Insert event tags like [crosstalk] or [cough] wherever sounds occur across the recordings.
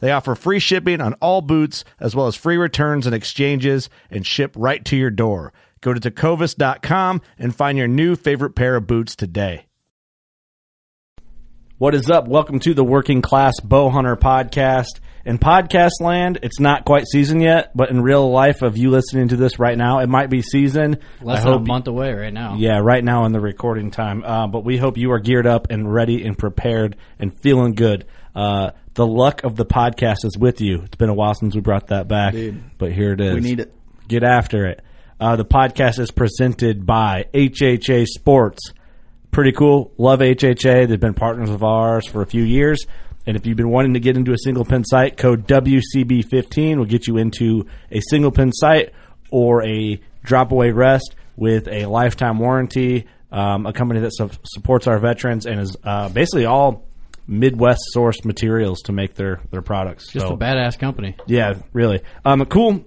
They offer free shipping on all boots, as well as free returns and exchanges, and ship right to your door. Go to tecovas.com and find your new favorite pair of boots today. What is up? Welcome to the Working Class Bowhunter Podcast. In podcast land, it's not quite season yet, but in real life of you listening to this right now, it might be season. Less I than a hope- month away right now. Yeah, uh, right now in the recording time. Uh, but we hope you are geared up and ready and prepared and feeling good. Uh, the luck of the podcast is with you. It's been a while since we brought that back, but here it is. We need it. Get after it. Uh, the podcast is presented by HHA Sports. Pretty cool. Love HHA. They've been partners of ours for a few years. And if you've been wanting to get into a single pin site, code WCB15 will get you into a single pin site or a drop away rest with a lifetime warranty. Um, a company that su- supports our veterans and is uh, basically all Midwest sourced materials to make their, their products. Just So- a badass company. yeah, really. Um, a cool,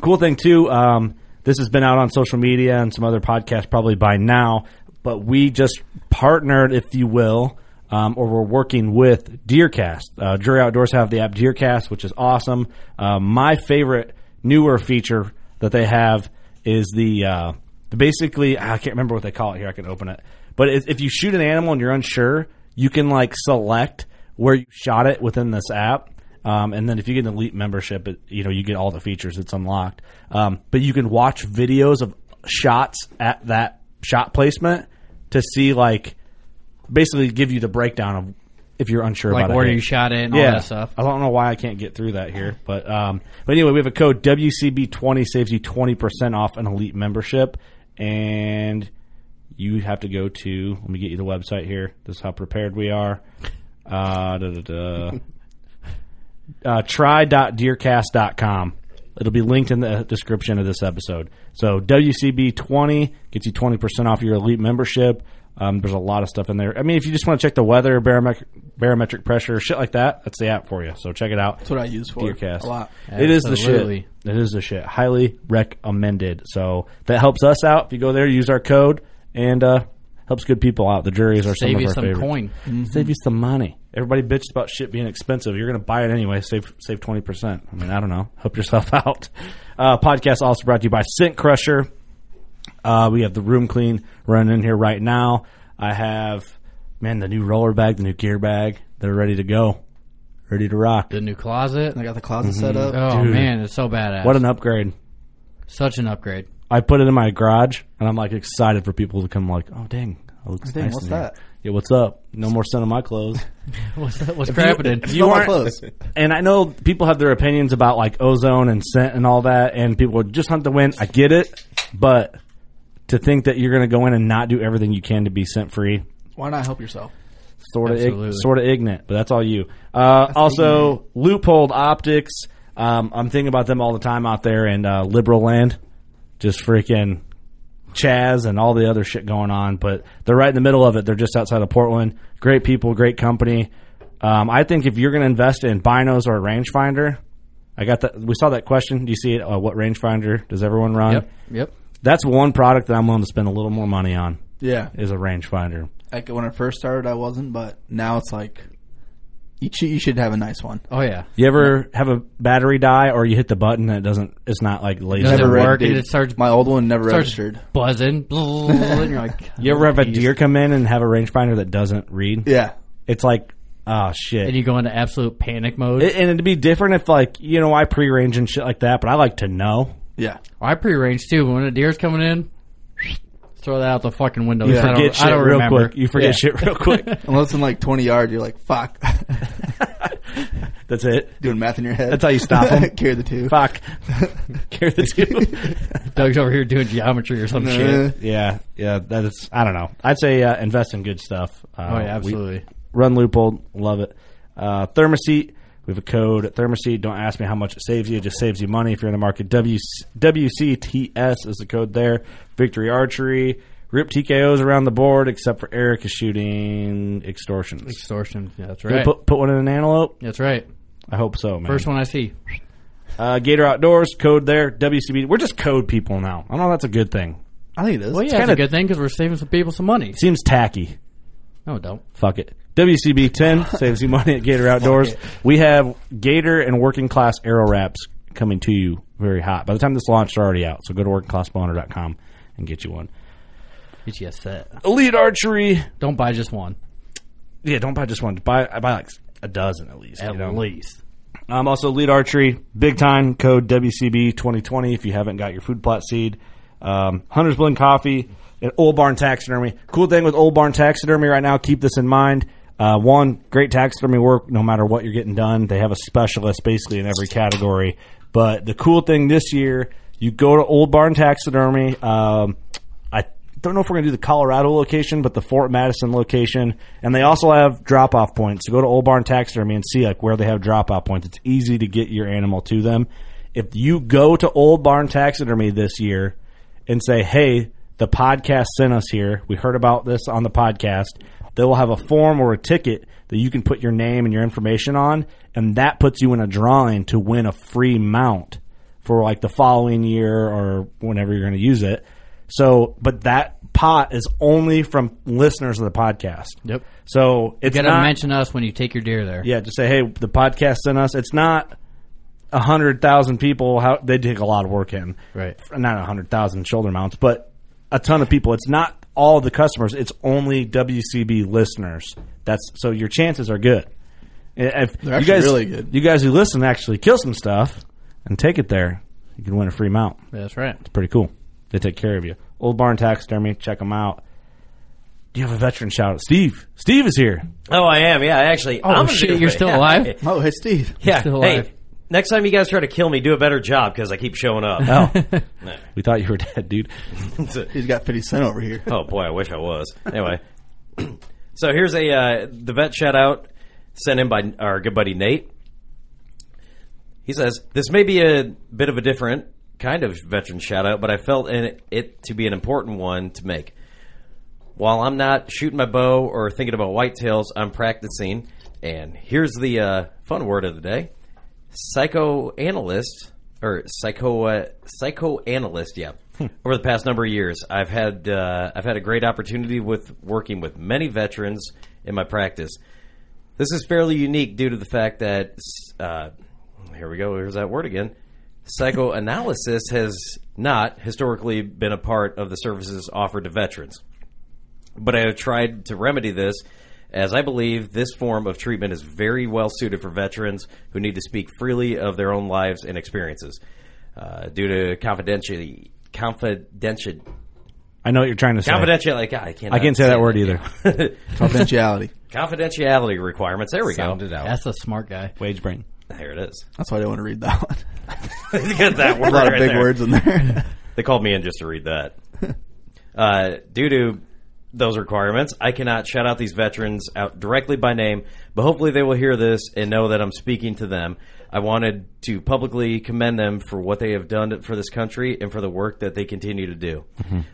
cool thing too. Um, this has been out on social media and some other podcasts probably by now, but we just partnered, if you will, um, or we're working with Deercast. Uh, Jury Outdoors have the app Deercast, which is awesome. Uh, my favorite newer feature that they have is the uh, basically I can't remember what they call it here. I can open it, but if if you shoot an animal and you're unsure, you can like select where you shot it within this app. Um, and then if you get an elite membership, it, you know you get all the features. It's unlocked, um, but you can watch videos of shots at that shot placement to see like basically give you the breakdown of if you're unsure Like about it. where Hey, you shot it and all that stuff. I don't know why I can't get through that here, but um, but anyway, we have a code WCB20 saves you twenty percent off an elite membership, and you have to go to. Let me get you the website here. This is how prepared we are. Uh, da, da, da. uh, try.deercast.com. It'll be linked in the description of this episode. So WCB20 gets you 20% off your elite membership. Um, there's a lot of stuff in there. I mean, if you just want to check the weather, barometric, barometric pressure, shit like that, that's the app for you. So check it out. That's what I use for Deercast. a lot. It is the Absolutely. shit. It is the shit. Highly recommended. So that helps us out. If you go there, use our code, and uh, helps good people out. The juries are some Save of you our some favorites. coin. Mm-hmm. Save you some money. Everybody bitched about shit being expensive. You're going to buy it anyway. Save save twenty percent. I mean, I don't know. Help yourself [laughs] out. Uh, podcast also brought to you by Scent Crusher. Uh, we have the room clean running in here right now. I have man the new roller bag, the new gear bag. They're ready to go, ready to rock. The new closet. I got the closet set up. Oh man, it's so badass. What an upgrade! Such an upgrade. [laughs] I put it in my garage, and I'm like excited for people to come. Like, oh dang, it looks Dang, nice what's in here. that? Yeah, what's up? No more sending my [laughs] clothes. What's that? What's crappening? Smell my aren't- [laughs] clothes. and I know people have their opinions about like ozone and scent and all that, and people would just hunt the wind. I get it, but to think that you're going to go in and not do everything you can to be scent free, Why not help yourself? sort of Absolutely. sort of ignorant, but that's all you. Uh, also, loopholed optics. Um, I'm thinking about them all the time out there in uh, liberal land, just freaking Chaz and all the other shit going on. But they're right in the middle of it. They're just outside of Portland. Great people, great company. Um, I think if you're going to invest in binos or a rangefinder, I got that. We saw that question. Do you see it? Uh, what rangefinder does everyone run? Yep. Yep. That's one product that I'm willing to spend a little more money on Yeah. is a rangefinder. Like when I first started, I wasn't, but now it's like you, ch- you should have a nice one. Oh yeah. You ever have a battery die or you hit the button and it doesn't? It's not like laser. Doesn't Never work, read- and dude, it starts My old one never starts registered. buzzing. [laughs] and you're like, You ever have a deer come in and have a rangefinder that doesn't read? Yeah. It's like, oh shit. and you go into absolute panic mode. It- and it'd be different if like you know I pre-range and shit like that, but I like to know. Yeah. I pre-range too, but when a deer's coming in, throw that out the fucking window. You I don't, Get I shit don't real remember. quick. You forget Yeah. [laughs] shit real quick. Unless in like 20 yards, you're like, fuck. [laughs] That's it. Doing math in your head. That's how you [laughs] stop 'em. Carry the [laughs] two. Fuck. Care the two. Doug's over here doing geometry or some shit. yeah, yeah. That's I don't know. I'd say uh, invest in good stuff. Uh, Oh we- yeah, absolutely. Run Loophole, love it. Uh, Thermoseat, we have a code. Thermoseat, don't ask me how much it saves you. It just saves you money if you're in the market. W- WCTS is the code there. Victory Archery. Rip TKOs around the board, except for Eric is shooting extortions. Extortion. Yeah, that's Did I right. Put, put one in an antelope? That's right. I hope so, man. First one I see. Uh, Gator Outdoors, code there. WCB. We're just code people now. I know that's a good thing. I think it is. Well, yeah, it's kinda- a good thing because we're saving some people some money. Seems tacky. No, don't. Fuck it. WCB 10 saves you money at Gator Outdoors. We have Gator and Working Class Arrow Wraps coming to you very hot. By the time this launched, they're already out. So go to workingclassboner.com and get you one. Get you a set. Elite Archery. Don't buy just one. Yeah, don't buy just one. Buy I buy like a dozen at least. At you know? least. Um, also, Elite Archery, big time code WCB 2020 if you haven't got your food plot seed. Um, Hunter's Blend Coffee and Old Barn Taxidermy. Cool thing with Old Barn Taxidermy right now, keep this in mind. Uh, one, great taxidermy work no matter what you're getting done. They have a specialist basically in every category. But the cool thing this year, you go to Old Barn Taxidermy. Um, I don't know if we're going to do the Colorado location, but the Fort Madison location, and they also have drop off points. So go to Old Barn Taxidermy and see like where they have drop off points. It's easy to get your animal to them. If you go to Old Barn Taxidermy this year and say, "Hey, the podcast sent us here. We heard about this on the podcast." They will have a form or a ticket that you can put your name and your information on, and that puts you in a drawing to win a free mount for like the following year or whenever you're going to use it. So, but that pot is only from listeners of the podcast. Yep. So it's You gotta not. mention us when you take your deer there. yeah, just say hey, the podcast sent us. It's not a hundred thousand people. How they take a lot of work in. Right. Not a hundred thousand shoulder mounts, but a ton of people. It's not all the customers. It's only WCB listeners. That's so your chances are good. If They're you actually guys, really good. you guys who listen, actually kill some stuff and take it there. You can win a free mount That's right. pretty cool. They take care of you. Old Barn Taxidermy, check them out. Do you have a veteran shout out? Steve. Steve is here. Oh, I am. Yeah, actually. Oh, I'm a shit, veteran. you're still Yeah. alive? Oh, hey, Steve. Yeah. Still alive. Hey, next time you guys try to kill me, do a better job because I keep showing up. Oh, we thought you were [laughs] dead, dude. He's got 50 Cent over here. [laughs] Oh boy, I wish I was. Anyway, [clears throat] so here's a uh, the vet shout out sent in by our good buddy Nate. He says this may be a bit of a different kind of veteran shout out, but I felt in it to be an important one to make. While I'm not shooting my bow or thinking about whitetails, I'm practicing. And here's the uh, fun word of the day: psychoanalyst or psycho uh, psychoanalyst. Yeah. Over the past number of years, I've had uh, I've had a great opportunity with working with many veterans in my practice. This is fairly unique due to the fact that uh, here we go. Here's that word again. Psychoanalysis has not historically been a part of the services offered to veterans but I have tried to remedy this as I believe this form of treatment is very well suited for veterans who need to speak freely of their own lives and experiences. Uh, due to confidentiality, confidential, I know what you're trying to say. confidentiality, God, I can't. I can't say that word either. Confidentiality. Confidentiality requirements. There we go. That's a smart guy. Wage [laughs] brain. There it is. [laughs] That's why I don't want to read that one. Get that word A lot of right big there. words in there. They called me in just to read that. uh, due to those requirements, I cannot shout out these veterans out directly by name, but hopefully they will hear this and know that I'm speaking to them. I wanted to publicly commend them for what they have done for this country and for the work that they continue to do.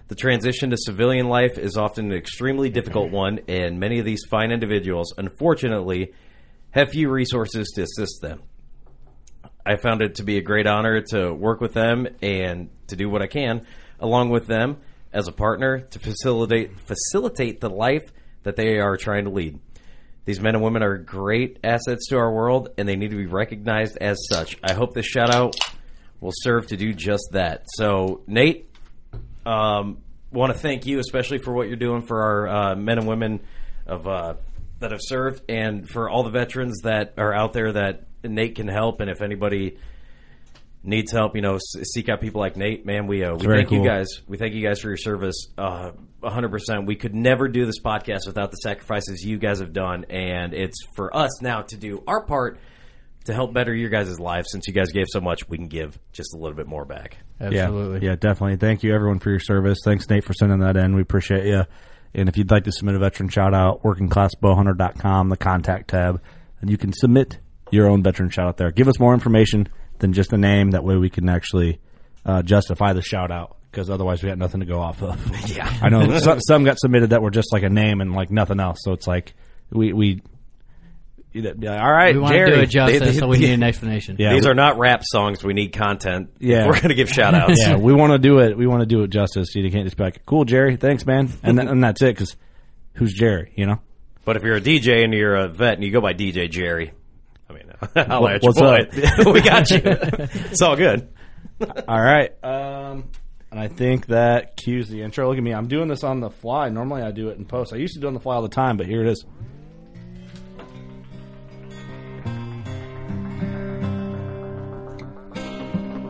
The transition to civilian life is often an extremely difficult one, and many of these fine individuals, unfortunately, have few resources to assist them. I found it to be a great honor to work with them and to do what I can along with them as a partner to facilitate facilitate the life that they are trying to lead. These men and women are great assets to our world, and they need to be recognized as such. I hope this shout out will serve to do just that. So, Nate, um, want to thank you especially for what you're doing for our uh, men and women of uh, that have served, and for all the veterans that are out there that Nate can help. And if anybody needs help, you know, s- seek out people like Nate. Man, we uh, we very thank you cool. guys. We thank you guys for your service. Uh, 100%. We could never do this podcast without the sacrifices you guys have done. And it's for us now to do our part to help better your guys' lives. Since you guys gave so much, we can give just a little bit more back. Absolutely. Yeah, yeah, definitely. Thank you, everyone, for your service. Thanks, Nate, for sending that in. We appreciate you. And if you'd like to submit a veteran shout out, workingclassbowhunter.com, the contact tab, and you can submit your own veteran shout out there. Give us more information than just a name. That way we can actually uh, justify the shout out because otherwise we got nothing to go [laughs] off of. Yeah. [laughs] I know some, some got submitted that were just like a name and like nothing else. So it's like, we, we, all right, We want Jerry. to do it justice, they- so we need an explanation. [laughs] Yeah, These are not rap songs. We need content. Yeah. [laughs] We're going to [laughs] give shout outs. yeah, we want to do it. We want to do it justice. You can't just be like, "Cool, Jerry, thanks, man," and then, and that's it. Because who's Jerry? You know, But if you're a DJ and you're a vet and you go by DJ Jerry, I mean, [laughs] I'll What- at your what's boy. [laughs] we [laughs] got you. it's all good. all right. Um, and I think that cues the intro. Look at me. I'm doing this on the fly. Normally, I do it in post. I used to do it on the fly all the time, but here it is.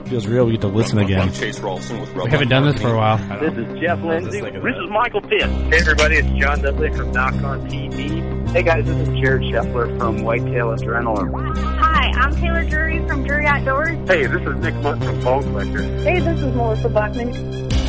Feels real. We get to listen again. We haven't done this for a while. This is Jeff Lindsay. This is Michael Pitt. Hey, everybody, it's John Dudley from Knock on TV. Hey, guys, this is Jared Scheffler from Whitetail Adrenaline. Hi, I'm Taylor Drury from Drury Outdoors. Hey, this is Nick Munt from Bone Collector. Hey, this is Melissa Buckman.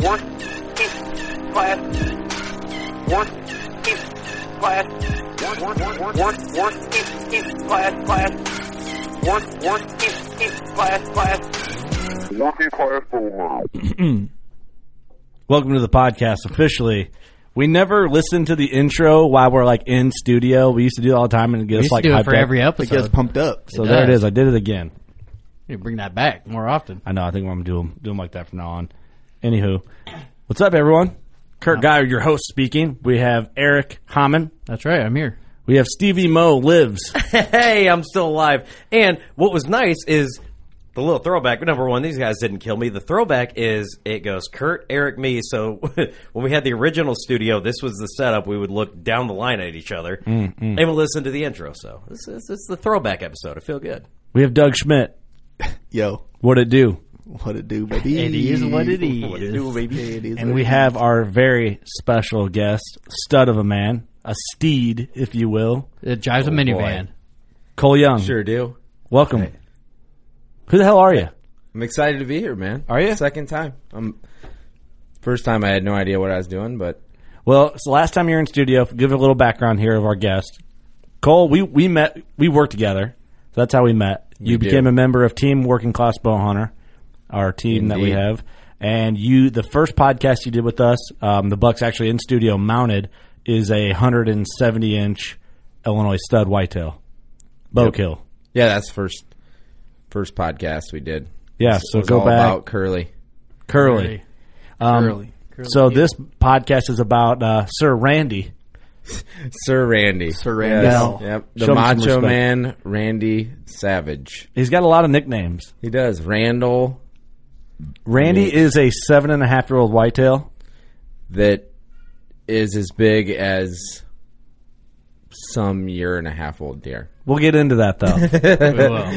Working class. Working class. Working class. Class. Working class. Class. Working class. Class. Welcome to the podcast officially. We never listen to the intro while we're like in studio. We used to do it all the time and it We gets used like to do hyped it for up. every It gets episode. pumped up. So there it does. is. I did it again. [laughs] You bring that back more often. I know. I think I'm gonna do them, do 'em like that from now on. Anywho, what's up, everyone? Kurt Guy, your host, speaking. We have Eric Hammond. That's right. I'm here. We have Stevie Mo lives. Hey, I'm still alive. And what was nice is the little throwback. Number one, these guys didn't kill me. The throwback is it goes Kurt, Eric, me. So [laughs] when we had the original studio, this was the setup. We would look down the line at each other and we'll listen to the intro. So this is, this is the throwback episode. I feel good. We have Doug Schmidt. Yo, What it do? what it do, baby? is. Hey, it is And what we it have our very special guest, stud of a man, a steed, if you will, It drives a minivan. Cole Young. Sure do. Welcome. Who the hell are you? I'm excited to be here, man. Are you? Second time. Um, first time I had no idea what I was doing, but Well, so last time you were in studio, give a little background here of our guest. Cole, we, we met, we worked together. So that's how we met. You do. became a member of Team Working Class Bow Hunter, our team that we Indeed. have. And you, the first podcast you did with us, um, the Bucks actually in studio mounted, is a 170 inch Illinois stud whitetail bow kill. yeah, that's first first podcast we did. Yeah, It so was go all back. about curly. Curly. Um, Early. So this podcast is about uh, Sir Randy. Sir Randy. Sir Randy. No. Yep. The Show him some Macho respect. Man Randy Savage. He's got a lot of nicknames. He does. Randall Randy is a seven and a half year old whitetail. that is as big as some year and a half old deer. We'll get into that though.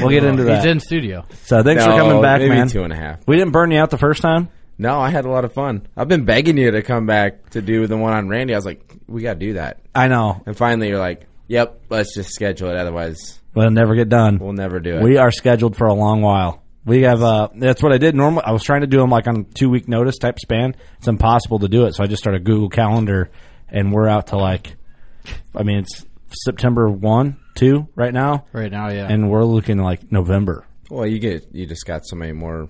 [laughs] we'll get into that. He's in studio. so thanks for No, coming back, maybe man. two and a half. We didn't burn you out the first time. No, I had a lot of fun. I've been begging you to come back to do the one on Randy. I was like, we got to do that. I know. And finally, you're like, yep, let's just schedule it. Otherwise, We'll never get done. We'll never do it. We are scheduled for a long while. We have uh that's what I did normally. I was trying to do them like on two week notice type span. It's impossible to do it, so I just started Google Calendar and we're out to like I mean it's September 1, 2 right now Right now, yeah. and we're looking like November. Well, you get you just got so many more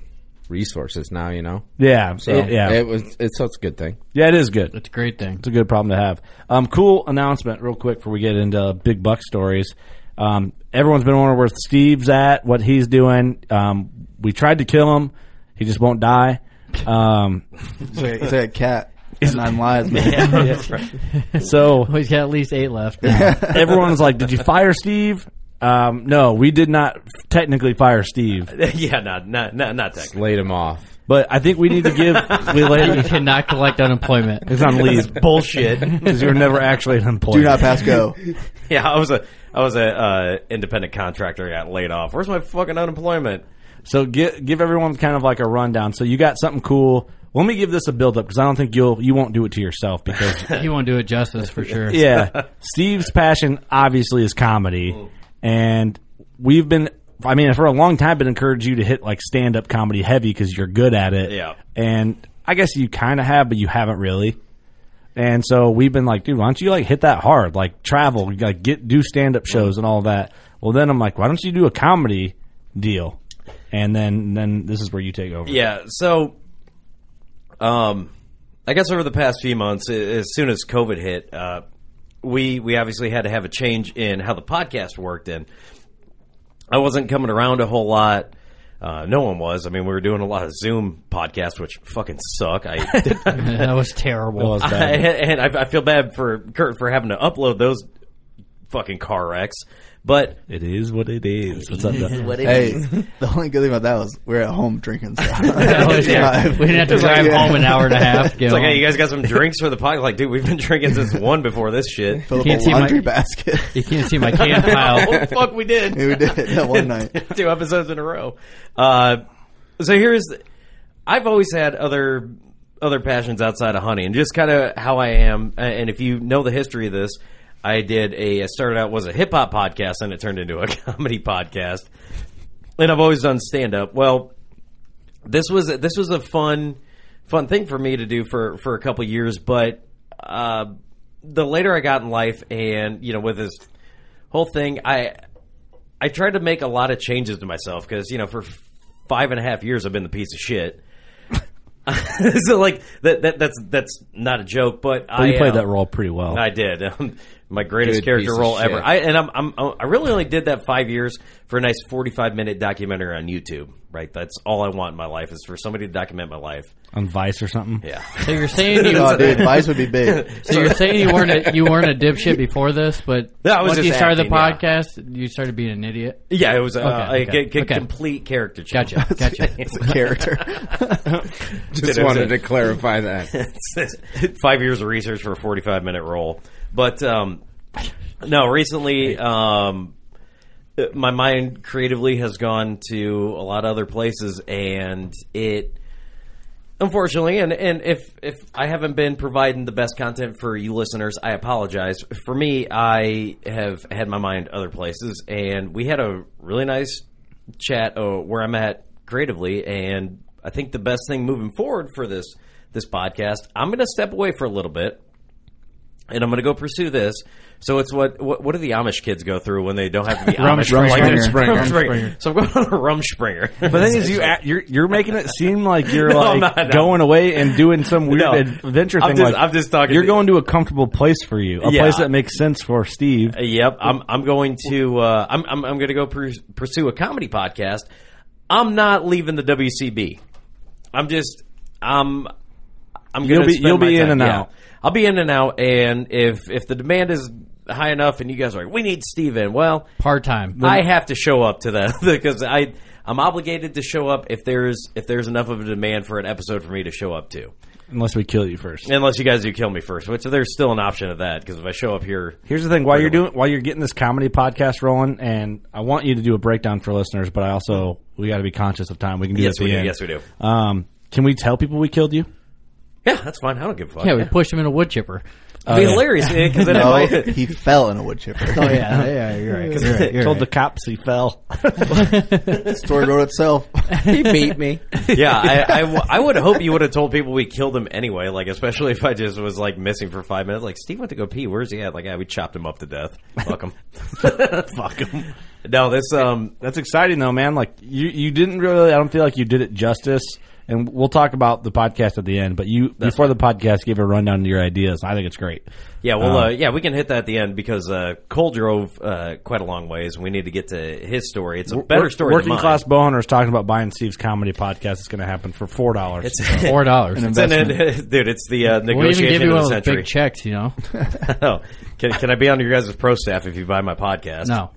resources now. You know. Yeah. So it- yeah. it was it's such a good thing. yeah, it is good. it's a great thing. It's a good problem to have. Um, cool announcement, real quick, before we get into big buck stories. Um, everyone's been wondering where Steve's at, what he's doing. Um, we tried to kill him; he just won't die. Um, [laughs] He's like, he's like a cat. Nine lives, man. so Well, he's got at least eight [laughs] left. Now. everyone's like, "Did you fire Steve?" Um, no, we did not technically fire Steve, [laughs] yeah, not not not not that. Laid him off. but I think we need to [laughs] give we you let cannot collect unemployment. He's on leave [laughs] bullshit. because you were never actually employed. Do not pass go. [laughs] yeah, I was a I was a uh, independent contractor. Got laid off. Where's my fucking unemployment? So give give everyone kind of like a rundown. So you got something cool. Let me give this a build up because I don't think you'll you won't do it to yourself because He won't do it justice for sure. yeah, Steve's passion obviously is comedy, and we've been. I mean, for a long time, been encouraged you to hit like stand up comedy heavy because you're good at it. Yeah. and I guess you kind of have, but you haven't really. And so we've been like, dude, why don't you like hit that hard? Like travel, like get do stand up shows and all that. Well, then I'm like, why don't you do a comedy deal? And then then this is where you take over. Yeah. So, um, I guess over the past few months, a- as soon as COVID hit, uh, we we obviously had to have a change in how the podcast worked, and I wasn't coming around a whole lot. Uh, no one was. I mean, we were doing a lot of Zoom podcasts, which fucking suck. I [laughs] that was terrible. It was bad. I, and I, I feel bad for Kurt for having to upload those fucking car wrecks. But It is what it is. What's up, [laughs] Dustin? Hey, the only good thing about that was we're at home drinking. [laughs] So. [laughs] That was- We didn't have to drive yeah. home an hour and a half. to get it's like, home. hey, you guys got some drinks for the podcast? Like, dude, we've been [laughs] drinking since one before this shit. Fill up Can't see a laundry my- basket. You can't see my can pile. oh, fuck, we [laughs] did. we did it that one [laughs] night. two episodes in a row. Uh, so here's, I've always had other other passions outside of hunting, and just kind of how I am. a- And if you know the history of this, I did a I started out was a hip hop podcast, and it turned into a [laughs] comedy podcast. And I've always done stand up. Well, this was this was a fun fun thing for me to do for for a couple years, but. Uh, the later I got in life, and you know, with this whole thing, I I tried to make a lot of changes to myself because you know for f- five and a half years I've been the piece of shit. [laughs] so like that, that that's that's not a joke, but, I Well, you played um, that role pretty well. I did. [laughs] Um, my greatest Good character piece of role shit. ever. I and I'm, I'm uh, I really only did that five years for a nice 45 minute documentary on YouTube. Right, that's all I want in my life is for somebody to document my life. on Vice or something. Yeah. So you're saying you Oh, dude, Vice would be big. so you're saying you weren't a, you weren't a dipshit before this, but No, I was once just you started the acting, podcast, you started being an idiot. Yeah, it was uh, Okay, a okay, g- g- okay. complete character change. [laughs] Gotcha, gotcha. It's a character. [laughs] Just wanted to clarify [laughs] that. five years of research for a 45 minute role. But um, no, recently um, uh, my mind creatively has gone to a lot of other places, and it unfortunately, and, and if if I haven't been providing the best content for you listeners, I apologize. For me, I have had my mind other places, and we had a really nice chat uh, where I'm at creatively, and I think the best thing moving forward for this this podcast, I'm going to step away for a little bit and I'm going to go pursue this. So it's what, what what do the Amish kids go through when they don't have to be Amish? for like- Rumspringer. Rumspringer. So I'm going on a Rumspringer. But the thing is, you act- you're you're making it seem like you're [laughs] No, I'm like not, no. going away and doing some weird No. adventure I'm thing. just- like, I'm just talking You're to- going to a comfortable place for you, a Yeah. Uh, place that makes sense for Steve. Yep, I'm I'm going to uh, I'm I'm, I'm going to go pur- pursue a comedy podcast. I'm not leaving the WCB. I'm just I'm I'm going You'll to be- you'll be in and yeah. out. I'll be in and out, and if if the demand is high enough, and you guys are like, we need Steven, well, Part time. I have to show up to [laughs] that because I I'm obligated to show up if there's if there's enough of a demand for an episode for me to show up to. Unless we kill you first. Unless you guys do kill me first, which there's still an option of that because if I show up here, Here's the thing: while you're doing, while you're getting this comedy podcast rolling, and I want you to do a breakdown for listeners, but I also we got to be conscious of time. We can do yes this at we the do, end. yes we do. Um, can we tell people we killed you? Yeah, that's fine. I don't give a fuck. yeah, we pushed him in a wood chipper. It'd be hilarious because [laughs] then No, it might. Oh, he fell in a wood chipper. Oh yeah, yeah, you're right. You're right, you're Told the right. cops he fell. [laughs] Story wrote itself. He beat me. yeah, I, I w- I would hope you would have told people we killed him anyway. Like, especially if I just was like missing for five minutes. Like, Steve went to go pee. Where's he at? Like, yeah, we chopped him up to death. Fuck him. Fuck him. No, this um, That's exciting though, man. Like you, you didn't really. I don't feel like you did it justice. And we'll talk about the podcast at the end. But you before the podcast gave a rundown of your ideas. I think it's great. yeah, well, uh, yeah, we can hit that at the end because uh, Cole drove uh, quite a long ways. and We need to get to his story. It's a better Work- story. Working than mine. class bowhunter is talking about buying Steve's comedy podcast. It's going to happen for four dollars. It's, Four dollars. [laughs] it's an, [laughs] dude. It's the uh, We'll even give negotiation you one of the of those century. big checks, you know. oh, [laughs] can, can I be on your guys' pro staff if you buy my podcast? No,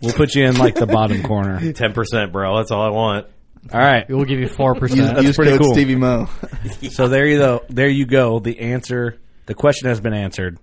We'll put you in like the bottom [laughs] corner. ten percent, bro. That's all I want. All right. we'll give you four percent. Use pretty code cool. Stevie Mo. [laughs] So there you go. There you go. The answer. The question has been answered.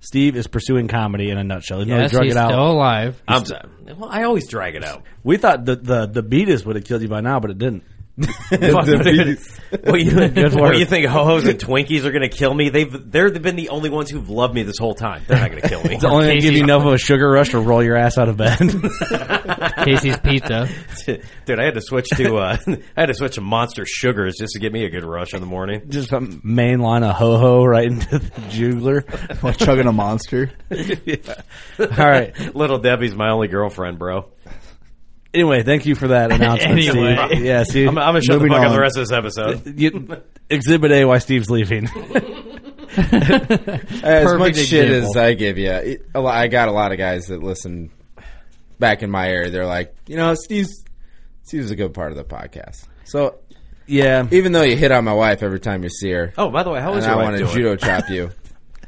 Steve is pursuing comedy in a nutshell. Even though he Yes, drug he's it out. still alive. I'm sorry. Well, I always drag it out. We thought the the the beatus would have killed you by now, but it [laughs] didn't. Fuck, dude. What you, work. what you think ho-hos and Twinkies are going to kill me? They've they're been the only ones who've loved me this whole time. They're not going to kill me. It's only going to give you enough of a sugar rush to roll your ass out of bed. [laughs] Casey's Pizza. [laughs] dude, I had to switch to uh, [laughs] I had to switch to Monster Sugars just to get me a good rush in the morning. Just a main line of ho ho right into the [laughs] juggler. Like chugging a monster. All right. Little Debbie's my only girlfriend, bro. Anyway, thank you for that announcement. Anyway. Steve. yeah, see, I'm, I'm gonna shut the Moving fuck up on. the rest of this [laughs] episode. you, exhibit A why Steve's [laughs] leaving. As Perfect much shit example. as I give you, it, a lot, I got a lot of guys that listen back in my area. They're like, you know, Steve's Steve's a good part of the podcast. So yeah, even though you hit on my wife every time you see her, Oh, by the way, how and is I your want wife to judo doing? chop [laughs] you,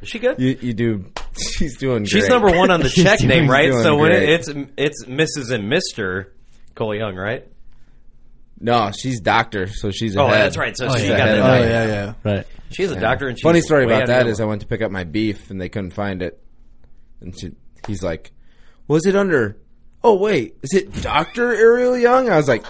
Is she good? you, you do. [laughs] She's doing. She's great. number one [laughs] [laughs] on the check doing- name, right? doing So when it, great. it's it's Mrs. and Mister Cole Young, right? No, she's doctor, so she's. Oh, ahead. that's right. So she yeah. got that. Oh, Oh right. yeah, yeah. right. She's a doctor, and she's Funny story way about out of that the- is I went to pick up my beef and they couldn't find it, and she, he's like, "Was it under? Oh wait, is it Doctor Ariel Young?" I was like,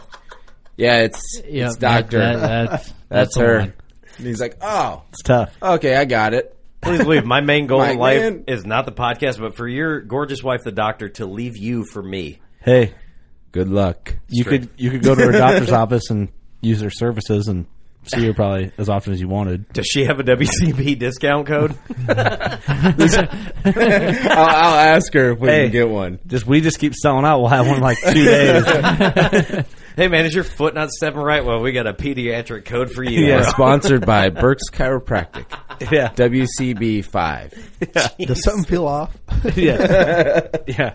"Yeah, it's Yeah, it's Doctor." That, that, that's that's that's the her. one. And he's like, "Oh, It's tough. okay, I got it." Please believe my main goal My in life man. is not the podcast, but for your gorgeous wife, the doctor, to leave you for me. Hey, Good luck. you could you could go to [laughs] her doctor's office and use her services and see her probably as often as you wanted. Does she have a WCB [laughs] discount code? I'll, I'll ask her if we Hey. can get one. Just we just keep selling out. We'll have one in like [laughs] two days. hey man, is your foot not stepping right? Well, we got a pediatric code for [laughs] you. Yeah, [laughs] bro. sponsored by Burke's Chiropractic, yeah, WCB five. [laughs] Does something feel off? [laughs] yeah, yeah,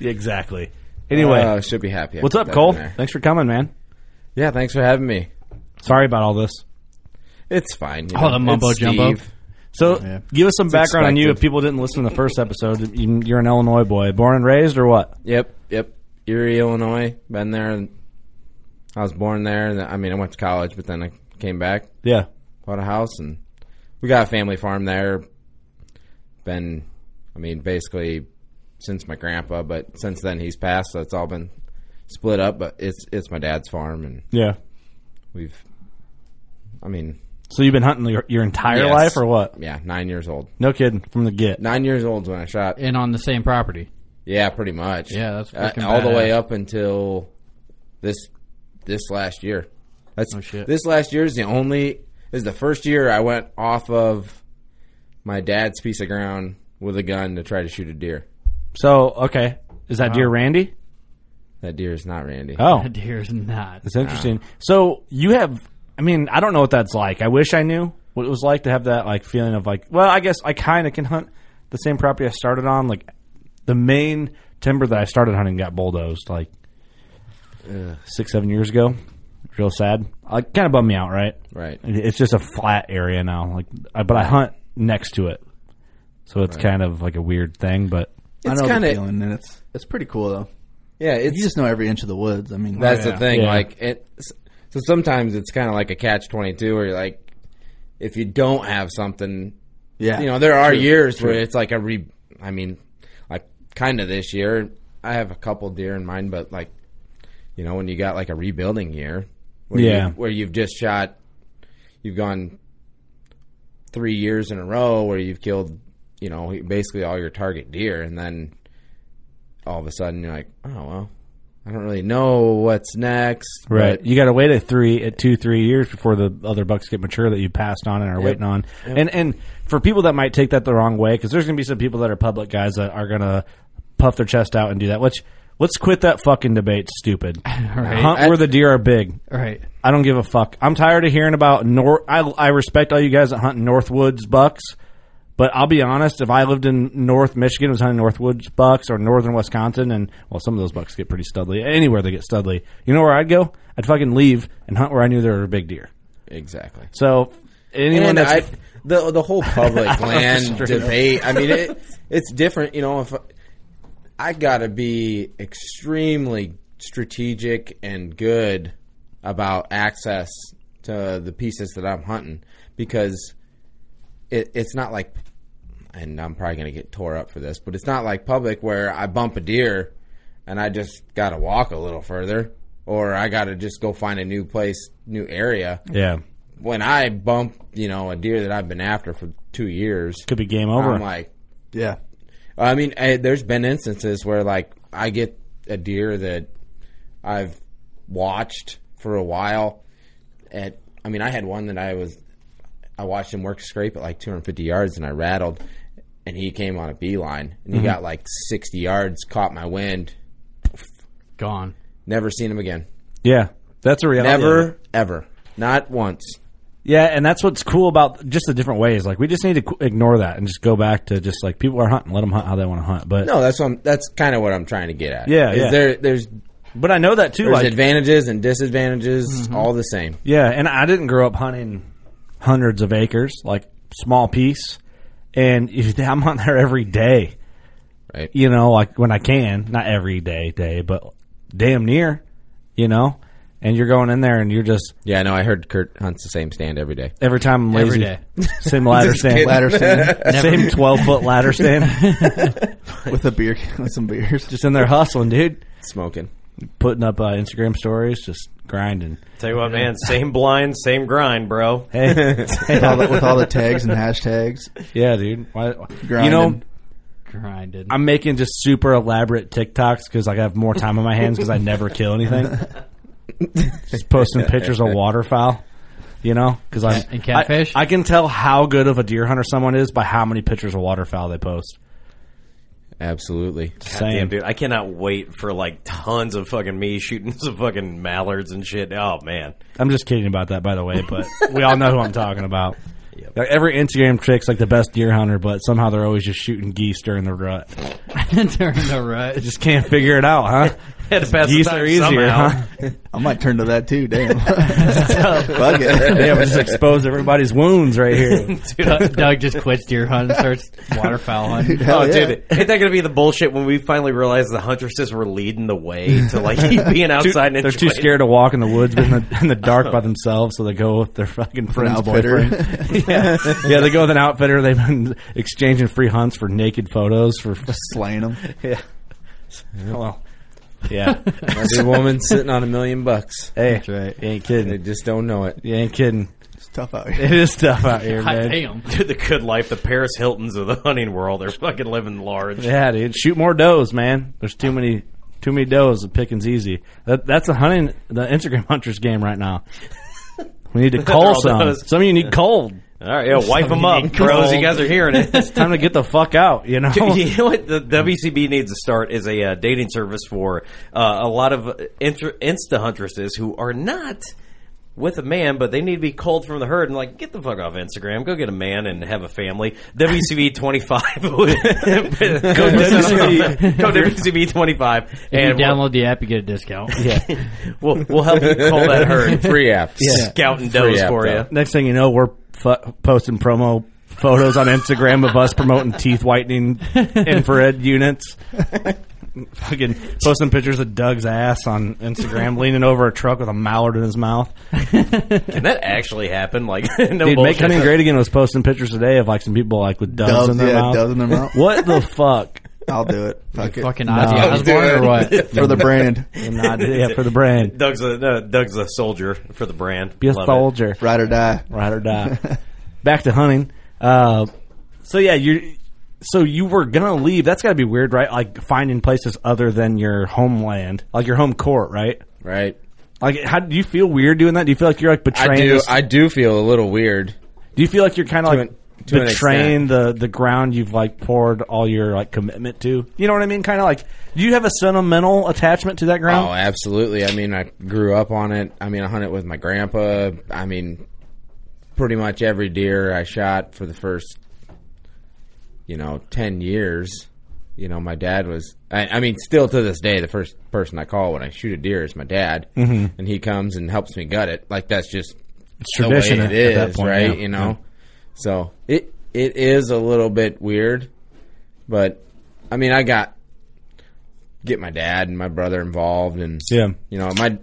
exactly. Anyway, uh, should be happy. what's after up, that Cole? in there. Thanks for coming, man. Yeah, thanks for having me. Sorry about all this. It's fine. you All know, the mumbo it's jumbo. Steve. So, give us some background on you expected. if people didn't listen to the first episode. You- You're an Illinois boy, born and raised, or what? Yep, yep. Erie, Illinois. Been there. And I was born there. And I mean, I went to college, but then I came back, Yeah, bought a house, and we got a family farm there. Been, I mean, basically since my grandpa, but since then he's passed, so it's all been split up. But it's it's my dad's farm, and yeah. we've, I mean, So you've been hunting your, your entire Yes. life, or what? yeah, nine years old. No kidding, from the get. Nine years old's when I shot. And on the same property. Yeah, pretty much. Yeah, that's Uh, freaking all the way badass. up until this this last year. That's Oh, shit. this last year is the only is the first year I went off of my dad's piece of ground with a gun to try to shoot a deer. So, okay, is that dear Randy? That deer is not Randy. Oh, Deer's not. It's interesting. So you have, I mean, I don't know what that's like. I wish I knew what it was like to have that like feeling of like, well, I guess I kind of can hunt the same property I started on. Like the main timber that I started hunting got bulldozed like six, seven years ago. Real sad. Like kind of bummed me out, right? Right. It- It's just a flat area now. Like, I, but I hunt next to it, so it's kind of like a weird thing. But I It's know kinda- the feeling, and it's it's pretty cool though. Yeah, it's You just know every inch of the woods. I mean, that's the thing. Yeah. Like it so sometimes it's kinda like a catch twenty two where you're like if you don't have something yeah. you know, there are years where it's like a re. I mean, like kind of this year. I have a couple deer in mind, but like, you know, when you got like a rebuilding year, where Yeah. you, where you've just shot, you've gone three years in a row where you've killed you know basically all your target deer, and then all of a sudden you're like, oh well, I don't really know what's next. Right. but you got to wait at three, at two, three years before the other bucks get mature that you passed on and are waiting on. And and for people that might take that the wrong way, because there's going to be some people that are public guys that are going to puff their chest out and do that. Which let's quit that fucking debate. Stupid. Hunt where the deer are big. Right. I don't give a fuck. I'm tired of hearing about North. I, I respect all you guys that hunt Northwoods bucks, but I'll be honest. If I lived in North Michigan, was hunting Northwoods bucks or Northern Wisconsin, and well, some of those bucks get pretty studly. Anywhere they get studly, you know where I'd go? I'd fucking leave and hunt where I knew there were big deer. exactly. So anyone and that's I, the the [laughs] whole public land Straight up. debate. I mean, it it's different. You know, if I, I got to be extremely strategic and good about access to the pieces that I'm hunting because it, it's not like, and I'm probably gonna get tore up for this, but it's not like public where I bump a deer and I just got to walk a little further. Or I got to just go find a new place, new area yeah, when I bump, you know, a deer that I've been after for two years, could be game over. I'm like, [laughs] Yeah. I mean, I, there's been instances where like I get a deer that I've watched for a while. At I mean, I had one that I was, I watched him work scrape at like 250 yards, and I rattled, and he came on a beeline, and he got like 60 yards, caught my wind, Gone. never seen him again, yeah, that's a reality. never ever, not once. Yeah, and that's what's cool about just the different ways. Like we just need to qu- ignore that and just go back to just like people are hunting, let them hunt how they want to hunt. But No, Oh, that's what I'm, that's kind of what I'm trying to get at. Yeah, Is yeah. there there's but I know that too. There's like advantages and disadvantages, all the same. Yeah, and I didn't grow up hunting hundreds of acres, like small piece. And [laughs] if- I'm on there every day, Right. you know, like when I can, not every day, day, but damn near, you know. And you're going in there, and you're just Yeah, no, I heard Kurt hunts the same stand every day. every time I'm Every lazy, day. [laughs] same ladder stand, kidding. [laughs] ladder stand, same twelve foot ladder stand, With a beer, [laughs] with some beers. just in there hustling, dude, Smoking. putting up uh, Instagram stories, just grinding. Tell you what, man, same blind, same grind, bro. Hey, with, all the, with all the tags and hashtags. [laughs] yeah, dude, Why, you know. Grinding. Grinded. [laughs] I'm making just super elaborate TikToks because I have more time on my hands because I never kill anything. [laughs] just posting pictures of waterfowl, you know, because I'm And catfish? I, I can tell how good of a deer hunter someone is by how many pictures of waterfowl they post. Absolutely. Damn, Same. dude, I cannot wait for like tons of fucking me shooting [laughs] some fucking mallards and shit. Oh man, I'm just kidding about that, by the way, but we all know who I'm talking about. Like every Instagram trick's like the best deer hunter, but somehow they're always just shooting geese during the rut. During the rut. Just can't figure it out, huh? [laughs] had to pass [laughs] the geese time are easier, somehow. huh? [laughs] I might turn to that too. Damn. [laughs] Fuck it. yeah, we just expose everybody's wounds right here. [laughs] Doug just quits deer hunt and starts waterfowl hunting. Hell oh, yeah. dude, ain't that gonna be the bullshit when we finally realize the huntresses were leading the way to [laughs] like [laughs] being Too- [laughs] outside? and they're too enjoying- scared to walk in the woods in the, in the dark [laughs] by themselves, so they go with their fucking friend's outfitter. [laughs] boyfriend. [laughs] yeah. yeah, they go with an outfitter. They've been [laughs] exchanging free hunts for naked photos for. Slaying them. Well, yeah. [laughs] Every woman sitting on a million bucks. hey, That's right. you ain't They kidding. just don't know it. You ain't kidding. It's tough out here. It is tough out [laughs] here, God man. damn. Dude, [laughs] the good life, the Paris Hiltons of the hunting world, they're fucking living large. Yeah, dude. Shoot more does, man. There's too many. Too many does. The picking's easy. That, that's a hunting, the Instagram [laughs] hunters game right now. We need [laughs] to all call some. does. Some of you need cold. All right, yeah, wipe them up, bros. You guys are hearing [laughs] it. It's time to get the fuck out. You know. [laughs] Dude, [laughs] you know what the WCB needs to start is a uh, dating service for uh, a lot of inter- insta huntresses who are not with a man, but they need to be culled from the herd and like get the fuck off Instagram, go get a man and have a family. WCB twenty five, [laughs] go [laughs] WCB, go WCB twenty five, If and you we'll, download the app, you get a discount. yeah. we'll we'll help you cull that [laughs] herd. Free [laughs] apps. Scouting does app, for though. you. Next thing you know, we're fu- posting promo photos on Instagram of us promoting teeth [laughs] whitening infrared units. Fucking posting pictures of Doug's ass on Instagram, leaning over a truck with a mallard in his mouth. Can that actually happen? Like, [laughs] no Dude, Make bullshit. Hunting Great Again was posting pictures today of like some people like with doves, Doves, in their yeah, mouth. doves in their mouth. What the [laughs] fuck? I'll do it. Fuck [laughs] it. [laughs] Fucking Ozzy Osbourne or what? For the brand. And not, yeah, for the brand. Doug's a no, Doug's a soldier for the brand. Be a Love it. soldier. Ride or die. [laughs] ride or die. Back to hunting. Uh, so yeah, you So you were gonna leave. That's gotta be weird, right? Like finding places other than your homeland, like your home court, right? Right. Like, how do you feel weird doing that? Do you feel like you're like betraying? I do. this- I do feel a little weird. do you feel like you're kind of To like an- to an betraying the the ground you've like poured all your like commitment to? You know what I mean? Kind of like, do you have a sentimental attachment to that ground? Oh, absolutely. I mean, I grew up on it. I mean, I hunted with my grandpa. I mean, pretty much every deer I shot for the first, you know, 10 years. You know, my dad was, I, I mean, still to this day, the first person I call when I shoot a deer is my dad. Mhm. And he comes and helps me gut it. Like, that's just It's Oh, the tradition way at- it at is, that point, right? yeah. You know? So it it is a little bit weird, but I mean, I got get my dad and my brother involved, and Yeah. you know, my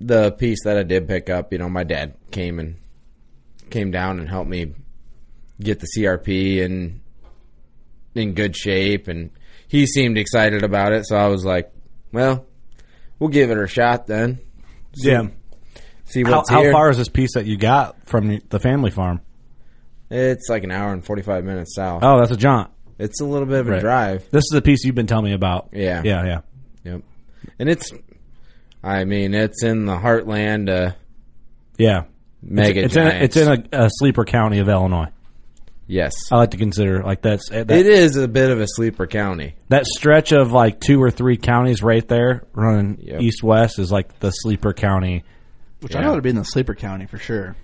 the piece that I did pick up, you know, my dad came and came down and helped me get the CRP and in good shape, and he seemed excited about it, so I was like, well, we'll give it a shot then. See- yeah. See How, what's how here. far is this piece that you got from the family farm? It's like an hour and 45 minutes south. Oh, that's a jaunt. It's a little bit of a Right. drive. This is the piece you've been telling me about. Yeah. Yeah, yeah. Yep. And it's, I mean, it's in the heartland. Uh, Yeah. Mega it's, it's in a, giants. it's in a, a sleeper county of Illinois. yes. I like to consider like that's Oh, that, it is a bit of a sleeper county. that stretch of like two or three counties right there running Yep. east west is like the sleeper county. Which I Yeah. ought to be in the sleeper county for sure.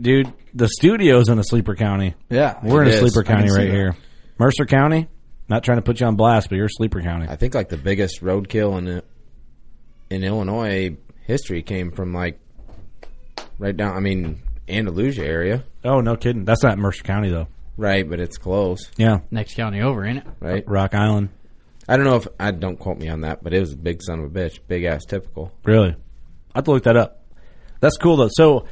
Dude, the studio's in a sleeper county. Yeah, We're in It a is. sleeper I can county see right that. here. Mercer County, not trying to put you on blast, but you're a sleeper county. I think like the biggest roadkill in, in Illinois history came from like right down, I mean, Andalusia area. Oh, no kidding. That's not Mercer County though. Right, but it's close, Yeah. Next county over, ain't it? right? Rock Island. I don't know if, I don't quote me on that, but it was a big son of a bitch. Big ass typical. Really? I have to look that up. That's cool though. So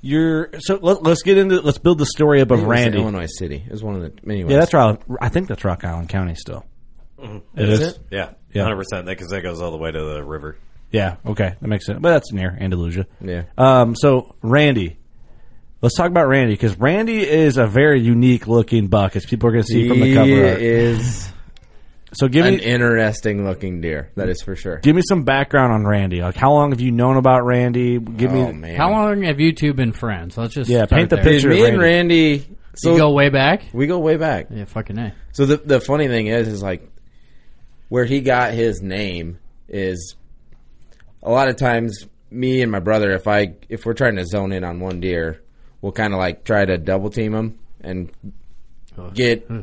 you're so let, let's get into let's build the story up It of was in Randy. Illinois City. It was one of the, anyways. Yeah, that's Rock. I think that's Rock Island County still. It Mm-hmm. is. Yeah, Yeah. hundred percent. That because that goes all the way to the river. Yeah. Okay, that makes sense. But that's near Andalusia. Yeah. Um. So Randy, let's talk about Randy because Randy is a very unique looking buck, as people are going to see from the cover art. He is so give an me interesting looking deer. That is for sure. give me some background on Randy. Like, how long have you known about Randy? Give oh me. man, How long have you two been friends? Let's just Yeah, start paint the there. picture. Dude, me of and Randy. Randy? So You go way back. we go way back. Yeah, fucking a. So the the funny thing is, is like where he got his name is a lot of times me and my brother, if I if we're trying to zone in on one deer, we'll kind of like try to double team him and Oh, get hmm.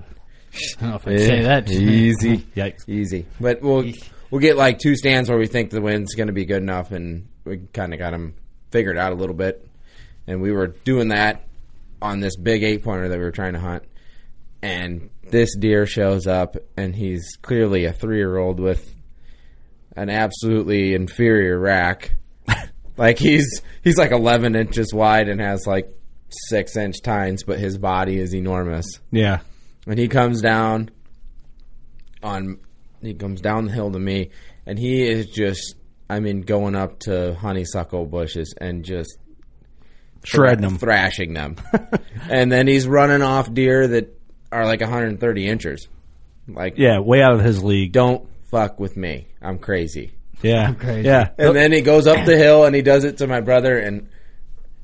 I don't know if I'd say that. easy, Yikes. easy. But we'll we'll get like two stands where we think the wind's going to be good enough, and we kind of got them figured out a little bit. And we were doing that on this big eight pointer that we were trying to hunt, and this deer shows up, and he's clearly a three year old with an absolutely inferior rack. like he's he's like eleven inches wide and has like six inch tines, but his body is enormous Yeah. and he comes down on he comes down the hill to me and he is just i mean going up to honeysuckle bushes and just Shredding him. thrashing [laughs] them and then he's running off deer that are like 130 inches like Yeah, way out of his league. don't fuck with me i'm crazy Yeah. crazy. Yeah. and then he goes up the hill and he does it to my brother and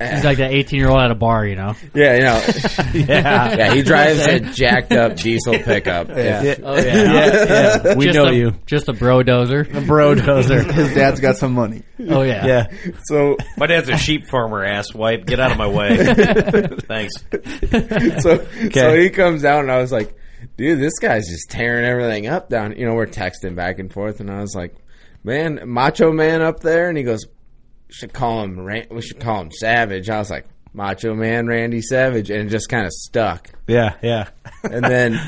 He's like that 18 year old at a bar, you know. yeah you know yeah. [laughs] yeah he drives [laughs] a jacked up diesel pickup yeah Oh yeah, [laughs] [laughs] Yeah. We just know a, you. Just a bro dozer. Bro dozer. His dad's got some money. [laughs] Oh yeah. Yeah. [laughs] so My dad's a sheep farmer, ass wipe. Get out of [laughs] my way. Thanks. [laughs] so so he comes out and I was like, dude, this guy's just tearing everything up down. You know, we're texting back and forth, and I was like, man, Macho Man up there, and he goes, should call him Ran- we should call him Savage. I was like, Macho Man Randy Savage, and it just kind of stuck. Yeah. Yeah. And [laughs] then,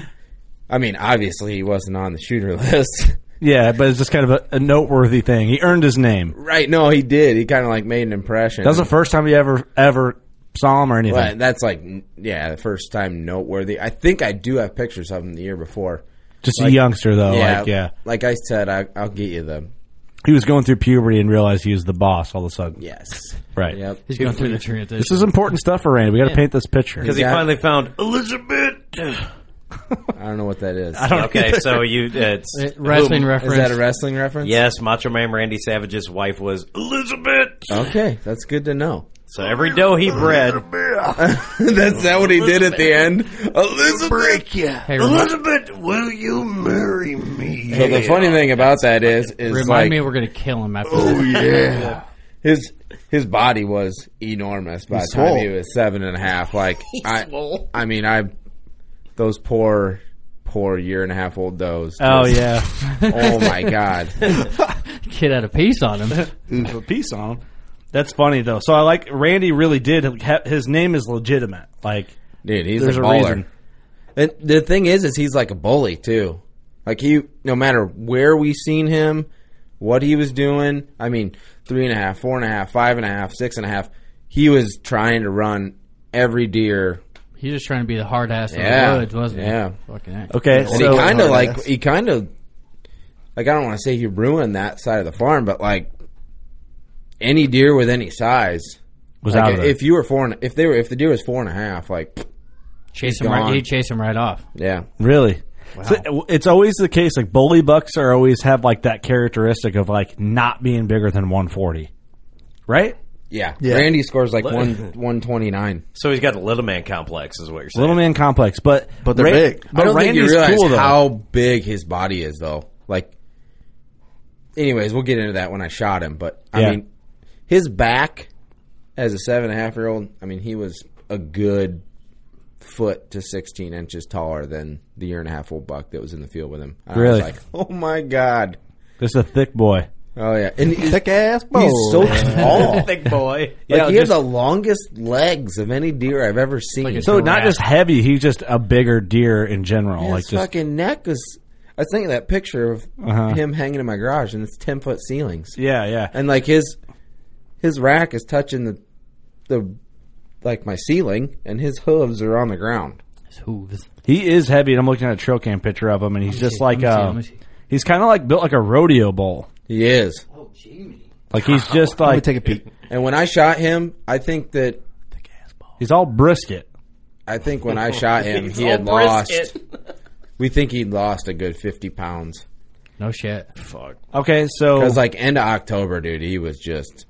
I mean, obviously he wasn't on the shooter [laughs] list. Yeah, but it's just kind of a, a noteworthy thing. He earned his name. Right, no, he did. He kind of like made an impression. That was the first time you ever ever saw him or anything. But that's like, n- yeah, the first time noteworthy. I think I do have pictures of him the year before. Just a like- youngster though. Oh, Like yeah, Like I said, I, I'll get you the he was going through puberty and realized he was the boss all of a sudden. yes. Right. Yep. He's going through the transition. This is important stuff for Randy. We got to paint this picture. Because he finally found Elizabeth. [laughs] I don't know what that is. I don't Okay, so you it's wrestling Who- reference. Is that a wrestling reference? Yes, Macho Man Randy Savage's wife was Elizabeth. Okay, that's good to know. So every dough he bred, that's that what he did at the end. Elizabeth. Hey, remi- will you marry me? So the funny thing about that is, is remind like oh, me we're gonna kill him after this. yeah. his his body was enormous by the time swole. he was seven and a half. Like I, I mean, I those poor, poor year and a half old does. Oh yeah, oh my god. Kid had a piece on [laughs] him. a piece on him. That's funny though. So I like Randy really did. ha- His name is legitimate. Like Dude, he's There's a a baller. reason. and the thing is, is he's like a bully too. Like he, no matter where we seen him, what he was doing. I mean, three and a half, four and a half, five and a half, six and a half. He was trying to run every deer. He's just trying to be the hard ass Yeah. of the woods, wasn't he? Yeah. Oh, Fucking heck. okay, And so he kind of like ass. he kind of like I don't want to say he ruined that side of the farm, but like any deer with any size. was like, out of there. if you were four, and, if they were, if the deer was four and a half, like Chase He's him gone. right. He chase him right off. yeah, Really? So uh, it's always the case. Like bully bucks are always have like that characteristic of like not being bigger than 140, right? yeah. Randy scores like one one twenty nine. so he's got a little man complex, is what you're saying. Little man complex, but But they're big. I But don't think you Randy's realize cool though. how big his body is, though. Like, anyways, we'll get into that when I shot him. But I Yeah. mean, his back as a seven and a half year old. I mean, he was a good foot to sixteen inches taller than the year and a half old buck that was in the field with him. And I Really? was like, [laughs] oh my god, Just a thick boy. oh yeah, and he's, Thick ass boy. he's so tall. like, Big boy. he just- had the longest legs of any deer I've ever seen. So not just heavy. He's just a bigger deer in general. His Oh, like just fucking neck was. I was thinking of that picture of Uh-huh. him hanging in my garage, and it's ten foot ceilings, yeah, yeah. and like his his rack is touching the the like my ceiling, and his hooves are on the ground. His hooves. He is heavy, and I'm looking at a trail cam picture of him, and he's just see, like let me see, uh, let me see. he's kind of like built like a rodeo bull. He is, Like [laughs] he's just Let me like take a peek. and when I shot him, I think that he's all brisket. I think when I [laughs] shot him, he had lost. We think he'd lost a good fifty pounds No shit. Okay, so because like end of October, dude, he was just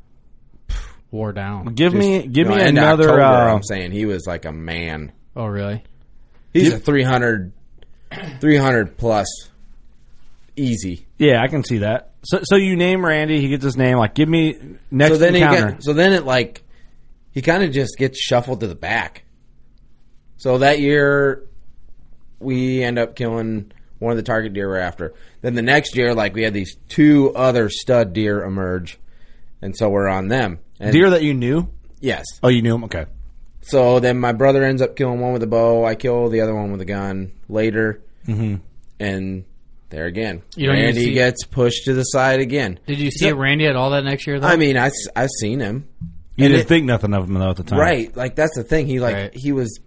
Wore down. give me just- give no, me end of another. October, Uh, I'm saying he was like a man. Oh really? He's a 300, 300 plus, easy. yeah, I can see that. So so you name Randy, he gets his name. Like give me next so then he encounter. got, so then it like he kind of just gets shuffled to the back. So that year, we end up killing one of the target deer we're after. Then the next year, like we had these two other stud deer emerge, and so we're on them. And deer that you knew. yes. Oh, you knew him. Okay. So then my brother ends up killing one with a bow. I kill the other one with a gun later. Mm-hmm. And there again, You don't even Randy see- gets pushed to the side again. Did you see Randy at all that next year? Though? I mean, I have seen him. You And didn't it- think nothing of him though at the time, Right, like that's the thing. He like Right. he was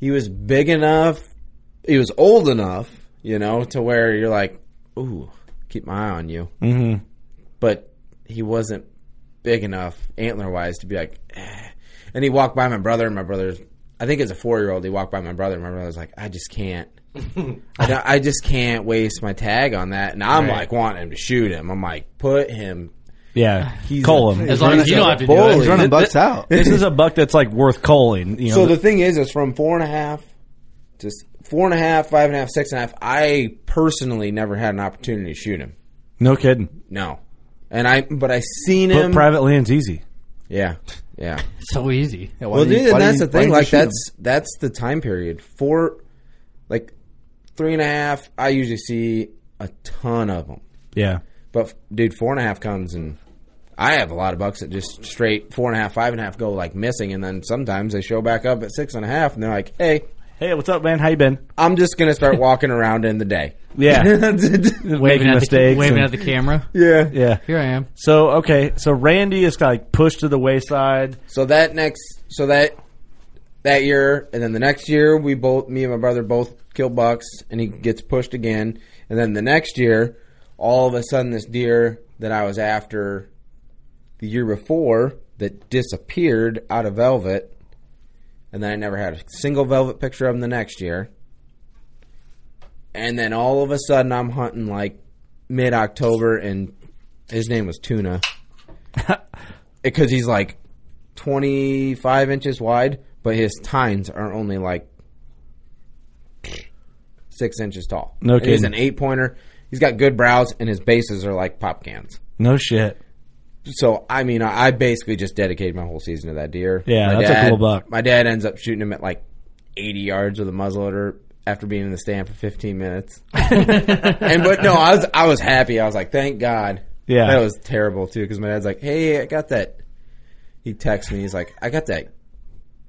he was big enough. He was old enough, you know, to where you're like, ooh, keep my eye on you. Mm-hmm. But he wasn't big enough antler wise to be like. eh. And he walked by my brother, and my brother's. I think as a four year old, he walked by my brother, and my brother's like, I just can't. I, don't- I just can't waste my tag on that. And I'm like wanting him to shoot him. I'm like, put him. Yeah. Ah, He's Call a- him. as long as you don't have to do He's it. running bucks [laughs] [laughs] out. this is a buck that's like worth culling. You know. So the thing is, is from four and a half, just four and a half, five and a half, six and a half. I personally never had an opportunity to shoot him. no kidding. No, and I, but I seen But him. private land's easy. yeah, yeah. It's so easy. Yeah, why well, didn't dude, you- why and that's didn't the you- why didn't thing. you Like shoot that's that's the time period. Four, like three and a half. I usually see a ton of them. Yeah. But dude, four and a half comes and. I have a lot of bucks that just straight four and a half, five and a half go like missing, and then sometimes they show back up at six and a half, and they're like, "Hey, Hey, what's up, man? How you been? I'm just gonna start walking around in the day. [laughs] Yeah. Waving Making at the mistakes waving and- at the camera. yeah. yeah. Here I am. So okay. So Randy is like pushed to the wayside. So that next, so that that year, and then the next year, we both, me and my brother, both kill bucks, and he gets pushed again. And then the next year, all of a sudden, this deer that I was after the year before that disappeared out of velvet, and then I never had a single velvet picture of him the next year. and then all of a sudden I'm hunting like mid October, and his name was [laughs] Tuna because he's like 25 inches wide, but his tines are only like six inches tall. No He's kidding. an eight pointer. He's got good brows, and his bases are like pop cans. No shit. So I mean, I I basically just dedicated my whole season to that deer. Yeah, My that's a dad- cool buck. My dad ends up shooting him at like 80 yards with a muzzleloader after being in the stand for [laughs] 15 minutes. and but no, I was I was happy. I was like, thank God. Yeah. that was terrible too because my dad's like, hey, I got that. He texts me. He's like, I got that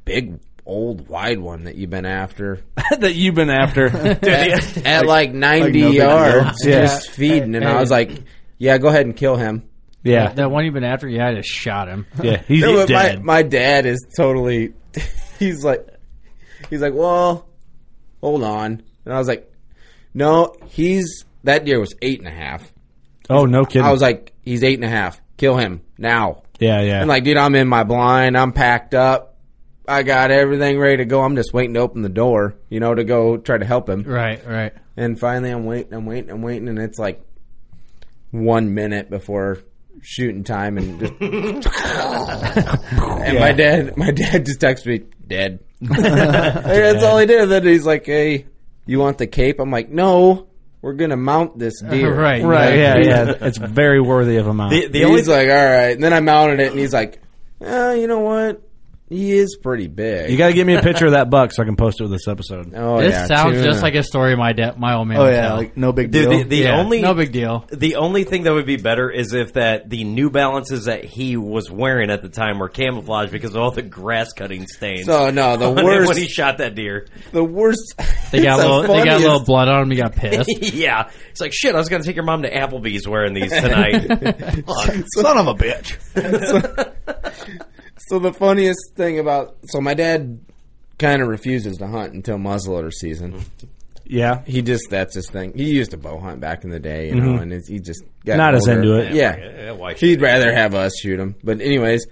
big old wide one that you've been after [laughs] [laughs] that you've been [laughs] after. at, at like 90 no big deal. yards Yeah. just feeding and I was like yeah go ahead and kill him yeah. That one you've been after, yeah, I just shot him. yeah. He's No, but dead. My, my dad is totally. [laughs] He's like, he's like, well, hold on, and I was like, no, he's that deer was eight and a half. oh, no kidding. I was like, he's eight and a half. Kill him now. yeah, yeah. And like, dude, I'm in my blind. I'm packed up. I got everything ready to go. I'm just waiting to open the door, you know, to go try to help him. Right, right. And finally, I'm waiting, I'm waiting, I'm waiting, and it's like one minute before shooting time, and [laughs] just and my dad, my dad just texts me [laughs] dead. That's all he did. And then he's like, "Hey, you want the cape?" I'm like, "No, we're gonna mount [laughs] this deer." Right, right. exactly. Yeah, [laughs] yeah. It's very worthy of a mount. The, the he's only like, "All right." And then I mounted it, and he's like, uh, "You know what? He is pretty big." you got to give me a picture of that buck so I can post it with this episode. oh, this yeah, sounds tuna. just like a story my dad, my old man. Oh would yeah, tell. like no big Dude, deal. the, the Yeah, only no big deal. The only thing that would be better is if that the New Balances that he was wearing [laughs] at the time were camouflage because of all the grass cutting stains. So no, the on it [laughs] when worst, he shot that deer. the worst. They got [laughs] it's the little, they got funniest- little blood on him. He got pissed. [laughs] yeah, it's like shit. I was gonna take your mom to Applebee's wearing these [laughs] tonight. Fuck. Son of a bitch. So the funniest thing about so my dad kind of refuses to hunt until muzzleloader season. Mm-hmm. Yeah. He just that's his thing. He used to bow hunt back in the day, you know, and it's, he just got Mm-hmm. Not as older. into it. Yeah, Yeah, why should he'd rather have us shoot him. But anyways,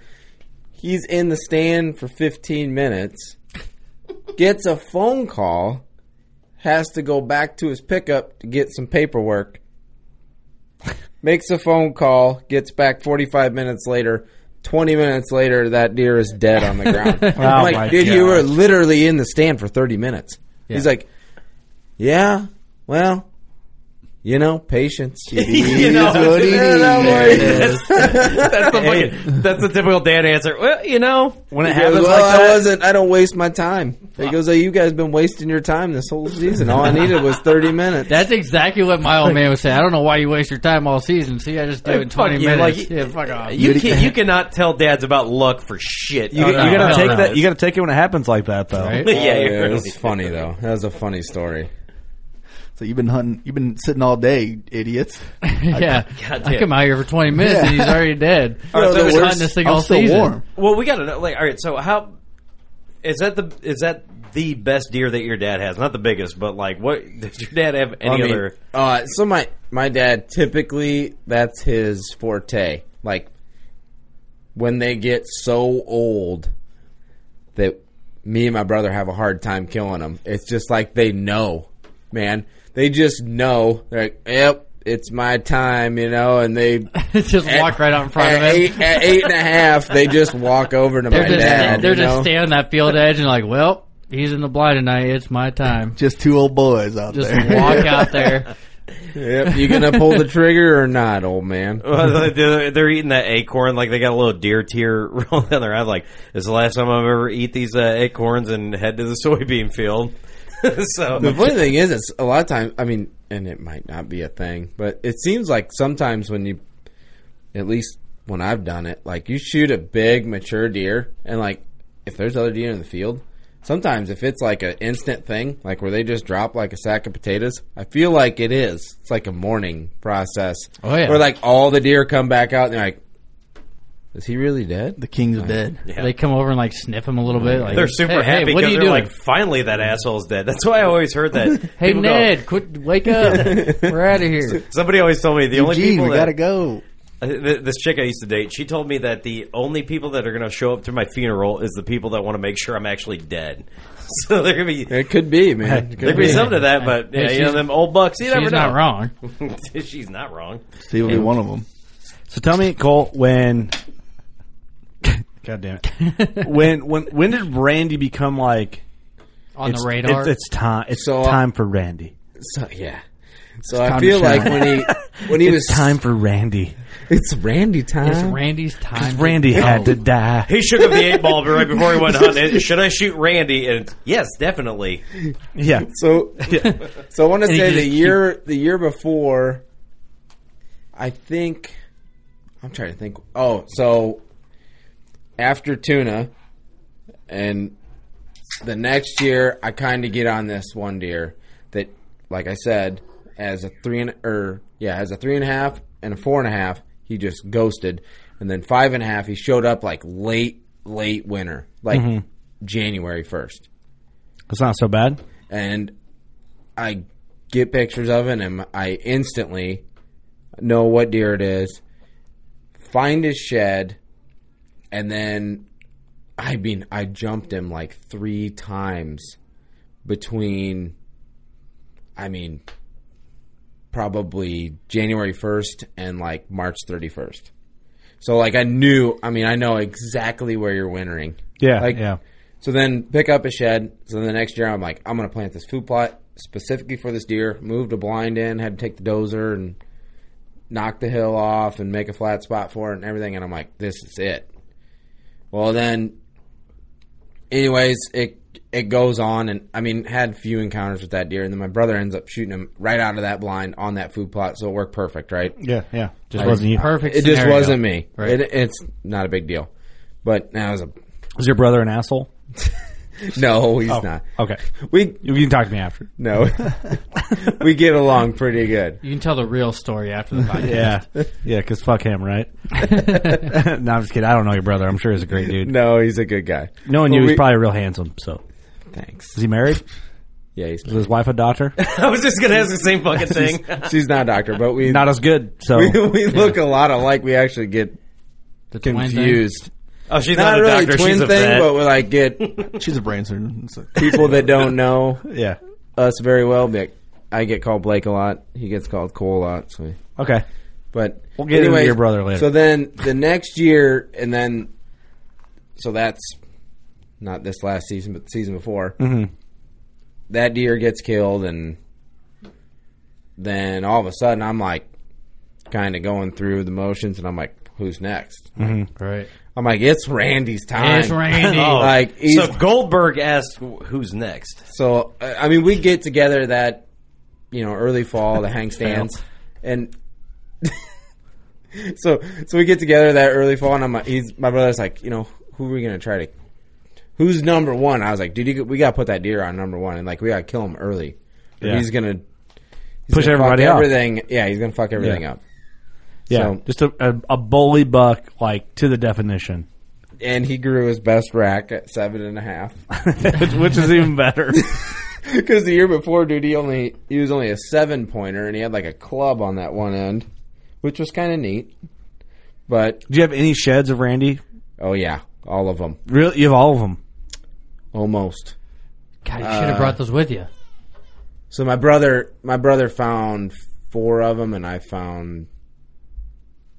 he's in the stand for 15 minutes, gets a phone call, has to go back to his pickup to get some paperwork. Makes a phone call, gets back 45 minutes later. 20 minutes later, that deer is dead on the ground. I'm like, Oh my dude, you were literally in the stand for 30 minutes. He's like, yeah, well, you [laughs] know, patience. you know, what he yeah, that needs. [laughs] way. That's, that's the fucking, that's the typical dad answer. Well, you know, When it He goes, happens well, like I that. wasn't. I don't waste my time. He goes, oh, you guys been wasting your time this whole season. All I needed was thirty minutes. That's exactly what my old man would say. I don't know why you waste your time all season. See, I just do it in Hey, fuck twenty you, minutes. like- yeah, fuck off. you can, you cannot tell dads about luck for shit. you, Oh, you got no. to Hell take no. that. You got to take it when it happens like that, though. Right? yeah, Oh, you're yeah, it [laughs] really- was funny though. That was a funny story. So you've been hunting. You've been sitting all day, idiots. [laughs] yeah, God I damn. come out here for twenty minutes and he's already dead. All right, I've been so the hunting worst- this thing I'm all still season. warm. Well, we got to know. Like, all right, so how is that the is that the best deer that your dad has? Not the biggest, but like, what [laughs] did your dad have any I mean, other? Uh, so my my dad typically that's his forte. Like when they get so old that me and my brother have a hard time killing them. It's just like they know, man. They just know. They're like, yep, it's my time, you know, and they [laughs] just walk right out in front at of him. Eight, at eight and a half, they just walk over to They're my just dad. they're you just know? standing on that field edge and like, well, he's in the blind tonight. It's my time. Just two old boys out Just there. walk out there. Yep, you gonna pull the trigger or not, old man? Well, they're, they're eating that acorn like they got a little deer tear [laughs] rolling down their eye. Like, it's the last time I've ever eat these uh, acorns and head to the [laughs] soybean field. Oh, so The funny thing is, it's a lot of times. I mean, and it might not be a thing, but it seems like sometimes when you, at least when I've done it, like you shoot a big mature deer, and like if there's other deer in the field, sometimes if it's like an instant thing, like where they just drop like a sack of potatoes, I feel like it is. It's like a mourning process. Oh, yeah. Where like all the deer come back out, and they're like, "Is he really dead?" The king's dead. They come over and like sniff him a little bit. Like they're hey, super hey, happy what because are you they're doing? like, finally, that asshole's dead. That's why I always heard that. [laughs] hey People go- Ned, quit wake up. We're out of here. somebody always told me the only Gene, people we that gotta go. Uh, th- This chick I used to date, she told me that the only people that are going to show up to my funeral is the people that want to make sure I'm actually dead. [laughs] So there could be It could be, man. It there could could be be. some to that, but Hey, yeah, you know she's- them old bucks. You never she's know. not wrong. [laughs] she's not wrong. Steve will be one of them. So tell me, Cole, when God damn it, [laughs] when when when did Randy become like On it's- the radar. It's, it's time. It's So, uh, time for Randy. So, yeah. So I feel like when he when he was It's time for Randy. it's Randy time. It's Randy's time. to Randy go. had to die. He shook up the eight ball right before he went hunting. [laughs] Should I shoot Randy? And yes, definitely. Yeah, [laughs] So [laughs] so I want to he say just the keep- year the year before I think I'm trying to think. Oh, so after tuna and the next year I kind of get on this one deer that like I said as a three and or yeah as a three and a half and a four and a half he just ghosted and then five and a half he showed up like late late winter like Mm-hmm. January first it's not so bad. and I get pictures of it, and I instantly know what deer it is. Find his shed, and then I mean, I jumped him like three times between. I mean, probably January first and like March thirty first. So like I knew. I mean, I know exactly where you're wintering. Yeah, like yeah. so then pick up a shed. So the next year I'm like, I'm gonna plant this food plot specifically for this deer. Moved a blind in, had to take the dozer and knock the hill off and make a flat spot for it and everything. And I'm like, this is it. Well then, anyways, it it goes on and I mean had few encounters with that deer. And then my brother ends up shooting him right out of that blind on that food plot, so it worked perfect, right? Yeah, yeah. Just wasn't you. Perfect. It just scenario. wasn't me. Right. It, it's not a big deal. But now was a [laughs] Was your brother an asshole? no, Oh. he's not. Okay, We you can talk to me after. No, [laughs] we get along pretty good. You can tell the real story after the podcast. Yeah, [laughs] yeah. Because fuck him, [laughs] right? no, I'm just kidding. I don't know your brother. I'm sure he's a great dude. No, he's a good guy. Knowing But you, we- he's probably real handsome. So, thanks. is he married? Yeah, he's Is his wife a doctor? [laughs] I was just going to ask the same fucking thing. she's not a doctor, but we Not as good. So, [laughs] we, we look a lot alike. We actually get The twin thing. confused. Oh, she's Not not, a really doctor. twin she's a thing, vet. but we like [laughs] get She's a brain surgeon. so- people that don't know yeah. us very well. But I get called Blake a lot. He gets called Cole a lot. So we- Okay. But We'll get into anyways, your brother later. So then the next year, and then so that's not this last season, but the season before. Mm-hmm. That deer gets killed, and then all of a sudden, I'm like, kind of going through the motions, and I'm like, who's next? Mm-hmm. Right. I'm like, it's Randy's time. It's Randy. Oh, Like, he's- so Goldberg asked, wh- "Who's next?" So I I mean, we get together that you know early [laughs] fall to hang stands, and [laughs] so so we get together that early fall, and I'm like, he's my brother's like, you know, who are we gonna try to, who's number one? I was like, dude, you, we gotta put that deer on number one, and like we gotta kill him early. Or Yeah. He's gonna he's Push gonna fuck everybody up. everything. Yeah, he's gonna fuck everything Yeah. up. Yeah, So- just a, a, a bully buck, like to the [laughs] definition, And he grew his best rack at seven and a half. which is even [laughs] better. Because the year before, dude, he only he was only a seven pointer, and he had like a club on that one end, which was kind of neat. But Do you have any sheds of Randy? oh yeah, all of them, Really, you have all of them. almost. God, you Uh. should have brought those with you. So my brother, my brother found four of them, and I found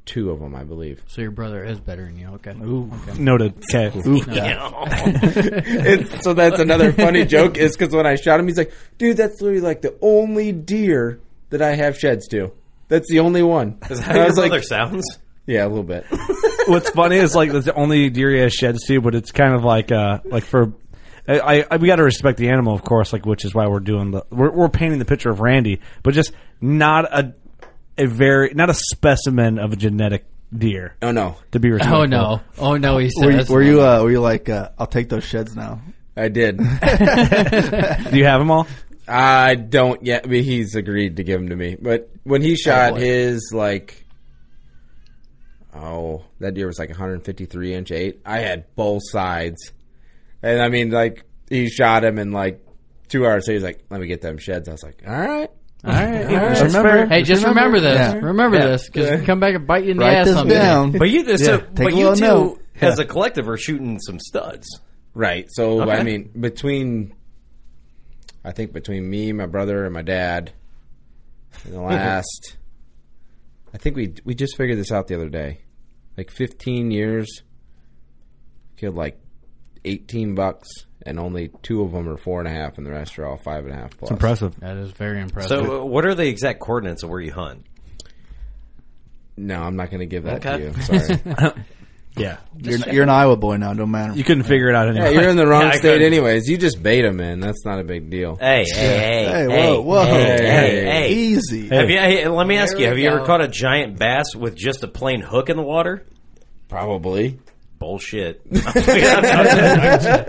two of them, I believe. So your brother is better than you. Okay. Okay. Noted. Okay. It's, so that's another [laughs] funny joke is because when I shot him, he's like, "Dude, that's literally like the only deer that I have sheds to. That's the only one." Is that And I how your was like, brother sounds? "Yeah, a little bit." What's funny is like that's the only deer he has sheds to, but it's kind of like uh like for. I, I we got to respect the animal, of course, like which is why we're doing the we're, we're painting the picture of Randy, but just not a a very not a specimen of a genetic deer Oh no, to be respectful. Oh no! Oh no! He Were you, says. were you, uh, were you like, uh, I'll take those sheds now? I did. Do you have them all? I don't yet. I mean, he's agreed to give them to me, but when he shot his like, oh, that deer was like 153 inch eight. I had both sides, and I mean, like he shot him, and like two hours later, he's like, "Let me get them sheds." I was like, "All right." All right. all right. Just remember- Hey, just just remember- remember this. Yeah. Remember Yeah. this, because Yeah. come back and bite you in the Write ass this someday. down. But you, Yeah. so, Take but a you little two, note. as a collective, are shooting some studs. Right. So Okay. I mean, between I think between me, my brother, and my dad, in [laughs] the last, I think we we just figured this out the other day. Like 15 years, killed like 18 bucks, and only two of them are four and a half, and the rest are all five and a half plus. It's impressive. That is very impressive. So, uh, what are the exact coordinates of where you hunt? No, I'm not going to give that Okay. to you. Sorry. [laughs] Yeah. You're, you're an Iowa boy now. Don't matter. You couldn't figure it out yeah, anyway. [laughs] you're in the wrong Yeah, I state, couldn't. anyways. You just bait them in. That's not a big deal. Hey, hey, hey, Hey, hey, whoa, whoa, hey, hey, hey, hey. Easy. Have you, hey, let me ask There you: Have we you ever go. caught a giant bass with just a plain hook in the water? Probably. Bullshit. [laughs] I'm talking shit.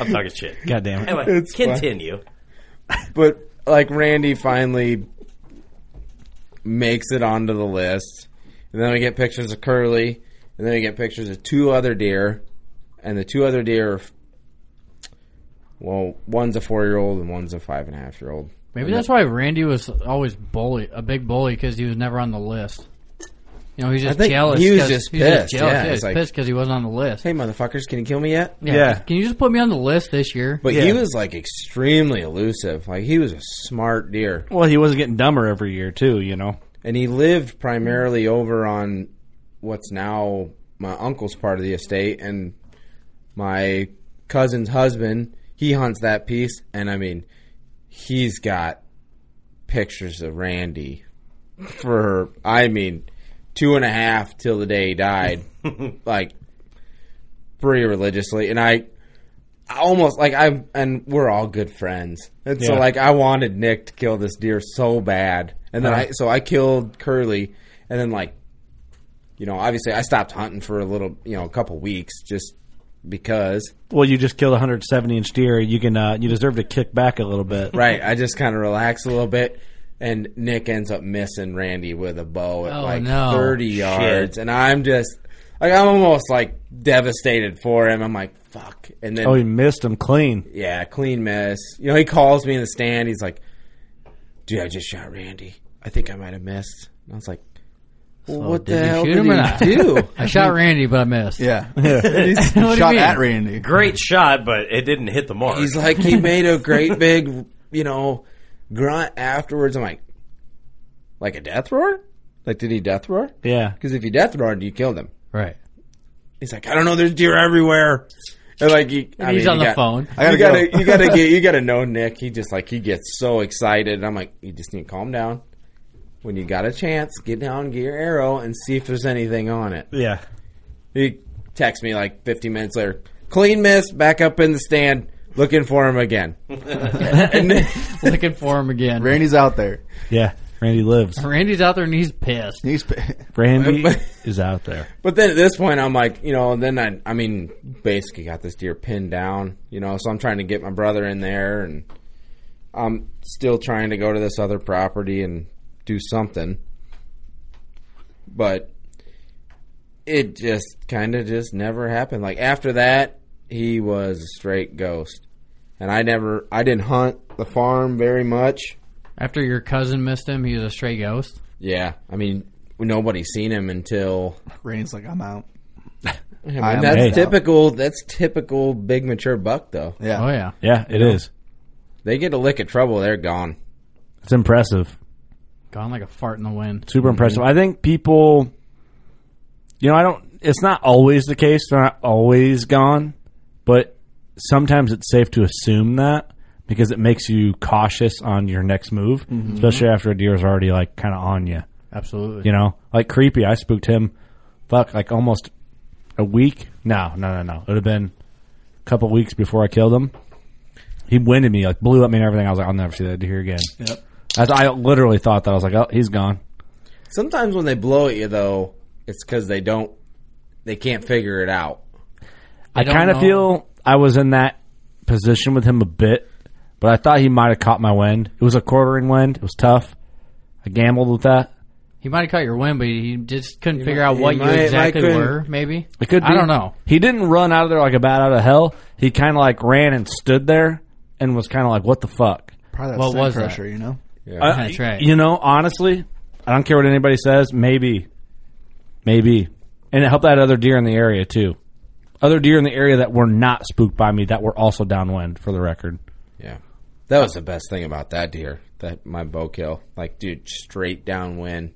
I'm talking shit. God damn it. Anyway, It's fine. continue. but like Randy finally makes it onto the list, and then we get pictures of Curly, and then we get pictures of two other deer, and the two other deer, are, well, one's a four year old and one's a five and a half year old. Maybe that's why Randy was always bully, a big bully, because he was never on the list. You know, he's just I think jealous. he was 'cause- just he was pissed, jealous. yeah, he's it's like- pissed because he wasn't on the list. Hey, motherfuckers, can you kill me yet? Yeah. Can you just put me on the list this [laughs] year? But Yeah. he was like extremely elusive. Like he was a smart deer, Well, he wasn't getting dumber every year, too, you know? and he lived primarily over on what's now my uncle's part of the estate and my cousin's husband he hunts that piece and i mean he's got pictures of randy for i mean two and a half till the day he died like pretty religiously and i I almost like i and we're all good friends and so Yeah. like i wanted nick to kill this deer so bad and then i so i killed curly and then like you know, obviously I stopped hunting for a little, you know, a couple weeks just because. Well, you just killed a 170 inch deer. You can, uh, you deserve to kick back a little bit. Right. I just kind of relaxed a little bit. And Nick ends up missing Randy with a bow at Oh, like no. 30 yards. And I'm just, like, I'm almost like devastated for him. I'm like, fuck. And then, Oh, he missed him clean. yeah, clean miss. You know, he calls me in the stand. He's like, dude, I just shot Randy. I think I might have missed. And I was like, well, So what did the you hell shoot did him he or not? [laughs] do? I shot Randy, but I missed. Yeah. What do you Shot mean? at Randy. Great shot, but it didn't hit the mark. He's like, he made a great big, you know, grunt afterwards. I'm like, like a death roar? Like, did he death roar? Yeah. Because if he death roared, you killed him. Right. [laughs] He's like, I don't know, there's deer everywhere. And like, he, I he's mean, on you the got- phone. I gotta you go. gotta, you [laughs] gotta get, you gotta know Nick. He just like, he gets so excited. And I'm like, you just need to calm down. When you got a chance, get down, get your arrow, and see if there's anything on it. Yeah. He texts me like 50 minutes later. Clean miss, back up in the stand, looking for him [laughs] again. and then, Looking for him again. Randy's out there. Yeah. Randy lives. [laughs] Randy's out there and he's pissed. He's Randy is out there. But then at this point, I'm like, you know, then I, I mean, basically got this deer pinned down, you know, so I'm trying to get my brother in there and I'm still trying to go to this other property and do something. But it just kind of just never happened. Like after that, he was a straight ghost. And I never, I didn't hunt the farm very much. After your cousin missed him, he was a stray ghost. Yeah. I mean, nobody seen him until [laughs] Randy's like, I'm out. I mean, am that's out. typical. That's typical big mature buck, though. Yeah. Oh yeah. Yeah, it is. They get a lick of trouble, they're gone. It's impressive. Gone like a fart in the wind. Super impressive. I think people, you know, I don't, it's not always the case. They're not always gone, but sometimes it's safe to assume that because it makes you cautious on your next move, especially after a deer is already like kind of on you. Absolutely. You know, like creepy. I spooked him, fuck, like almost a week. No, no, no, no. It would have been a couple weeks before I killed him. He winded me, like blew at me and everything. I was like, I'll never see that deer again. Yep. I, I literally thought that. I was like, oh, he's gone. Sometimes when they blow at you, though, it's because they don't, they can't figure it out. I don't kind of know. feel I was in that position with him a bit, but I thought he might have caught my wind. It was a quartering wind. It was tough. I gambled with that. He might have caught your wind, but he just couldn't figure might- out what he you might- might exactly couldn't- were. [laughs] Maybe It could. Be. I don't know. He didn't run out of there like a bat out of hell. He kind of like ran and stood there and was kind of like, "What the fuck?" Probably that What sin was that? pressure, you know? Uh, That's right. You know, honestly, I don't care what anybody says. Maybe, maybe, and it helped that other deer in the area too. Other deer in the area that were not spooked by me that were also downwind. For the record, Yeah. That was the best thing about that deer. That my bow kill. Like, dude, straight downwind.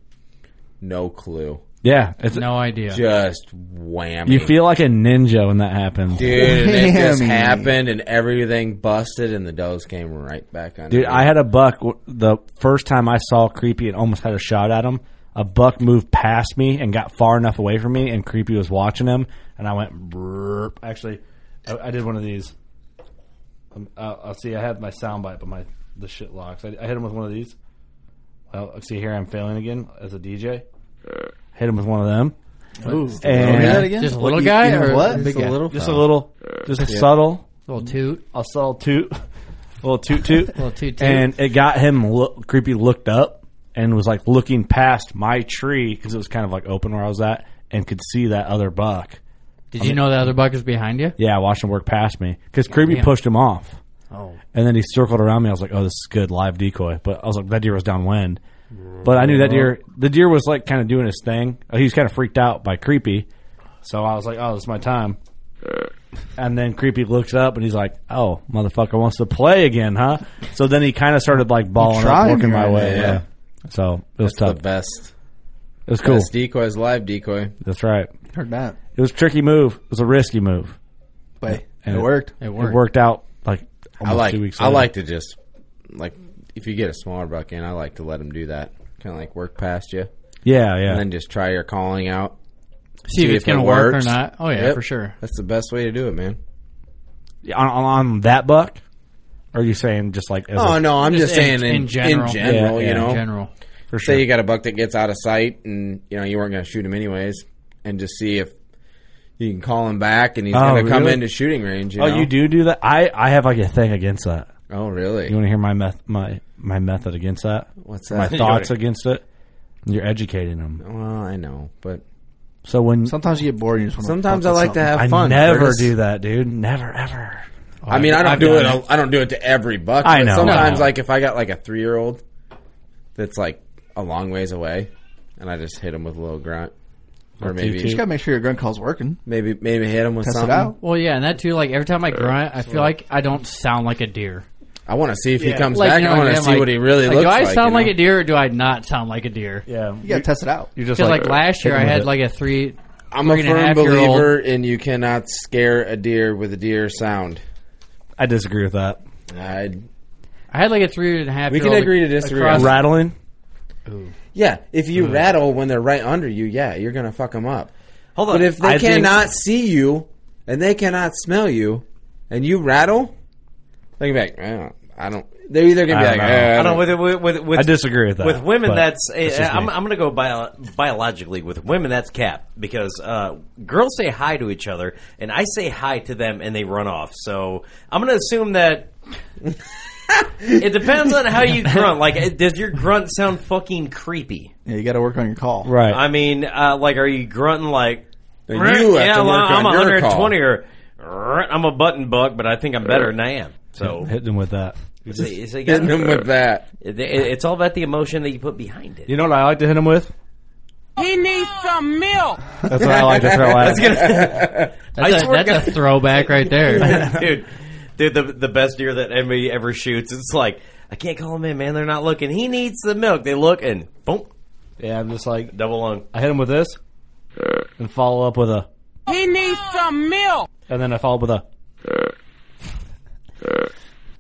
No clue. yeah, it's no idea. Just whammy. you feel like a ninja when that happens, dude. Dude, and it just [laughs] Whammy. happened and everything busted and the does came right back on. I had a buck w- the first time I saw Creepy and almost had a shot at him. A buck moved past me and got far enough away from me, and Creepy was watching him, and I went. Brrr. Actually, I, I did one of these. Um, I'll, I'll see. I had my sound bite, but my the shit locks. I, I hit him with one of these. Well, see here, I'm failing again as a DJ. Hit him with one of them, and Say that again? Just a little You- guy you know or what? a big Just a guy? little- just a little, just a subtle, Little toot. a subtle toot, [laughs] a little toot toot, [laughs] Little toot toot. and it got him look, creepy looked up and was like looking past my tree because it was kind of like open where I was at and could see that other buck. Did you know the other buck was behind you? Yeah, I watched him work past me because creepy Damn. pushed him off. Oh, and then he circled around me. I was like, "Oh, this is good live decoy." But I was like, "That deer was downwind." But I knew that deer. The deer was like kind of doing his thing. He was kind of freaked out by creepy, so I was like, "Oh, this is my time." And then creepy looks up and he's like, "Oh, motherfucker wants to play again, huh?" So then he kind of started like balling up, tried working me my right way. there, yeah. Yeah. So it was That's the tough. best. It was cool. Best decoy is live decoy. That's right. Heard that. It was a tricky move. It was a risky move. But And it worked. It It worked. worked, out like I almost like. two weeks I later. like to just like if you get a smaller buck in, I like to let him do that. Kind of like work past you Yeah, yeah. and then just try your calling out. See, if See it's if it going to work or works. not. Oh, yeah, Yep. for sure. That's the best way to do it, man. on, on, on that buck? Or are you saying just like as Oh a, no, I'm just, in- saying in, in general, Yeah, you yeah, know. In general. for sure? Say you got a buck that gets out of sight, and you know you weren't going to shoot him anyways, and just see if you can call him back, and he's Oh, going to come really? into shooting range. You oh, know? you do do that. I I have like a thing against that. Oh, You really? want to hear my meth my my method against that? What's My [laughs] that? thoughts against it. You're educating them. Well, I know, but So when Sometimes you get bored and you just want sometimes I like to have I fun. never Curtis. do that, dude. Never ever. I mean, I don't I've do it. done I don't do it to every buck. I but know. Sometimes, No. like if I got like a three year old that's like a long ways away, and I just hit him with a little grunt, or You maybe just gotta make sure your grunt call's working. maybe maybe hit him with Test something. it out. Well, yeah, and that too, like, every time I grunt, I feel like I don't sound like a deer. I want to see if he comes Like, back. you know I want I to mean? see Like- what he really like, looks do I like. sound you know? like a deer or do I not sound like a deer? Yeah. You gotta test it out. You're just Because, like, like, last year I hit 'em had, with like, a three. I'm a three and a firm half year old. believer in you cannot scare a deer with a deer sound. I disagree with that. I, I had, like, a three and a half we year can old agree to disagree. across- on that. Rattling. Yeah, if you rattle when they're right under you, yeah, you're gonna fuck them up. Hold on. But if they I think- cannot see you and they cannot smell you, and you rattle, they can be like, I don't. I don't they're either gonna be I like, don't "Eh, know. I I don't don't know, with, with, with, I disagree with that, With women, but that's, uh, that's just I'm, me. I'm going to go bio, biologically. With women, that's cap because uh, girls say hi to each other, and I say hi to them, and they run off. So I'm going to [laughs] assume that. it depends on how you grunt. Like, it- does your grunt sound fucking creepy? Yeah, you gotta work on your call. Right. I mean, uh, like, are you grunting like? Then you have yeah, to well, work I'm on your 120 or I'm a button buck, but I think I'm better than I am. So Hitting them with that. it's, it's, hit them with that." it- it's all about the emotion that you put behind it. You know what I like to hit him with? He needs some milk. That's what I like to throw [laughs] at. him. That's, a, swear that's a throwback right there. [laughs] dude, dude, the the best deer that anybody ever shoots. It's like I can't call him in, man. They're not looking. He needs the milk. They look and boom, Yeah, I'm just like double lung. I hit him with this, and follow up with a, He needs some milk. and then I follow up with a.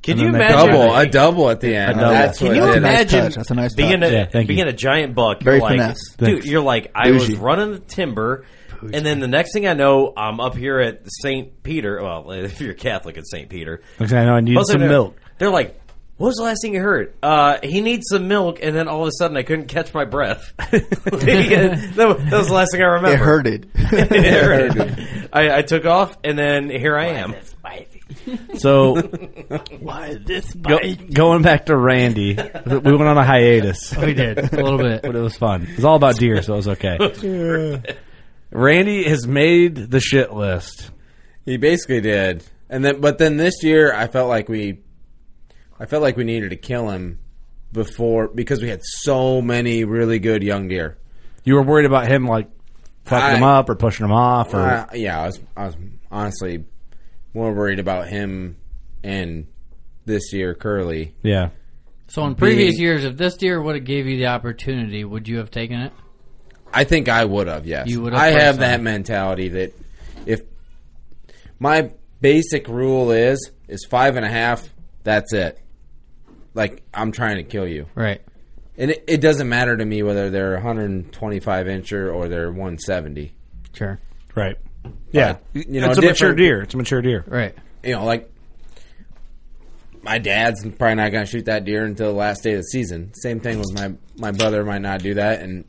Can And you then they imagine? Double, a double at the end. double. That's Can what you did it. imagine- Imagine touch. That's a nice being touch. Uh, Yeah, a thank being you. a giant buck. Very you're like, finesse. dude. Thanks. You're like I Bougie. was running the timber, and then the next thing I know, I'm up here at St. Peter. Well, [laughs] if you're Catholic, at St. Peter. Next thing I know, I need Also, some they're- milk. They're like, what was the last thing you heard? Uh, he needs some milk, and then all of a sudden I couldn't catch my [laughs] breath. [laughs] that wa- that was the last thing I remember. It hurted. [laughs] It hurted. I, I took off, and then here I am. So Go- going back to Randy, we went on a hiatus, we did. A little bit. but it was fun. It was all about deer, so it was okay. Randy has made the shit list. He basically did, and then but then this year I felt like we I felt like we needed to kill him before because we had so many really good young deer. You were worried about him like fucking I- him up or pushing him off or Uh, yeah, I was, I was honestly more worried about him and this year Curly. yeah. [laughs] So in previous Being- years, if this deer would have gave you the opportunity, would you have taken it? I think I would have. Yes, You would have I have personally. that mentality that if my basic rule is is five and a half, that's it. Like I'm trying to kill you, Right. and it, it doesn't matter to me whether they're 125 incher or they're 170. Sure. Right. Yeah. But, you know, it's a mature different- deer. It's a mature deer. Right. You know, like my dad's probably not going to shoot that deer until the last day of the season. Same thing with my my brother might not do that, and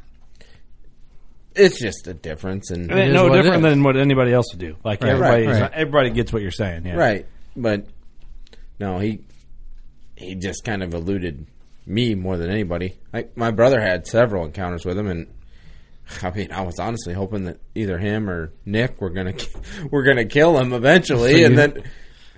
it's just a difference. And is no what it different is. than what anybody else would do. Like Right. everybody, Right. Right. everybody gets what you're saying. Yeah. Right. But no, he he just kind of eluded me more than anybody. Like my brother had several encounters with him and I mean, I was honestly hoping that either him or Nick were gonna [laughs] were gonna kill him eventually, So and you- then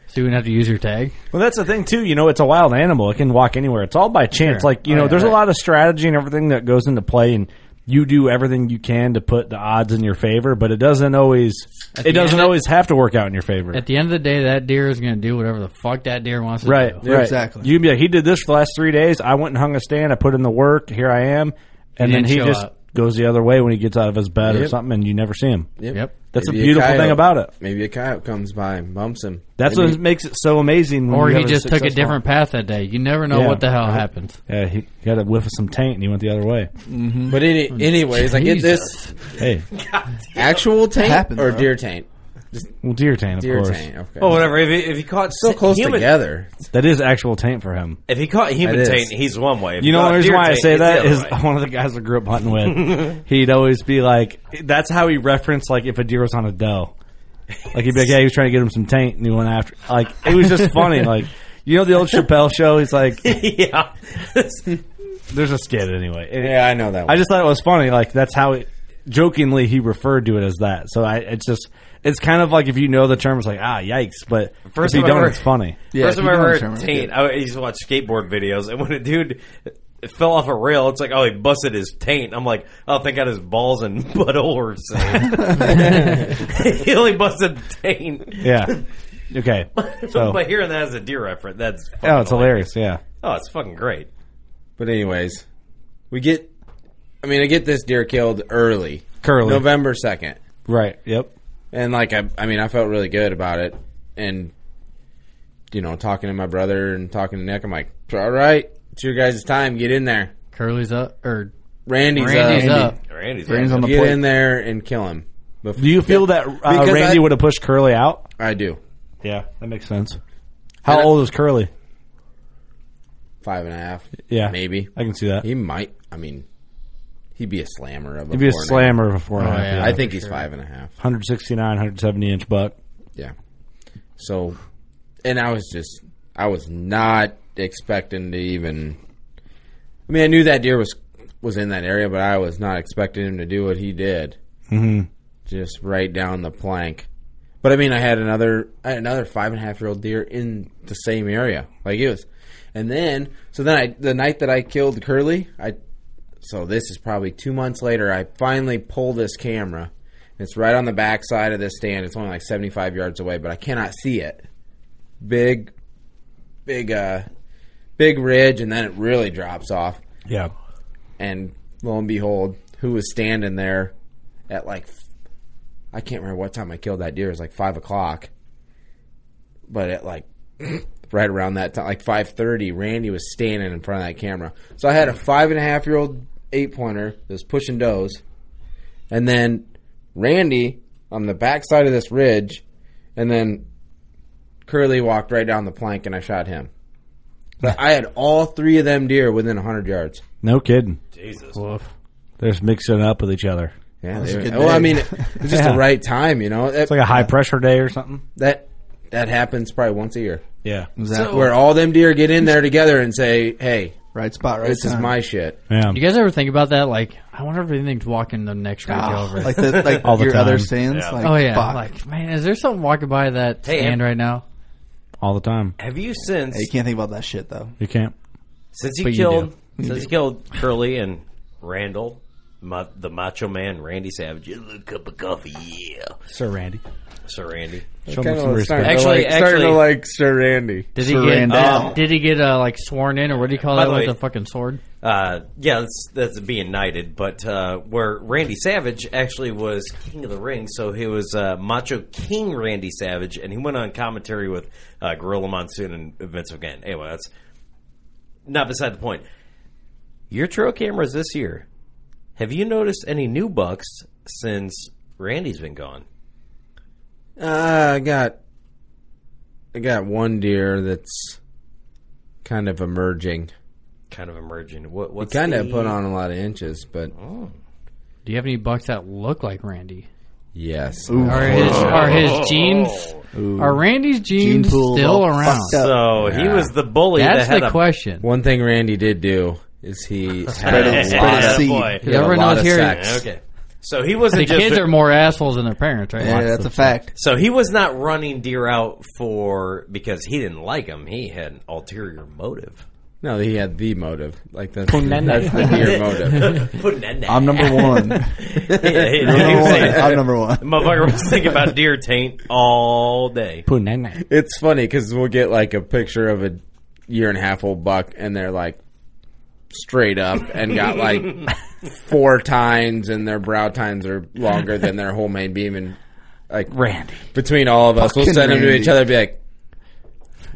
So you wouldn't have to use your tag. Well, that's the thing too. You know, it's a wild animal. It can walk anywhere. It's all by chance. Sure. Oh, Like you know, yeah, there's a right. lot of strategy and everything that goes into play, and you do everything you can to put the odds in your favor. But it doesn't always. At It the doesn't end- always have to work out in your favor. At the end of the day, that deer is going to do whatever the fuck that deer wants to Right, do. right. exactly. You can be like, he did this for the last three days. I went and hung a stand. I put in the work. Here I am, and He then didn't he show just up. goes the other way when he gets out of his bed or Yep. something, and you never see him. Yep. That's Maybe the beautiful thing coyote- about it. Maybe a coyote comes by and bumps him. That's Maybe- what makes it so amazing. When Or you he have just took a successful- different path that day. You never know Yeah. what the hell happens. Yeah, he got a whiff of some taint, and he went the other way. [laughs] But any, anyways, I get this Hey, actual taint Happens, or bro. deer taint. well, deer taint, of Deer course. taint. Okay. Oh, whatever. If he, if he caught so close human, together. That is actual taint for him. If he caught That human is. taint, he's one way. If You he know caught the reason deer why I taint, say he's the that other is way. [laughs] one of the guys I grew up hunting [laughs] with. he'd always be like, that's how he referenced like if a deer was on a doe, like he'd be like, yeah, he was trying to get him some taint, and he went after. Like it was just [laughs] funny. Like you know the old Chappelle show. He's like, yeah. there's a skit anyway. And Yeah, I know that. One. I just thought it was funny. Like that's how it, jokingly he referred to it as that. So I, it's just. It's kind of like if you know the term, it's like ah, yikes. But First if you time I don't, ever- it's funny. Yeah, First if time you I don't ever heard determine it, taint, I used to watch skateboard videos, and when a dude fell off a rail, it's like, oh, he busted his taint. I'm like, oh, thank God his balls and [laughs] butthole were [laughs] saved. he only busted the taint. Yeah. [laughs] Okay. So but hearing that as a deer reference, that's fucking oh, it's hilarious. Yeah. Oh, it's fucking great. But anyways, we get. I mean, I get this deer killed early, Curly. November second, Right. Yep. and like I, I mean, I felt really good about it, and you know, talking to my brother and talking to Nick, I'm like, all right, it's your guys' time. Get in there. Curly's up or Randy's, Randy's up. up. uh, Randy's Brains on the Get plate. in there and kill him. Bef- Do you feel that uh, Because Randy I- would have pushed Curly out? I do Yeah, that makes sense. How And I- old is Curly? five and a half. Yeah, maybe I can see that. he might. I mean, he'd be a slammer of. He'd be a four and half. slammer of a four and a Oh, half. yeah. yeah. I think he's five and a half. 169, 170 inch buck. Yeah. So, and I was just, I was not expecting to even. I mean, I knew that deer was was in that area, but I was not expecting him to do what he did. Mhm. Just right down the plank. But I mean, I had another, I had another five and a half year old deer in the same area. Like it was, and then so then I the night that I killed Curly, I so this is probably two months later. I finally pull this camera. It's right on the back side of this stand. It's only like 75 yards away, but I cannot see it. Big, big, uh, big ridge, and then it really drops off. Yeah, And lo and behold, who was standing there at like, I can't remember what time I killed that deer. It was like five o'clock, but at like [clears throat] right around that time, like five thirty, Randy was standing in front of that camera. So I had a five and a half year old eight pointer that was pushing does, and then Randy on the backside of this ridge, and then Curly walked right down the plank, and I shot him. But I had all three of them deer within hundred yards. no kidding. Jesus. They're just mixing it up with each other. Yeah, was a they- good well, I day. [laughs] mean, it's just Yeah. the right time, you know. That, It's like a high pressure day or something. that that happens probably once a year, Yeah, Oh. Exactly. where all them deer get in there together and say, "Hey, right spot, right this is time. my shit." yeah. You guys ever think about that? Like, I wonder if anything's walking the next ridge Ah, over. like the, like All the your other time. stands. Yeah. Like, oh yeah, fuck. like man, is there something walking by that Hey, stand Em- right now? all the time. Have you since Yeah, you can't think about that shit though. You can't. since he But you killed do. since he killed Curly and Randall, ma- the Macho Man Randy Savage? A little cup of coffee, yeah, Sir Randy. Sir Randy. Show him some respect. Actually- Actually, starting to actually- like Sir Randy. Did he get? uh, did he get uh, like sworn in, or what do you call By that the with way- the fucking sword? Uh, yeah, that's, that's being knighted, but uh, where Randy Savage actually was King of the Ring, so he was uh, Macho King Randy Savage, and he went on commentary with uh, Gorilla Monsoon and Vince McMahon. Anyway, that's not beside the point. Your trail cameras this year. Have you noticed any new bucks since Randy's been gone? Uh, I got, I got one deer that's kind of emerging. Kind of emerging. What? He What's kind of the- put on a lot of inches, but Do you have any bucks that look like Randy? yes, Are his are his jeans? Are Randy's jeans pool still all around? fucked up. So he was the bully That's that had the a question. One thing Randy did do is he had it- a spread lot it of, seed. boy. he had a Everyone lot knows of here- sex. Okay. So he wasn't The just kids are more assholes than their parents, right? Yeah, that's a fact. So he was not running deer out for because he didn't like him. He had an ulterior [laughs] motive. No, he had the motive. Like that's, that's the [laughs] deer motive. Putting in that. I'm number one. Yeah, he- he number was one. thinking- I'm number one. [laughs] Motherfucker was thinking about deer taint all day. Punana. It's funny because we'll get like a picture of a year and a half old buck, and they're like straight up and [laughs] got like four tines, and their brow tines are longer than their whole main beam, and like Randy. between all of us, we'll Fucking send them to Randy. each other, and be like,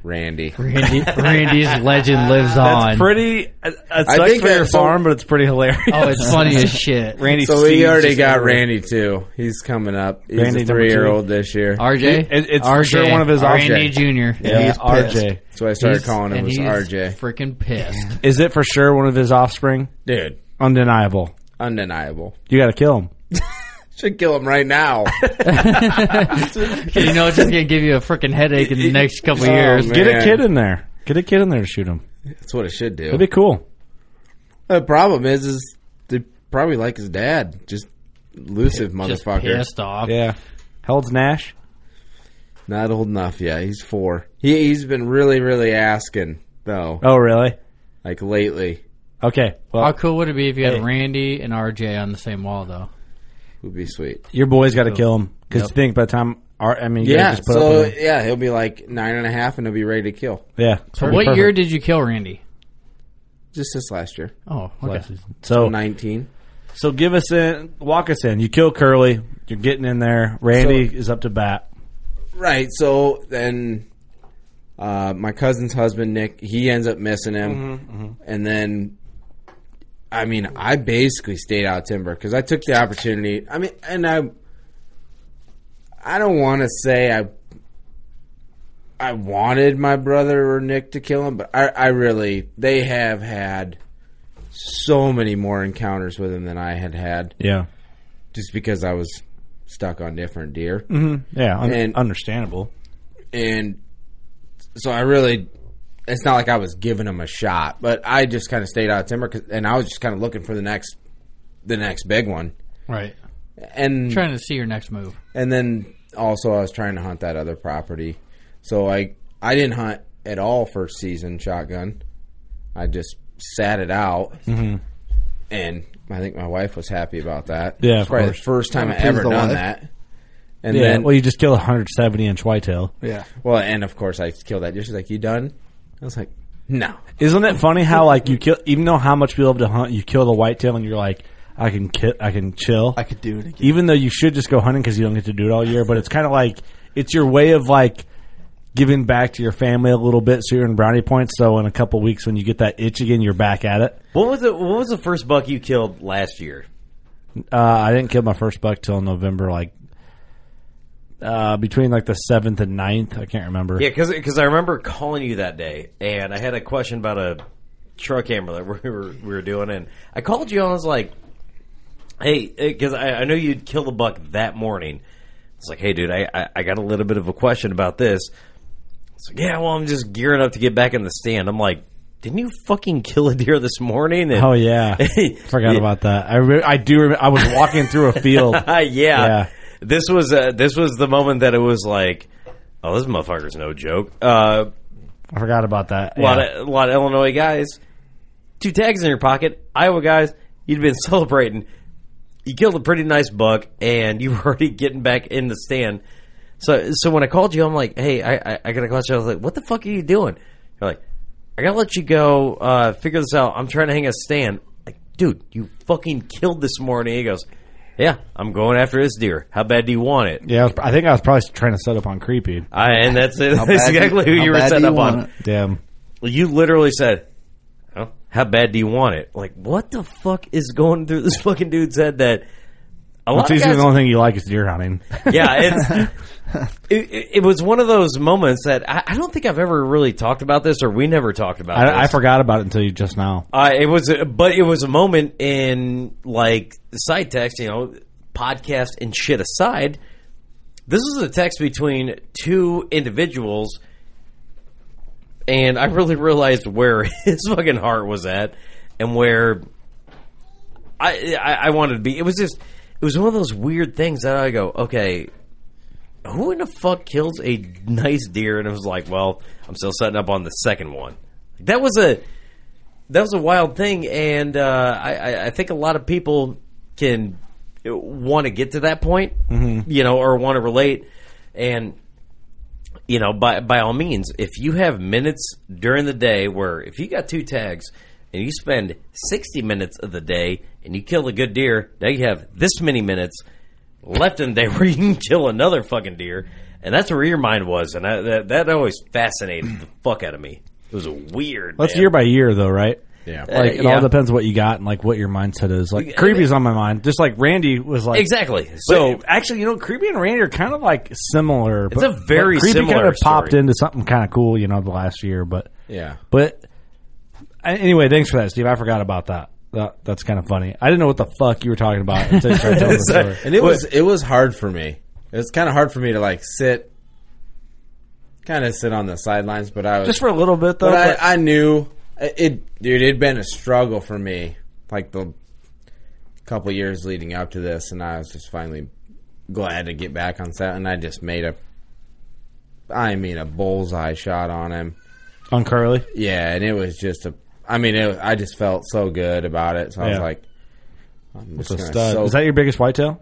Randy. Randy, Randy's legend lives on. Pretty. It sucks I think for your that- so- farm, but it's pretty [laughs] hilarious. Oh, it's funny as shit. [laughs] Randy. So Steve's we already just got over- Randy too. He's coming up. He's Randy a number three year old this year. RJ, It- it's for RJ, sure one of his Randy Jr. Yeah, he's RJ. That's why I started calling him and was he's RJ. Freaking pissed. Is it for sure one of his offspring? Dude, Undeniable. undeniable. You got to kill him. Should kill him [laughs] right now. [laughs] you know, it's just gonna give you a freaking headache in the next couple Oh, years. man. Get a kid in there. Get a kid in there to shoot him. That's what it should do. It'd be cool. the problem is, is they probably like his dad. Just elusive Just motherfucker. pissed off. Yeah. How old's Nash? Not old enough yet. He's four. He, he's been really, really asking though. Oh, really? Like lately, Okay. Well, How cool would it be if you had Randy and RJ on the same wall, though? would be sweet. your boy's got to kill him because Yep. you think by the time our, I mean, you Yeah. gotta just put So up with him. yeah, he'll be like nine and a half, and he'll be ready to kill. yeah. So what year did you kill Randy? Just this last year, Oh, okay. So nineteen. so give us in, walk us in. You kill Curly. You're getting in there. Randy is up to bat. Right. So then, uh, my cousin's husband Nick, he ends up missing him, and then, I mean, I basically stayed out of timber because I took the opportunity. I mean, and I, I don't want to say I, I wanted my brother or Nick to kill him, but I, I really, they have had so many more encounters with him than I had had, Yeah. just because I was stuck on different deer. Yeah. un- And- understandable. and so I really, it's not like I was giving him a shot, but I just kind of stayed out of timber, 'cause- and I was just kind of looking for the next, the next big one, Right. and Trying to see your next move. and then also I was trying to hunt that other property, so I I didn't hunt at all for season shotgun, I just sat it out, Mm-hmm. and I think my wife was happy about that. Yeah, It's of probably course. the first time I Pleased ever the done wife. that, and Yeah. then well, you just kill a 170 inch whitetail. Yeah. Well, and of course I killed that. deer. She's like, "You done?" I was like, "No." Isn't it funny how like you kill, even though how much we love to hunt, you kill the whitetail and you're like, I can ki- I can chill. I could do it [laughs] again. even though you should just go hunting because you don't get to do it all year. But it's kind of like it's your way of like giving back to your family a little bit, so you're in brownie points. So in a couple weeks, when you get that itch again, you're back at it. What was the What was the first buck you killed last year? Uh, I didn't kill my first buck till November, like uh, between like the seventh and 9th. I can't remember. Yeah, because I remember calling you that day, and I had a question about a truck camera that [laughs] we were we were doing, and I called you and I was like, "Hey," because I, I know you'd kill the buck that morning. It's like, "Hey, dude, I, I I got a little bit of a question about this." It's like, "Yeah, well, I'm just gearing up to get back in the stand." I'm like, "Didn't you fucking kill a deer this morning?" And, [laughs] Oh yeah, forgot about that. I re- I do. Remember, I was walking through a field. [laughs] yeah. Yeah. This was uh, this was the moment that it was like, Oh, this motherfucker's no joke. Uh, I forgot about that. a lot Yeah. of a lot of Illinois guys, two tags in your pocket. Iowa guys, you'd been celebrating. You killed a pretty nice buck, and you were already getting back in the stand. So, so when I called you, I'm like, "Hey, I, I, I got to call you." I was like, "What the fuck are you doing?" You're like, "I gotta let you go. Uh, figure this out. I'm trying to hang a stand." Like, dude, you fucking killed this morning. He goes, "Yeah, I'm going after this deer. How bad do you want it?" Yeah, I, was, I think I was probably trying to set up on creepy. I, and that's it. How That's bad do- [laughs] exactly who how you were bad do set you up want on. it? Damn. You literally said, "Oh, "How bad do you want it?" Like, what the fuck is going through [laughs] this fucking dude's head [laughs] that a It's lot of usually guys? the only thing you like is deer hunting. yeah, it's, it, it- it was one of those moments that I, I don't think I've ever really talked about this, or we never talked about. this. I, I forgot about it until you just now. Uh, it was, a, but it was a moment in like side text, you know, podcast and shit aside. This was a text between two individuals, and I really realized where his fucking heart was at, and where I I, I wanted to be. It was just, it was one of those weird things that I go, okay, who in the fuck kills a nice deer? And it was like, well, I'm still setting up on the second one. That was a that was a wild thing, and uh, I, I- I think a lot of people can want to get to that point, you know, or want to relate. And you know, by by all means, if you have minutes during the day where if you got two tags and you spend sixty minutes of the day and you kill a good deer, now you have this many minutes left in the day [laughs] where you can kill another fucking deer, and that's where your mind was, and I, that that always fascinated the fuck out of me. It was a weird. Let's man. year by year though, right? Yeah. Like it Uh, yeah. all depends what you got and like what your mindset is. Like Yeah, creepy's on my mind, just like Randy was like Exactly. So So actually, you know, creepy and Randy are kind of like similar. It's a very creepy kind similar of popped story. into something kind of cool, you know, the last year. But Yeah. but a- anyway, thanks for that, Steve. I forgot about that. that that's kind of funny. I didn't know what the fuck you were talking about until you started telling the story. And it was it was hard for me. It was kind of hard for me to like sit, kind of sit on the sidelines. But I was Just for a little bit though. but But I, I knew uh, it, dude. It'd been a struggle for me, like the couple years leading up to this, and I was just finally glad to get back on set. And I just made a, I mean, a bullseye shot on him. on Curly, Yeah, and it was just a. I mean, it was, I just felt so good about it. So I was Yeah. like, I'm just it's a gonna stud. soak- Is that your biggest whitetail?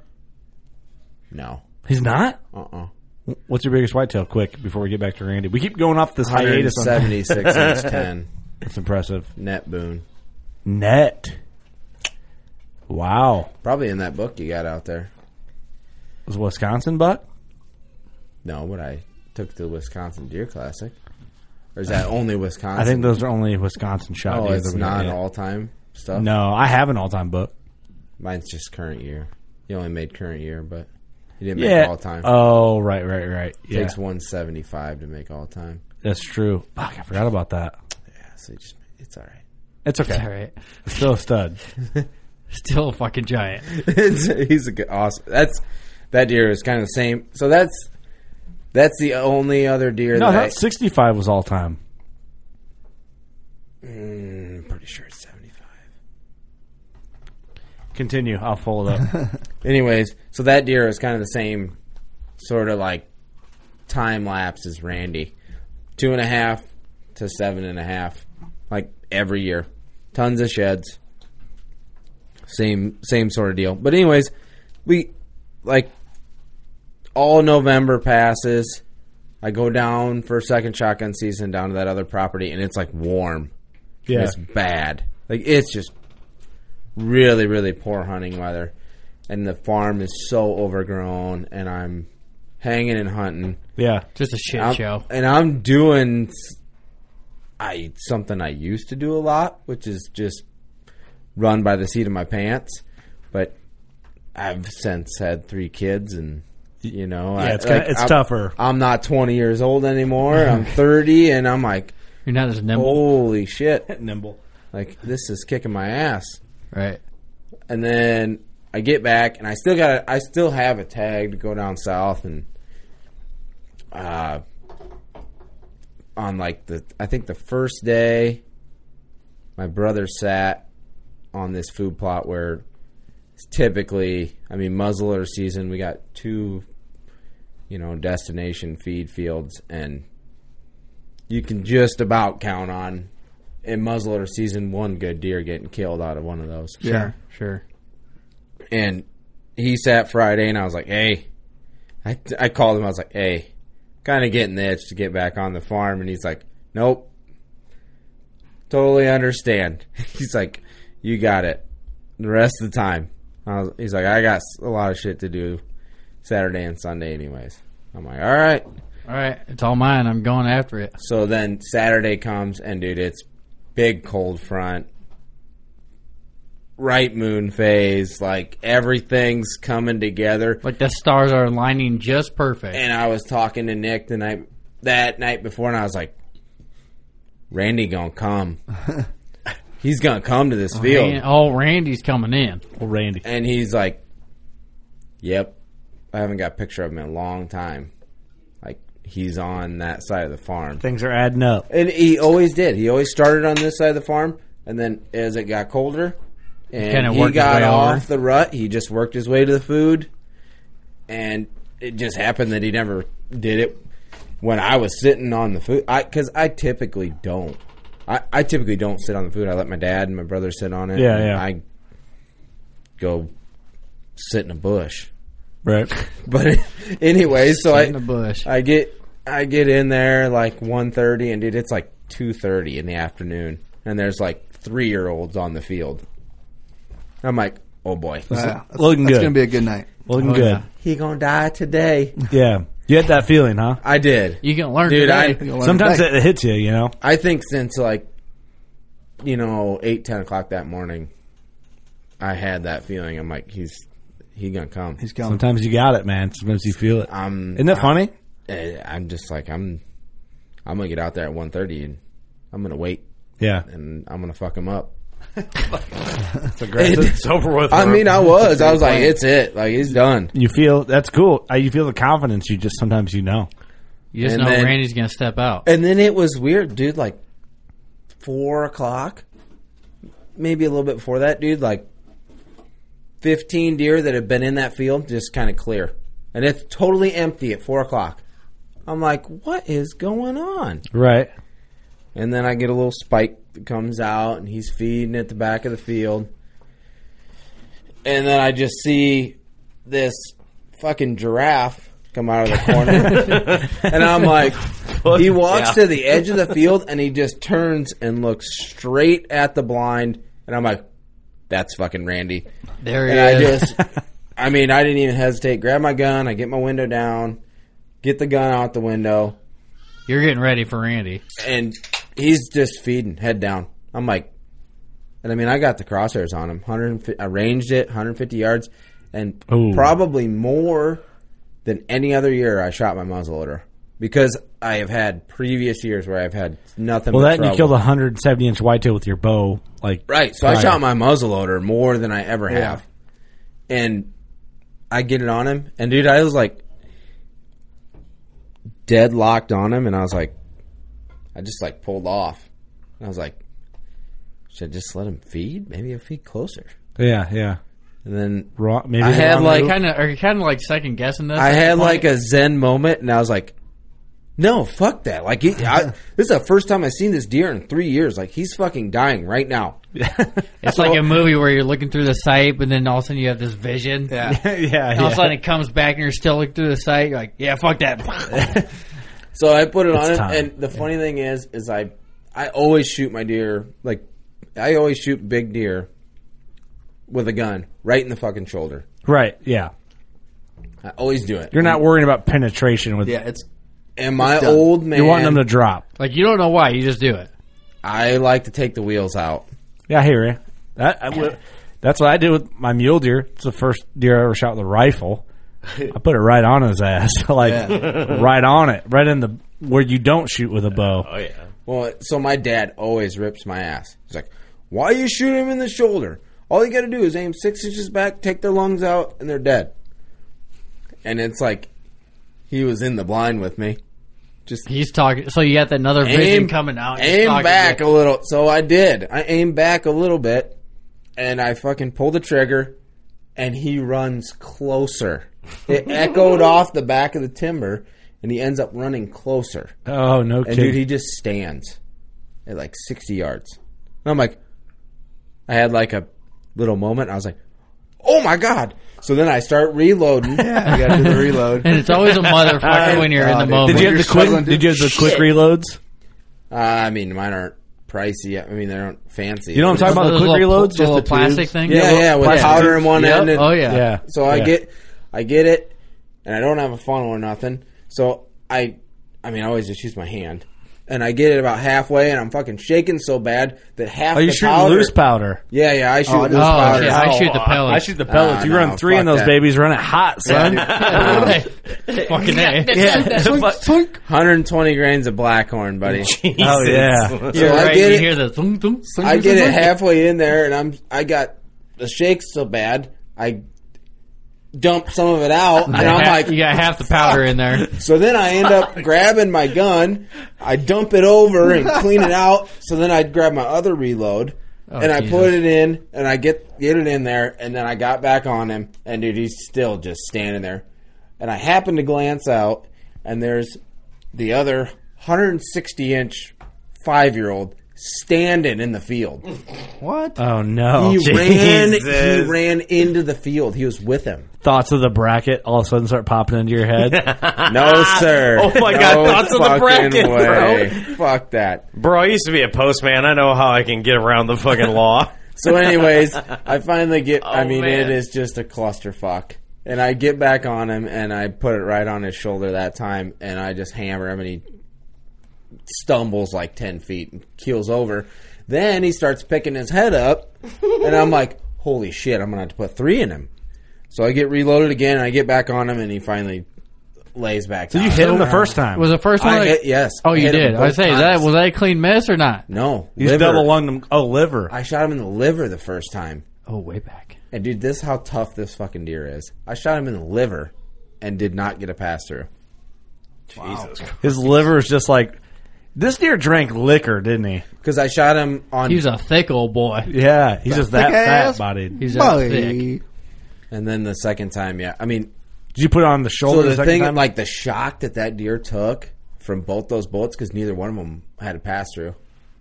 no? He's not. Uh uh What's your biggest whitetail? Quick before we get back to Randy, we keep going off this [laughs] hiatus. On, 176 inch 10 it's impressive. net boon. Net. Wow. Probably in that book you got out there. Was Wisconsin buck? No, but I took the Wisconsin Deer Classic. Or is that only Wisconsin? I think those are only Wisconsin shot. Oh, deer it's that we not got. all time stuff. No, I have an all-time book. mine's just current year. You only made current year, but you didn't Yeah. make all time. Oh, right, right, right. Yeah, Takes 175 to make all time. that's true. Fuck, I forgot about that. Yeah, so you just it's all right. It's okay. All right. Still a stud. [laughs] Still a fucking giant. [laughs] It's- he's a good, awesome. That's that deer is kind of the same. So that's that's the only other deer No, that I, that sixty-five was all-time. I'm Mm, pretty sure it's 75. Continue. I'll pull it [laughs] up. Anyways, so that deer is kind of the same sort of like time lapse as Randy. Two and a half to seven and a half. Like every year. Tons of sheds. Same same sort of deal. But anyways, we like all November passes. I go down for second shotgun season down to that other property and it's like warm. yeah. It's bad. Like it's just really, really poor hunting weather, and the farm is so overgrown, and I'm hanging and hunting. yeah. Just a shit I'm- show. And I'm doing s- I something I used to do a lot, which is just run by the seat of my pants. But I've since had three kids, and you know, I, Yeah, it's kinda- it's I'm- tougher. I'm not 20 years old anymore. [laughs] I'm 30, and I'm like, You're not as nimble. holy shit! Nimble. Like this is kicking my ass Right. and then I get back, and I still got I still have a tag to go down south, and uh, on like the I think the first day, my brother sat on this food plot where it's typically I mean muzzleloader season we got two you know, destination feed fields, and you can just about count on in muzzleloader season one good deer getting killed out of one of those. Yeah. Sure. And he sat Friday, and I was like, hey, I, I called him. I was like, hey, kind of getting the itch to get back on the farm. And he's like, nope, totally understand. [laughs] he's like, you got it the rest of the time. I was, he's like, I got s- a lot of shit to do Saturday and Sunday, anyways. I'm like, all right. All right, it's all mine. I'm going after it. So then Saturday comes, and dude, it's big cold front, right moon phase, like everything's coming together. Like the stars are aligning just perfect. And I was talking to Nick the night that night before, and I was like, Randy gonna come. He's gonna come to this field. Man, oh, Randy's coming in. Oh, Randy. And he's like, "Yep, I haven't got a picture of him in a long time. Like he's on that side of the farm." Things are adding up. And he always did. He always started on this side of the farm, and then as it got colder, and kinda he worked his got way off over. the rut, he just worked his way to the food, and it just happened that he never did it when I was sitting on the food. I because I typically don't. I, I typically don't sit on the food. I let my dad and my brother sit on it. Yeah, and yeah. I go sit in a bush. [laughs] Right. But anyway, so I in the bush. I get I get in there like 1.30 and dude, it's like two thirty in the afternoon, and there's like three year olds on the field. I'm like, oh boy, that's, looking that's good. gonna be a good night. Looking Oh, good. he gonna die today. Yeah. You had that feeling, huh? I did, You can learn dude. today. I You'll learn Sometimes today. it hits you, you know? I think since like you know eight ten o'clock that morning, I had that feeling. I'm like, he's he gonna come. he's coming. Sometimes you got it, man. Sometimes you feel it. Um, I'm Isn't that funny? eh, I'm just like I'm I'm gonna get out there at 1.30 and I'm gonna wait Yeah. and I'm gonna fuck him up. It's over with. I mean, [laughs] I was. I was like, it's it. Like, he's done. you feel that's cool. Uh, You feel the confidence. You just sometimes you know. You just And know then- Randy's going to step [laughs] out. And then it was weird, dude. Like, four o'clock, maybe a little bit before that, dude. Like, 15 deer that had been in that field just kind of clear. And it's totally empty at four o'clock. I'm like, what is going on? Right. And then I get a little spike that comes out, and he's feeding at the back of the field. And then I just see this fucking giraffe come out of the corner. and I'm like, he walks to the edge of the field, and he just turns and looks straight at the blind. And I'm like, that's fucking Randy. There he And I is. just, I mean, I didn't even hesitate. Grab my gun, I get my window down, get the gun out the window You're getting ready for Randy. and he's just feeding head down. I'm like, and I mean, I got the crosshairs on him. 150, I ranged it 150 yards, and Ooh. probably more than any other year I shot my muzzleloader because I have had previous years where I've had nothing. Well, but that and you trouble. killed a hundred seventy inch whitetail with your bow. Like Right. So I prior. shot my muzzleloader more than I ever have. And I get it on him. And dude, I was like deadlocked on him and I was like I just like pulled off. And I was like, should I just let him feed? Maybe he'll feed closer. Yeah, yeah. And then Raw. Maybe I the had, wrong like, move. Nope. Kind of, are you kind of like second guessing this? I at the had point? like a zen moment and I was like, no, fuck that. Like, he, I, this is the first time I've seen this deer in three years. Like, he's fucking dying right now. It's like a movie where you're looking through the sight, but then all of a sudden you have this vision. Yeah. [laughs] yeah, yeah. And all of a sudden it comes back and you're still looking through the sight. You're like, yeah, fuck that. [laughs] So I put it on it, time. and the funny thing is, is I, I always shoot my deer like, I always shoot big deer with a gun right in the fucking shoulder. Right. Yeah. I always do it. You're not worrying about penetration with. Yeah, it's and my done. old man, You're wanting them to drop. like, you don't know why. You just do it. I like to take the wheels out. Yeah, I hear you. That I [laughs] would- that's what I did with my mule deer. It's the first deer I ever shot with a rifle. I put it right on his ass, [laughs] like right on it, right in the where you don't shoot with a bow. Oh yeah. Well, so my dad always rips my ass. He's like, "Why you shoot him in the shoulder? All you got to do is aim six inches back, take their lungs out, and they're dead." And it's like, he was in the blind with me. Just He's talking. So you got that another vision coming out. He's Aim talking back to a little. So I did. I aimed back a little bit, and I fucking pulled the trigger, and he runs closer. [laughs] It echoed off the back of the timber, and he ends up running closer. Oh no, And kidding. dude, he just stands at like 60 yards. And I'm like, I had like a little moment. I was like, oh my God. So then I [laughs] start reloading. I got to do the reload. And it's always a motherfucker when you're in the moment. did you have the struggling, quick? Did you have the quick reloads? Uh, I mean, mine aren't pricey. I mean, they aren't fancy. You know what I'm talking about? The Those quick little- reloads, those just little the plastic tubes? thing? Yeah, Yeah, yeah, with plastic powder in tubes. one Yep. end. And, Oh yeah. Yeah. So I Yeah. get, I get it, and I don't have a funnel or nothing. So I, I mean, I always just use my hand, and I get it about halfway, and I'm fucking shaking so bad that Are half. Oh, you the shooting powder, loose powder? Yeah, yeah, I shoot loose Oh, powder. shit, [laughs] I shoot the I pellets. shoot the pellets. Ah, you no, run three in fuck those that. babies. Run it hot, son. [laughs] Fucking A. [laughs] [laughs] yeah. Oh, Fuck. 120 grains of black [laughs] horn, buddy. Oh yeah. so I Right, get you it. hear the thunk, thunk, thunk. I get it halfway in there, and I'm I got the shakes so bad I dumped some of it out, and I'm like, you got half the powder in there. So then I end up grabbing my gun. I dump it over and clean [laughs] it out. So then I'd grab my other reload Oh, and I put it in and I get get it in there and then I got back on him and dude he's still just standing there. And I happen to glance out and there's the other 160 inch five year old standing in the field. Oh no. He Jeez. ran he ran into the field. He was with him. Thoughts of the bracket all of a sudden start popping into your [laughs] head. No sir. Oh, my God. No Thoughts of the fucking bracket, bro. way. Fuck that. Bro, I used to be a postman. I know how I can get around the [laughs] fucking law. So, anyways, I finally get. I Oh, mean, man. it is just a clusterfuck. And I get back on him, and I put it right on his shoulder that time, and I just hammer him, and he stumbles like ten feet and keels over. Then he starts picking his head up, and I'm like, "Holy shit! I'm gonna have to put three in him." So I get reloaded again, and I get back on him, and he finally lays back. Did you hit him the first time? Was the first one? I like- hit- yes. Oh, I you hit him did. I both say that times. was that a clean miss or not? No, He's liver. double lunged him. Oh, liver. I shot him in the liver the first time. Oh, way back. And dude, this is how tough this fucking deer is. I shot him in the liver and did not get a pass through. His liver is just like this deer drank liquor, didn't he? Because I shot him on He was a thick old boy. Yeah, he's just that fat Thick-ass bodied. Did He's a Boy. thick. and then the second time, yeah. I mean you put it on the so shoulder? the second thing time? like the shock that that deer took from both those bullets because neither one of them had a pass through.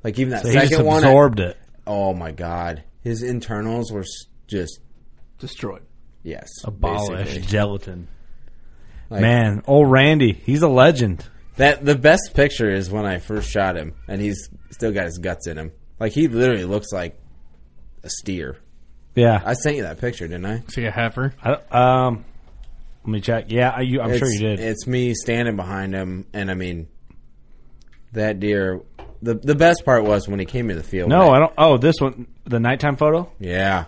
Like even that So he just second one absorbed it. oh my god. His internals were s- just Destroyed. yes. Abolished basically. gelatin. Like, Man, old Randy, he's a legend. That the best picture is when I first shot him, and he's still got his guts in him. Like he literally looks like a steer. Yeah. I sent you that picture, didn't I? See a heifer. I, don't- um, let me check. Yeah, I, you, I'm sure It's- you did. It's me standing behind him, and I mean, that deer. The the best part was when he came to the field. No, right? I don't. Oh, this one, the nighttime photo, Yeah,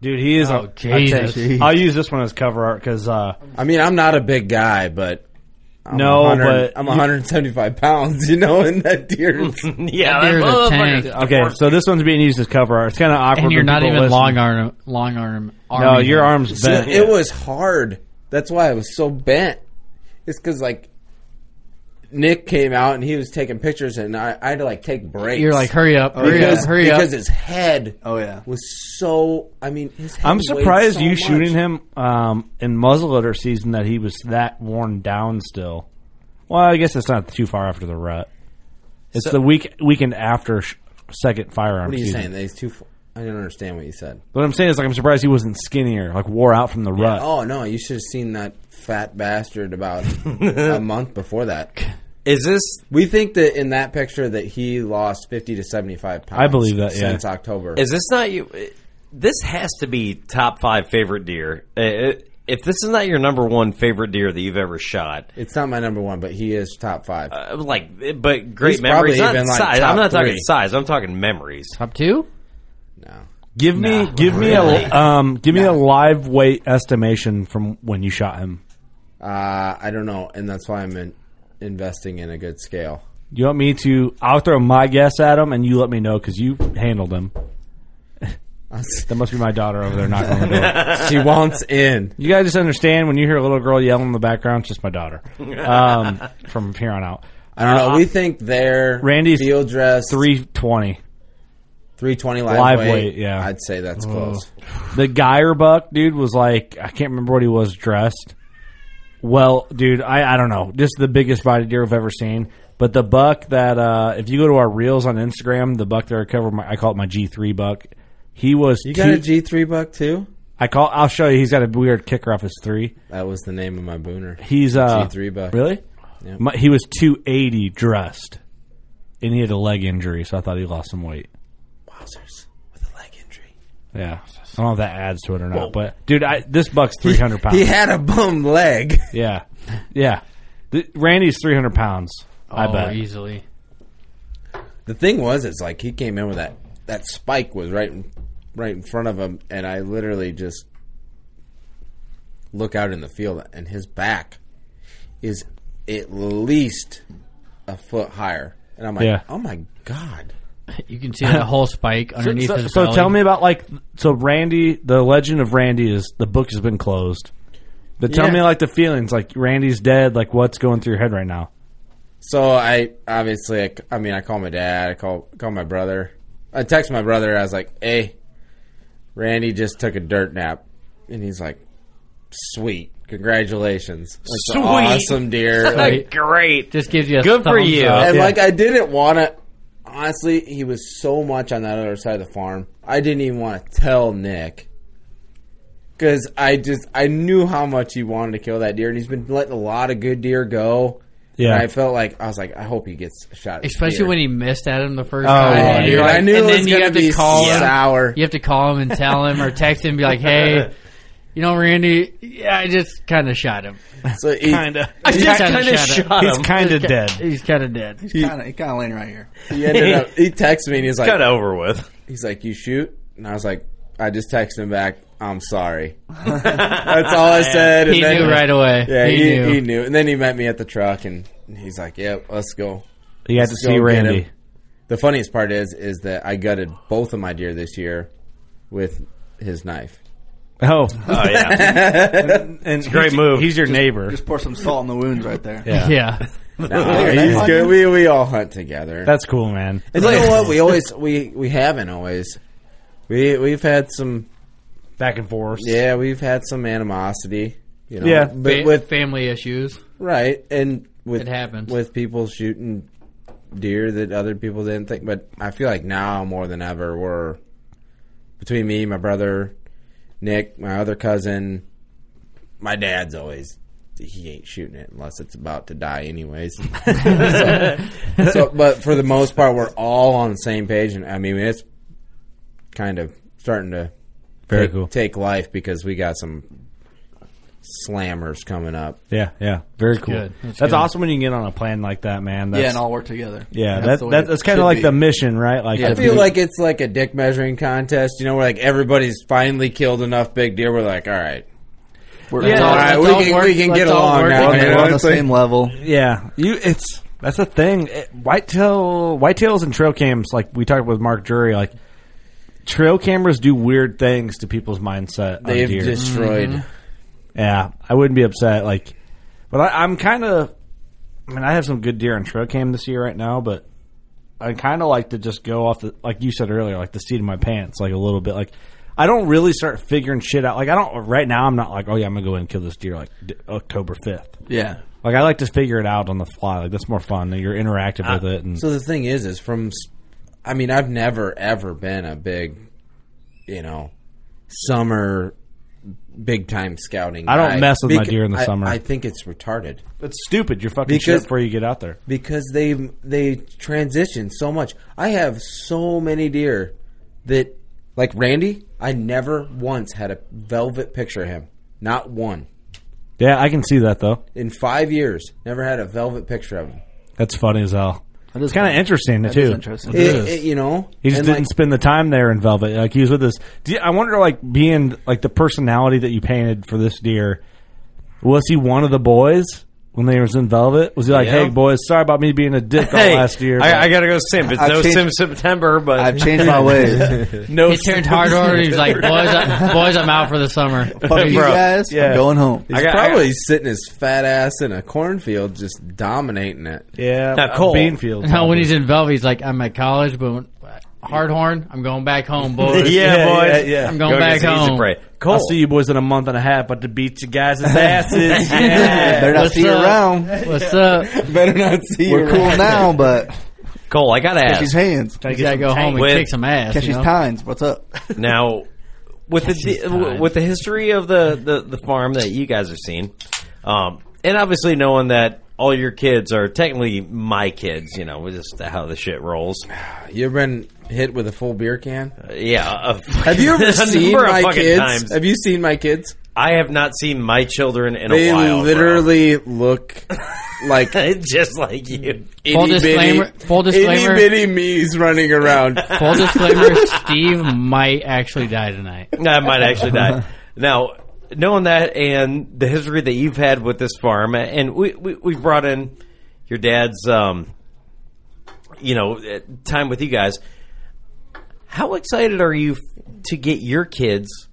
dude. He is. Oh, a, Jesus. I'll, take- I'll use this one as cover art because uh, I mean, I'm not a big guy, but I'm No, 100 but- I'm 175 pounds. [laughs] You know, and that [laughs] deer. yeah, That that deer's a tank. motherfucker. okay. So this one's being used as cover art. It's kind of awkward. And you're when not people even listen. long arm, long arm. No, arming your him. arms So bent. it was hard. That's why I was so bent. It's because like Nick came out and he was taking pictures, and I, I had to like take breaks. You're like, hurry up, hurry because, up, hurry up. because his head Oh yeah. was so. I mean, his head I'm weighed surprised so you much. shooting him um, in muzzleloader season that he was that worn down still. Well, I guess it's not too far after the rut. It's the week weekend after sh- second firearm What are you season. saying? That he's too. fu- I didn't understand what you said. What I'm saying is like I'm surprised he wasn't skinnier, like wore out from the rut. Oh no, you should have seen that fat bastard about [laughs] a month before that. Is this We think that in that picture that he lost fifty to seventy five pounds. I believe that, yeah. since October. Is this not you? eh, This has to be top five favorite deer. Uh, If this is not your number one favorite deer that you've ever shot, It's not my number one, but he is top five. uh, like, but great He's probably memories. Not even, like, size. top I'm not talking three. size. I'm talking memories. Up two. no. Give me, give me a, um, give me a live weight estimation from when you shot him. Uh, I don't know, and that's why I'm in, investing in a good scale. You want me to? I'll throw my guess at him, and you let me know because you handled him. that must be my daughter over there knocking on the door. [laughs] She wants in. You guys just understand when you hear a little girl yelling in the background, it's just my [laughs] daughter. Um, from here on out, I don't know. We think they're Randy's field dress three twenty. 320 live, Live weight, weight, yeah. I'd say that's close. The Geyer buck dude was like I can't remember what he was dressed. Well, dude, I, I don't know. Just the biggest body deer I've ever seen. But the buck that uh, if you go to our reels on Instagram, the buck that I cover, my, I call it my G three buck. He was You got a G three buck too? I call. I'll show you. He's got a weird kicker off his three. That was the name of my booner. He's uh G three buck. Really? Yep. My, he was two eighty dressed, and he had a leg injury, so I thought he lost some weight. Wowzers with a leg injury. Yeah, I don't know if that adds to it or not, but dude, I, this buck's three hundred pounds. He had a bum leg. [laughs] Yeah, yeah. The, Randy's three hundred pounds. I oh, bet. easily. The thing was, it's like he came in with that that spike was right in, right in front of him, and I literally just look out in the field, and his back is at least a foot higher, and I'm like, Yeah. oh my god, You can see [laughs] that whole spike So- underneath so, his so belly. tell me about like so Randy. The legend of Randy is the book has been closed. But tell Yeah. me like the feelings, like Randy's dead. Like what's going through your head right now? So I obviously, I, I mean, I call my dad. I call call my brother. I text my brother. I was like, "Hey, Randy just took a dirt nap," and he's like, "Sweet, congratulations, That's an Sweet. awesome deer." Like, Great. Just gives you a Good for thumbs you. up. and Yeah. like, I didn't want to. Honestly, he was so much on that other side of the farm. I didn't even want to tell Nick because I just I knew how much he wanted to kill that deer, and he's been letting a lot of good deer go. Yeah. And I felt like I was like, I hope he gets shot. Especially here. when he missed at him the first Oh, time. yeah. And Dude, you're like- I knew and it then was you going have to be to call him. sour. You have to call him and tell him or text him and be like, [laughs] hey, you know, Randy, yeah, I just kind of shot him. So he, I just kinda shot He's kind of dead. He's kind of dead. Kind of, kind of laying right here. he ended up. He texted me and he's like, Got over with. he's like, you shoot, and I was like, I just texted him back. I'm sorry. [laughs] That's all I said. and He then- knew right away. Yeah, he, he, knew. he knew. And then he met me at the truck, and he's like, "Yep, let's go." You had to Let's see go get Randy. him. The funniest part is, is that I gutted both of my deer this year with his [laughs] knife. Oh, Oh yeah. and great he's- move. He's your neighbor. Just pour some salt in the wounds right there. yeah. yeah. No, he's good. We we all hunt together. that's cool, man. And you know [laughs] what? We always we we haven't always. We we've had some Back and forth. yeah we've had some animosity. You know, Yeah. but Fa- with family issues. right and with It happens. with people shooting deer that other people didn't think. But I feel like now more than ever we're between me, my brother, Nick, my other cousin, my dad's always. He ain't shooting it unless it's about to die, anyways. [laughs] so, but for the most part, we're all on the same page, and I mean, it's kind of starting to Very take, cool. take life because we got some slammers coming up. Yeah, yeah. Very cool. good. That's That's, good. awesome when you can get on a plan like that, man. That's, Yeah, and all work together. yeah, that's that's the that, way it that's kind should of like be. the mission, right? Like, I the- feel like it's like a dick measuring contest, you know, where like everybody's finally killed enough big deer. We're like, all right, We're Yeah. all, all right, let's we all can, work- we can let's get all along work now. together. you we're know? on the It's like- same level. yeah, you. It's that's the thing. It, whitetail, whitetails, and trail cams. Like we talked with Mark Drury, like trail cameras do weird things to people's mindset. on They've deer. Mm. destroyed. Mm-hmm. Yeah, I wouldn't be upset. Like, but I, I'm kind of. I mean, I have some good deer on trail cam this year right now, but I kind of like to just go off the like you said earlier, like the seat of my pants, like a little bit. Like, I don't really start figuring shit out. Like, I don't right now. I'm not like, oh yeah, I'm gonna go in and kill this deer like d- October fifth. Yeah. Like, I like to figure it out on the fly. Like, that's more fun. and You're interactive with it, and So the thing is, is from, s- I mean, I've never ever been a big, you know, summer, big time scouting. I don't guy. mess with my Beca- deer in the I- summer. I think it's retarded. it's stupid. You're fucking shit Because- before you get out there. because they they transition so much. I have so many deer that like Randy, I never once had a velvet picture of him. Not one. Yeah, I can see that though. In 5 years, never had a velvet picture of him. That's funny as hell. It's kind of interesting That too. is interesting. It- it- you know, He just And, didn't like, spend the time there in Velvet. Like he was with us. Do you, I wonder, like being like the personality that you painted for this deer. Was he one of the boys when they was in Velvet? Was he like, Yeah. "Hey, boys, sorry about me being a dick all Hey, last year"? I, I gotta go sim. It's I've no changed- sim September, but I've changed my ways. no. He turned hard order. He was [laughs] like, boys, I, boys, I'm out for the summer. Fuck you Bro. guys. Yeah. I'm going home. He's I got- I probably sitting his fat ass in a cornfield, just dominating it. yeah, Now, Cole. Beanfield. [laughs] [laughs] No, when he's in Velvet, he's like, I'm at college, but when, hard horn. I'm going back home, [laughs] boys. Yeah, boys. I'm going back home. I'll see you boys in a month and a half, but to beat you guys' asses. yeah. Better not What's see you up? [laughs] around. What's up? Better not see We're you cool around. now, but Cole, I gotta catch his ask hands, You gotta go home and With- kick some ass. catch you his know? tines. What's [laughs] up? now with the his time. with the history of the, the the farm that you guys have seen, um, and obviously knowing that all your kids are technically my kids, you know, just how the shit rolls. You ever been hit with a full beer can? Yeah, uh, a- Have you a ever seen number of my fucking kids? times. Have you seen my kids? I have not seen my children in They a while. bro. literally look like [laughs] just like you. Full itty disclaimer- bitty, full disclaimer- itty bitty me's [laughs] running around. Full disclaimer: Steve might actually die tonight. I [laughs] might [laughs] actually die. Now, knowing that and the history that you've had with this farm, and we, we we've brought in your dad's, um, you know, eh, time with you guys. How excited are you f- to get your kids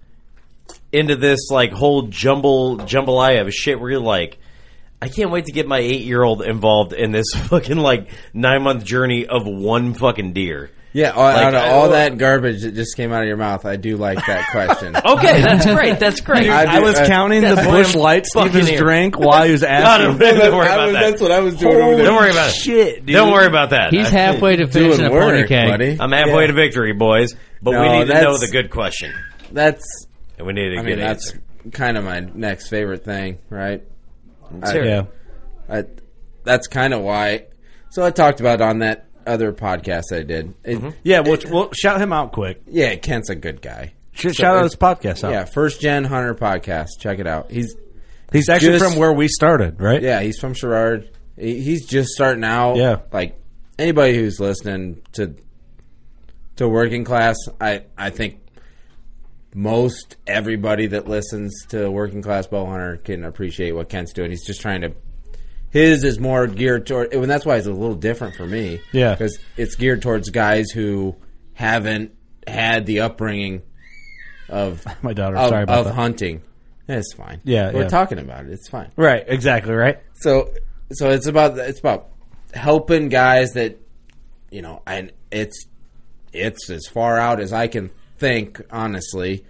into this like whole jumble jambalaya of shit? Where you're like. I can't wait to get my eight year old involved in this [laughs] fucking like nine month journey of one fucking deer. Yeah, all, Like, out of I- all that garbage that just came out of your mouth, I do like that question. [laughs] Okay, that's great. That's great. I I was Uh, counting the that's what bush I'm lights fucking Steve's here. drink while he [laughs] was don't, asking. [laughs] don't worry I about was- that. That's what I was doing over there. Don't worry about it. Don't worry about that. He's I- halfway to Doing finishing a work, pony cake. buddy. I'm halfway to victory, boys. But No, we need to that's- know the good question, That's and we need a I good mean that's answer. kind of my next favorite thing, right? I- Sure. Yeah. I, that's kind of why. So I talked about it on that other podcast I did. It- Mm-hmm. Yeah, we'll, we'll shout him out quick. Yeah, Kent's a good guy. Shout out his podcast out. Yeah, first gen hunter podcast. Check it out. He's He's actually Just- from where we started, right? yeah, he's from Sherrard. He- He's just starting out. Yeah. like anybody who's listening to to working class, I I think most everybody that listens to working class bow hunter can appreciate what Kent's doing. He's just trying to. His is more geared toward, and that's why it's a little different for me. Yeah. because it's geared towards guys who haven't had the upbringing of [laughs] My daughter, of, sorry about of that. hunting. It's fine. Yeah, we're yeah. talking about it. It's fine. Right, exactly, right? So, so it's about it's about helping guys that you know, and it's it's as far out as I can think, honestly,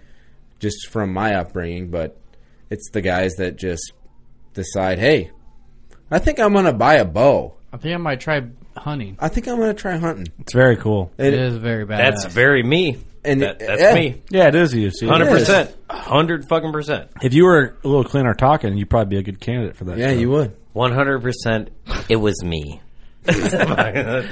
just from my upbringing. But it's the guys that just decide, hey, I think I'm gonna buy a bow. I think I might try hunting. I think I'm gonna try hunting. It's very cool. It is very bad. That's very me. And That- that's yeah. me. Yeah, it is you. See, Hundred percent. Hundred fucking percent. If you were a little cleaner talking, you'd probably be a good candidate for that. Yeah, show. you would. One hundred percent. It was me. No,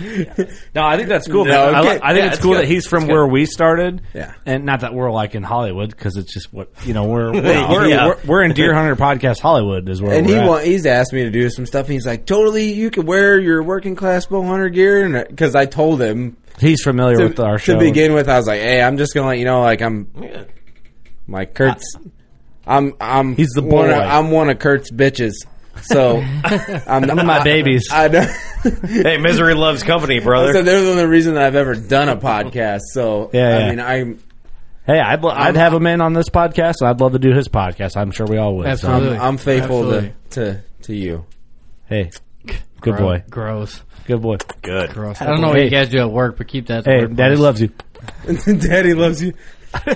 I think that's cool. No, man. I, okay. li- I think Yeah, it's it's cool good. that he's from It's good. where we started. Yeah. and not that we're like in Hollywood because it's just what you know [laughs] we're we're, Yeah. we're, Yeah. we're, we're in Deer Hunter Podcast Hollywood is where And he we're at. want, he's asked me to do some stuff. And he's like, totally, you can wear your working class bow hunter gear, and because I told him he's familiar to, with our to show. begin with, I was like, hey, I'm just gonna let you know, like I'm My Kurt's. I'm I'm He's the One of, boy. I'm one of Kurt's bitches. [laughs] So I'm, None of my babies. I, know. hey, misery loves company, [laughs] brother. so they're the only reason that I've ever done a podcast. So Yeah, I yeah. mean I'm hey, I'd lo- I'd have him in on this podcast, and I'd love to do his podcast. I'm sure we all would. So, Absolutely. I'm faithful to, Absolutely. to to you. hey, good Gro- boy, Gross. good boy. Good. Gross. I don't know what you guys do at work, but keep that. Hey, word Daddy place. loves you. [laughs] Daddy loves you.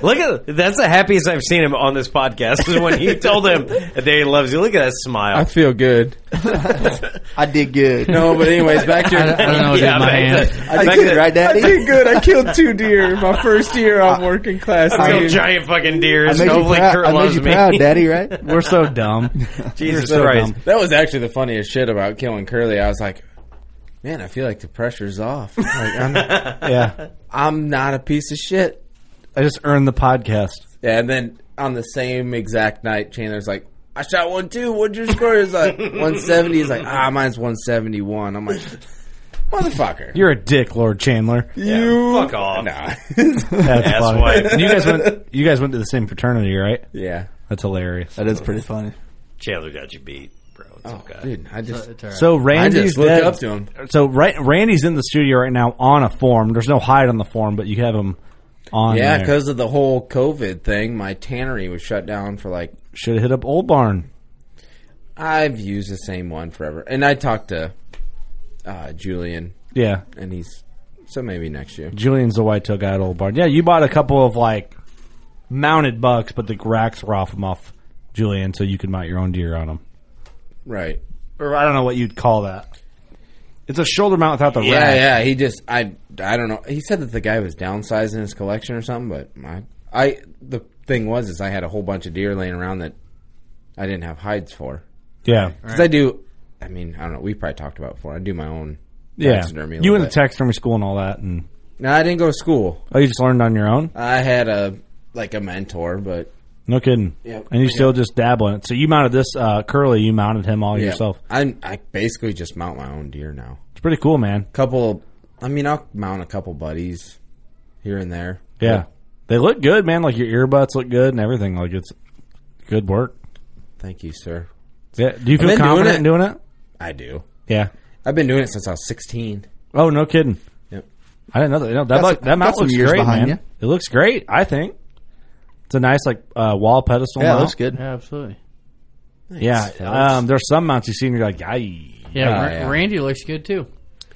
Look at that's the happiest I've seen him on this podcast is [laughs] when you told him that he loves you. Look at that I smile. feel good. I did good. No, but anyways, [laughs] back to I your don't, I don't know what to do with my hand. back to- I back did to- good, right, Daddy? I did good. I killed two deer my first year on working class. Some dude. giant fucking I deers. made you Hopefully, proud. Kurt I made loves you me. proud, [laughs] Daddy. Right? We're so [laughs] dumb. Jesus so Christ. dumb. That was actually the funniest shit about killing Curly. I was like, man, I feel like the pressure's off. Like, [laughs] I'm, Yeah, I'm not a piece of shit. I just earned the podcast. Yeah, and then on the same exact night, Chandler's like, I shot one too. What'd your score? He's like, 170. He's like, ah, mine's 171. I'm like, motherfucker. You're a dick, Lord Chandler. You- Fuck off. Nah. [laughs] [laughs] That's Ass funny. wife. And you guys went. You guys went to the same fraternity, right? yeah. That's hilarious. That is pretty funny. Chandler got you beat, bro. It's okay. Dude, I just, It's all right. So I Randy's just looked dead. up to him. So right, Randy's in the studio right now on a form. There's no hide on the form, but you have him on. Yeah, because because of the whole COVID thing, my tannery was shut down for like should have hit up Old Barn. I've used the same one forever. And I talked to uh, Julian, Yeah, and he's So maybe next year. Julian's the white tail guy at Old Barn. Yeah, you bought a couple of like mounted bucks, but the racks were off them off Julian, so you could mount your own deer on them. Right. Or I don't know what you'd call that. It's a shoulder mount without the yeah, rack. yeah. He just I I don't know. He said that the guy was downsizing his collection or something, but I I the thing was is I had a whole bunch of deer laying around that I didn't have hides for. Yeah. Because I do. I mean, I don't know. We probably talked about it before. I do my own Yeah. taxidermy. a You little went to bit. taxidermy school and all that, and No, I didn't go to school. oh, you just learned on your own. I had a like a mentor, but No kidding. Yep. And you still just dabble in it. So you mounted this uh, curly. You mounted him all yeah, yourself. I I basically just mount my own deer now. It's pretty cool, man. Couple. I mean, I'll mount a couple buddies here and there. Yeah. They look good, man. Like your earbuds look good and everything. Like it's good work. Thank you, sir. Yeah. Do you feel I've been doing confident it. in doing it? I do. Yeah. I've been doing it since I was 16. Oh, no kidding. Yep. I didn't know that. No, that Got look, some- that got mount some looks years great, man. behind It looks great. I think it's a nice like uh, wall pedestal. Yeah, mount. looks good. Yeah, absolutely. Yeah. Thanks, fellas. Um, there's some mounts you see and you're like, Aye. Yeah, Ah, Ra- yeah. Randy looks good too.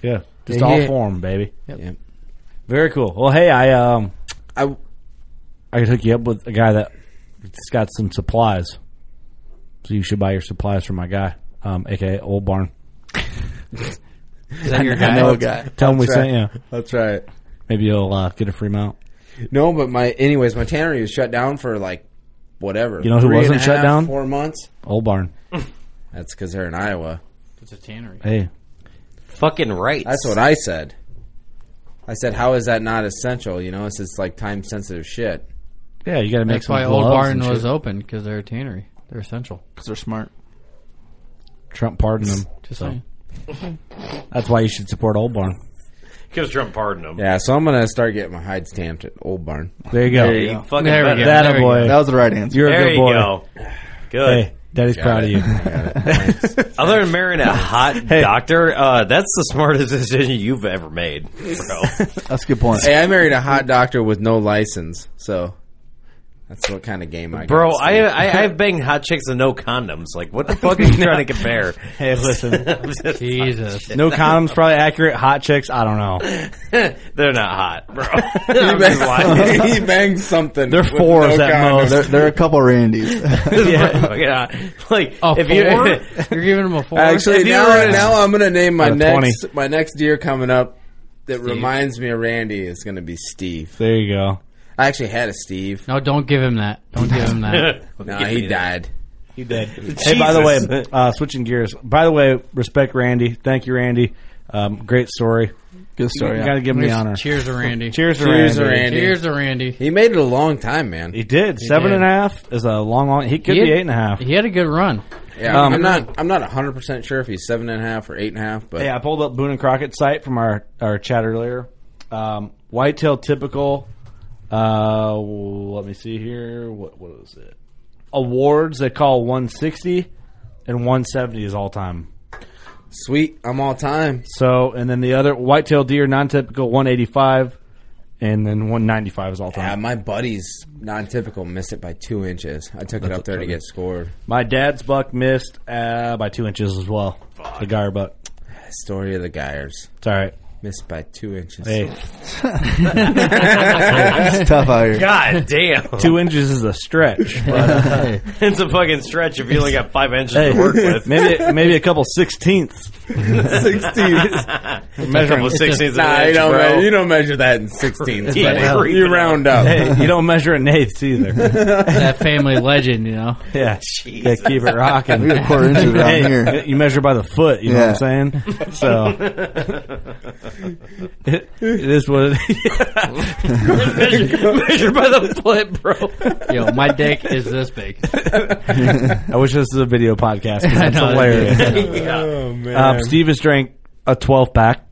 yeah, just Yeah. all form, baby. Yep. Very cool. Well, hey, I um, I I could hook you up with a guy that's got some supplies. So you should buy your supplies from my guy, um, aka Old Barn. Is that your I guy? know a guy. Tell him we That's sent right. you. That's right. Maybe you'll uh, get a free mount. No, but my anyways, my tannery was shut down for like whatever. You know who three and wasn't a shut half, down? Four months. Old Barn. That's because they're in Iowa. It's a tannery. Hey, Fucking right. That's what I said. I said, "How is that not essential?" You know, it's just like time sensitive shit. yeah, you got to make That's some why Old gloves Barn and shit. was open because they're a tannery. They're essential. Because they're smart. Trump pardoned him. Just So saying. that's why you should support Old Barn. Because Trump pardoned him. Yeah, so I'm gonna start getting my hide stamped at Old Barn. There you go. There you fucking There we better. go. That There a we boy. That was the right answer. You're a There good you boy. go. Good. Hey, daddy's proud of you. Other than marrying a hot doctor, uh, that's the smartest [laughs] decision you've ever made, [laughs] bro. That's a good point. Hey, I married a hot doctor with no license, so that's what kind of game I. [laughs] bro, got. I, I I've banged hot chicks with no condoms. Like, what the fuck are you trying to compare? [laughs] Hey, listen. I'm just- Jesus. [laughs] No [laughs] condoms, probably accurate. Hot chicks, I don't know. They're [laughs] not hot, bro. I'm just lying. [laughs] he banged something. They're with fours at condom. most. There, there are a couple of Randys. yeah. Like A if you [laughs] four? You're giving him a four. Actually, If you now, were in- now I'm gonna name my Out of next my next deer coming up that reminds me of Randy is gonna be Steve. There you go. I actually had a Steve. no, don't give him that. Don't give him that. No, he died. He did. Hey, by the way, Jesus. uh, switching gears. By the way, respect Randy. Thank you, Randy. Um, great story. Good story. you got to give him the honor. Cheers to Randy. Cheers, to Cheers to Randy. Randy. Cheers to Randy. He made it a long time, man. He did. Seven did. and a half is a long, long. He could He be had- eight and a half. He had a good run. Yeah, Um, I'm not. I'm not 100 percent sure if he's seven and a half or eight and a half, but Hey, I pulled up Boone and Crockett's site from our, our chat earlier. Um, whitetail typical. Uh, let me see here. What what is it? Awards they call 160 and 170 is all time. sweet, I'm all time. So, and then the other whitetail deer, non-typical, 185, and then 195 is all Yeah, time. my buddy's non-typical missed it by two inches. I took it up there to get scored. My dad's buck missed uh, by two inches as well. The gyre buck. Story of the Guyers It's all right. missed by two inches. Hey, It's tough out here. God damn, two inches is a stretch. [laughs] it's a fucking stretch if you only got five inches Hey, to work with. maybe maybe a couple sixteenths. a couple sixteenths of Nah, an you inch, don't, bro. me- you don't measure that in 16s, [laughs] Yeah, well, buddy. You round up. [laughs] Hey, you don't measure in eighths [laughs] either. That family legend, you know. Yeah, yeah keep it We rocking. got quarter inches down Hey, here. you measure by the foot. You know Yeah. what I'm saying? [laughs] So it, it is what it is. [laughs] measure, by the foot, bro. Yo, my dick is this big. I wish this was a video [laughs] podcast. 'cause That's know. hilarious. Oh, man. Um, Steve has drank a 12 pack.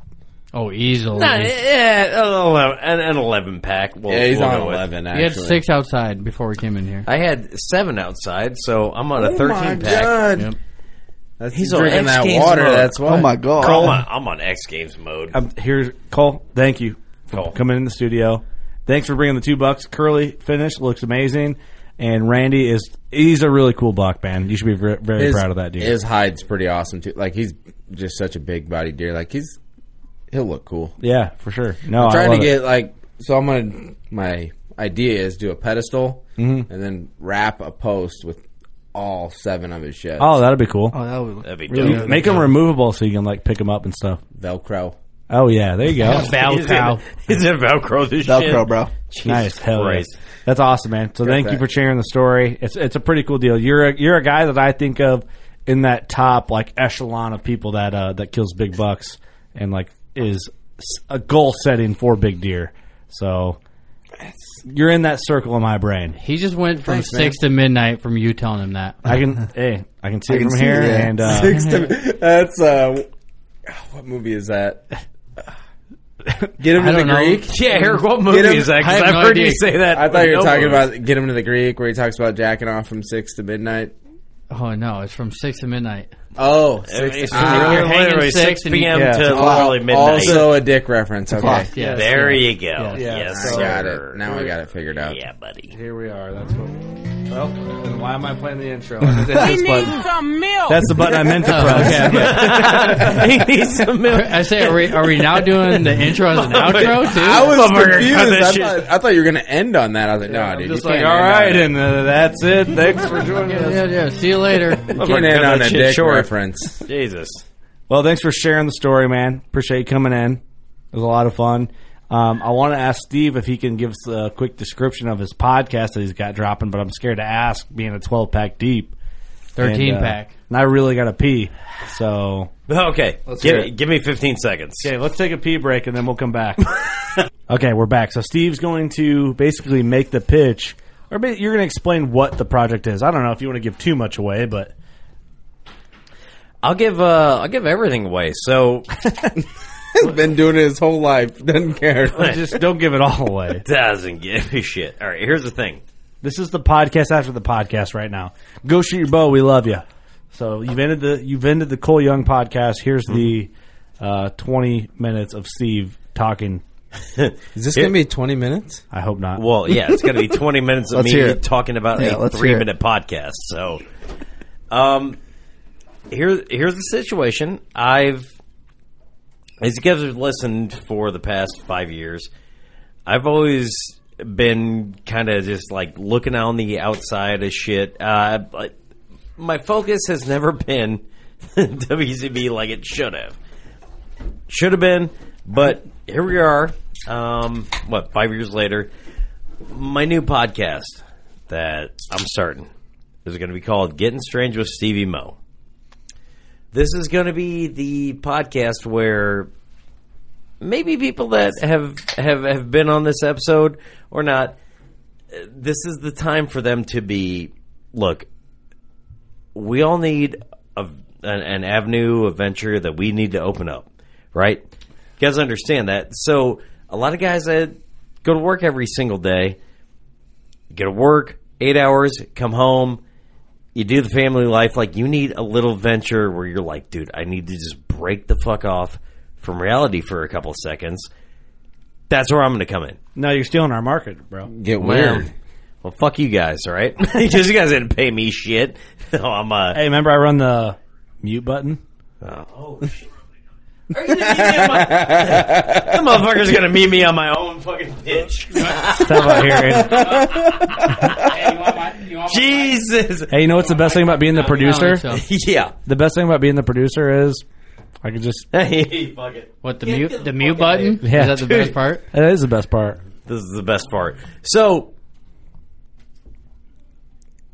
Oh, easily. Nah, yeah, an eleven, an, an eleven pack. We'll, yeah, he's we'll on go with. 11, We actually. had six outside before we came in here. I had seven outside, so I'm on a Oh, thirteen my pack. God. Yep. That's He's he's on drinking X that Games water. mode. That's why. Oh my god. Bro, I'm on, I'm on X Games mode. Um, here's Cole. Thank you for Cole. coming in the studio. Thanks for bringing the two bucks. Curly finish looks amazing, and Randy is he's a really cool buck man. You should be ver- very His- proud of that dude. His hide's pretty awesome too. Like he's just such a big body deer. Like he's he'll look cool. Yeah, for sure. No, I'm I trying love to it. get like so. I'm gonna my idea is do a pedestal Mhm. and then wrap a post with all seven of his sheds. Oh, that'd be cool. Oh, that would That'd be Really dope. make them removable so you can like pick them up and stuff. Velcro. Oh yeah, there you go. He's in- He's in Velcro this shit. Velcro, bro. nice, hell yeah. Christ. That's awesome, man. So thank you fact. for sharing the story. It's it's a pretty cool deal. You're a, you're a guy that I think of in that top like echelon of people that uh, that kills big bucks and like is s- a goal setting for big deer. So you're in that circle in my brain. He just went from six to midnight from you telling him that. I [laughs] can hey, I can see I it can from see here that. and [laughs] uh, [laughs] Six to- that's uh, what movie is that? Get [laughs] him I to the don't know. Greek. Yeah, Eric, what movie him- is that? I Because have I've no heard you idea. say that. I thought you were No talking movie. about Get Him to the Greek, where he talks about jacking off from six to midnight. Oh no, it's from six to midnight. Oh, I mean, six It's to, ah, literally- You're hanging literally six 6 and you- p.m. Yeah. to literally midnight. Also a dick reference. Okay, Clock, Yes, there yeah. you go. Yeah. Yes, I sir. got it. Now I got it figured out. Yeah, buddy. Here we are. That's what. Well, then why am I playing the [laughs] intro? That's some milk. the button I [laughs] meant to press. [laughs] [laughs] I say, are we, are we now doing the intro as an outro too? I was Motherfucker, confused. cut that I shit. thought, I thought you were gonna end on that. I was like, no, dude, Just you like, can't all end on right, it. and uh, that's it. Thanks [laughs] for joining us. yeah, yeah. See you later. You can't Motherfucker, end cut on that a shit dick short. [laughs] reference. Jesus. Well, thanks for sharing the story, man. Appreciate you coming in. It was a lot of fun. Um, I want to ask Steve if he can give us a quick description of his podcast that he's got dropping, but I'm scared to ask, being a 12 pack deep, And, 13 uh, pack. and I really got to pee. So [laughs] Okay, hear give, it. give me 15 seconds. Okay, let's take a pee break and then we'll come [laughs] back. okay, we're back. So Steve's going to basically make the pitch, or ba- you're going to explain what the project is. I don't know if you want to give too much away, but I'll give uh, I'll give everything away. So He's been doing it his whole life. Doesn't care. just don't give it all away. doesn't give a shit. All right, here's the thing. This is the podcast after the podcast right now. Go shoot your bow. We love you. So you've ended the you've ended the Cole Young podcast. Here's the uh, 20 minutes of Steve talking. Is this gonna be twenty minutes? I hope not. Well, yeah, it's going to be 20 minutes of Let's me hear it. talking about Yeah, a let's hear it. three-minute podcast. So, um, here, here's the situation. I've, as you guys have listened for the past five years, I've always been kind of just like looking on the outside of shit. Uh, but my focus has never been [laughs] WCB like it should have. Should have been, but here we are. Um, what five years later? my new podcast that I'm starting is going to be called Getting Strange with Stevie Mo. This is going to be the podcast where maybe people that have have have been on this episode or not uh, this is the time for them to be look we all need a, an, an avenue of venture that we need to open up, right? You guys understand that. So a lot of guys that go to work every single day, go to work eight hours, come home, you do the family life. Like you need a little venture where you're like, dude, I need to just break the fuck off from reality for a couple seconds. That's where I'm going to come in. no, you're stealing our market, bro. Get Well, weird. well, fuck you guys, all right? [laughs] Because you guys didn't pay me shit. [laughs] No, I'm uh, Hey, remember I run the mute button? Oh shit. Are you gonna meet me on my- that motherfucker's gonna meet me on my own fucking pitch. Stop out here. Aiden. Jesus. Hey, you know what's the best thing about being the producer? I don't think so. Yeah. The best thing about being the producer is I could just. Hey, fuck it. What the mute the mute button? Yeah, Is that the dude. best part? That is the best part. This is the best part. So,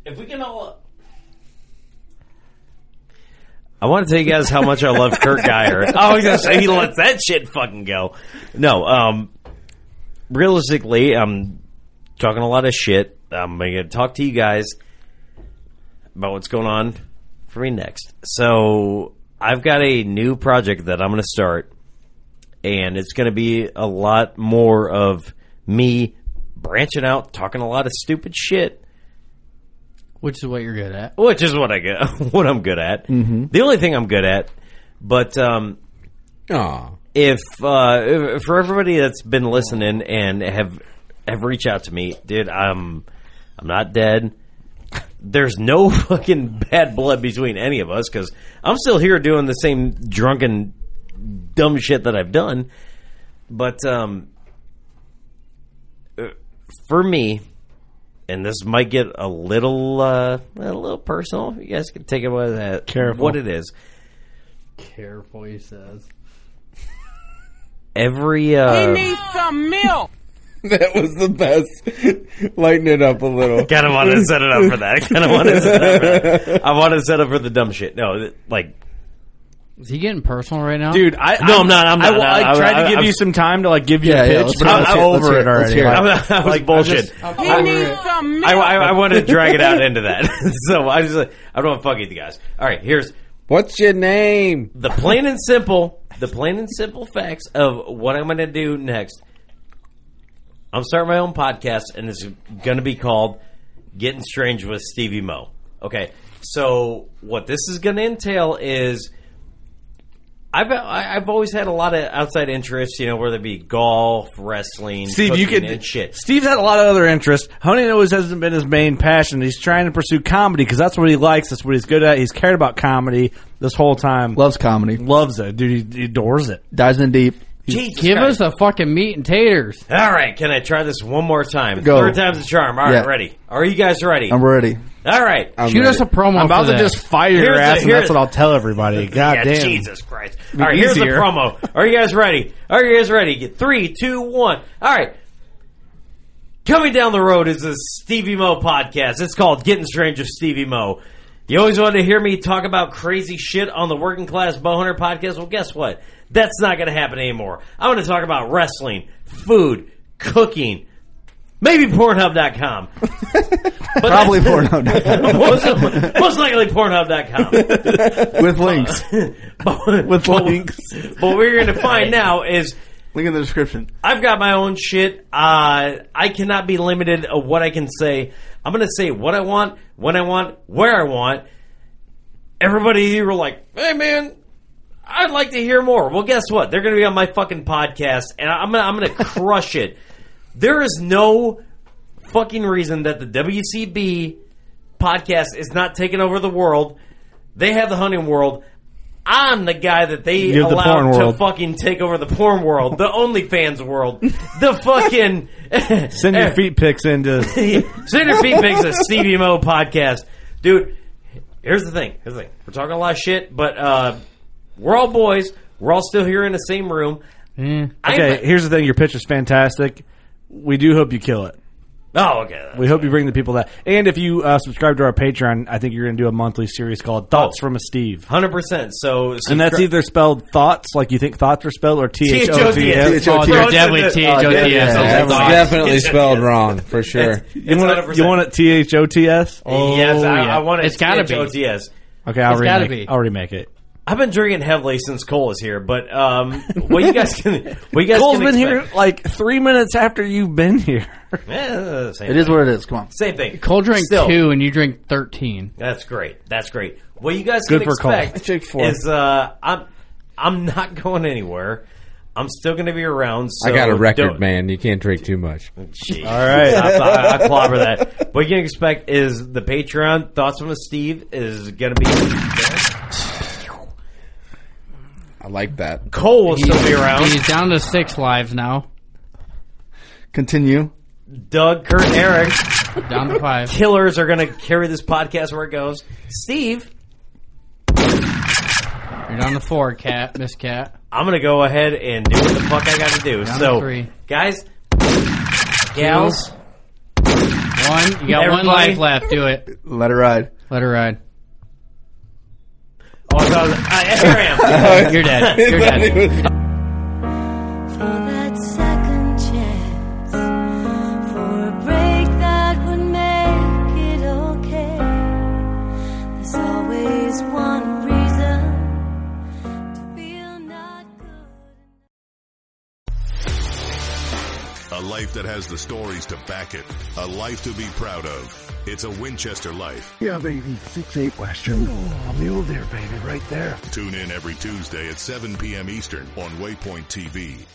if we can all. I want to tell you guys how much I love Kurt Geyer. [laughs] I was going to say he lets that shit fucking go. No, um, realistically, I'm talking a lot of shit. I'm going to talk to you guys about what's going on for me next. So, I've got a new project that I'm going to start and it's going to be a lot more of me branching out, talking a lot of stupid shit, Which is what you're good at. [laughs] which is what I get, what I'm good at. Mm-hmm. The only thing I'm good at. But um, Aw. if, uh, if for everybody that's been listening and have have reached out to me, dude, I'm I'm not dead. There's no [laughs] fucking bad blood between any of us because I'm still here doing the same drunken dumb shit that I've done. But um, uh, for me, and this might get a little uh, a little personal. You guys can take it with that. Careful. what it is. Careful, he says. Every uh, some milk. [laughs] That was the best. Lighten it up a little. kind of want to set it up for that. I kind of want to set it up for that. [laughs] I want to set up for the dumb shit. No, th- like Is he getting personal right now? Dude, I No, I'm not, I'm not, I, I, no, I- tried to I- give I'm- you some time to like give you Yeah, a yeah, pitch, let's but hear it, I'm let's hear it, over let's it hear already. it, let's hear it. I'm Like, not- [laughs] I was bullshit. He needs some I, milk. I, [laughs] I want to drag it out into that. [laughs] so I just I don't want to fuck with you guys. All right, here's [laughs] What's your name? the plain and simple, the plain and simple facts of what I'm going to do next. I'm starting my own podcast, and it's going to be called "Getting Strange with Stevie Mo." Okay, so what this is going to entail is. I've I- I've always had a lot of outside interests, you know, whether it be golf, wrestling, Steve, you cooking, could and shit. Steve's had a lot of other interests. Hunting always hasn't been his main passion. He's trying to pursue comedy because that's what he likes. That's what he's good at. He's cared about comedy this whole time. Loves comedy. Loves it, dude. He, he adores it. Dives in deep. Jesus Give Christ. us a fucking meat and taters. All right, can I try this one more time? Go. Third time's the charm. All right, Yeah. ready? Are you guys ready? I'm ready. All right. Shoot us a promo. I'm about for to that. just fire your Here's a- ass, and here's- that's what I'll tell everybody. God [laughs] yeah, damn. Jesus Christ. All right, here's the easier. promo. Are you guys ready? Are you guys ready? Get three, two, one. All right. Coming down the road is the Stevie Mo podcast. It's called Getting Strange with Stevie Mo. You always wanted to hear me talk about crazy shit on the Working Class Bowhunter podcast. Well, guess what? That's not going to happen anymore. I'm going to talk about wrestling, food, cooking, maybe Pornhub.com. But [laughs] Probably that's- Pornhub most, most likely Pornhub.com. with links. but, With [laughs] but- links. But what we're going to find now is Link in the description. I've got my own shit. Uh, I cannot be limited of what I can say. I'm going to say what I want, when I want, where I want. Everybody here were like, hey, man. I'd like to hear more. Well, guess what? They're going to be on my fucking podcast, and I'm gonna, [laughs] I'm going to crush it. There is no fucking reason that the WCB podcast is not taking over the world. They have the hunting world. I'm the guy that they You have the porn allowed to world. fucking take over the porn world, the [laughs] OnlyFans world, the fucking Send Eh. your feet pics into. [laughs] Send your feet pics to Stevie Mo podcast, dude. Here's the thing. Here's the thing. We're talking a lot of shit, but uh, we're all boys. We're all still here in the same room. I'm- Okay, here's the thing. Your pitch is fantastic. We do hope you kill it. oh, okay. We hope you bring the people that. And if you uh, subscribe to our Patreon, I think you're going to do a monthly series called Thoughts from a Steve. Hundred percent. So, so Oh. And that's either spelled thoughts, like you think thoughts are spelled, or T H O T S. T-H-O-T-S. Oh, they're definitely T-H-O-T-S. Oh, That was sorry. definitely spelled wrong [laughs] for sure. You want it? You want it? T H O T S. Oh. yes, I, Oh, yeah. I want it. It's gotta be. T-H-O-T-S. Okay, I'll It's gotta remake. be. I'll remake [laughs] it. I've been drinking heavily since Cole is here, but um, what you guys can, what you guys Cole's can been expect- here like three minutes after you've been here. Eh, same It is thing. what it is. Come on. Same thing. Cole drank Still. two and you drink thirteen. That's great. That's great. What you guys Good can for Cole. expect Check four. is uh, I'm I'm not [laughs] going anywhere. I'm still going to be around. So I got a record, don't- man. You can't drink too much. Jeez. All right, I, I, I clobber that. What you can expect is the Patreon thoughts from Steve is going to be I like that. Cole will still be around. He's down to six lives now. Continue. Doug, Kurt, Eric, Down to five. killers are going to carry this podcast where it goes. Steve, You're down to four, cat, Miss Cat. I'm going to go ahead and do what the fuck I got to do. Down to so, three. guys, gals, One. You got one Everybody. life left. Do it. Let it ride. Let her ride. oh, I thought- I- here I [laughs] am. You're dead. You're dead. For that second chance, for a break that would make it okay. There's always one reason to feel not good. A life that has the stories to back it. A life to be proud of. It's a Winchester life. Yeah, baby. Six eight Western. Oh, mule deer, baby, right there. Tune in every Tuesday at 7 p.m. Eastern on Waypoint TV.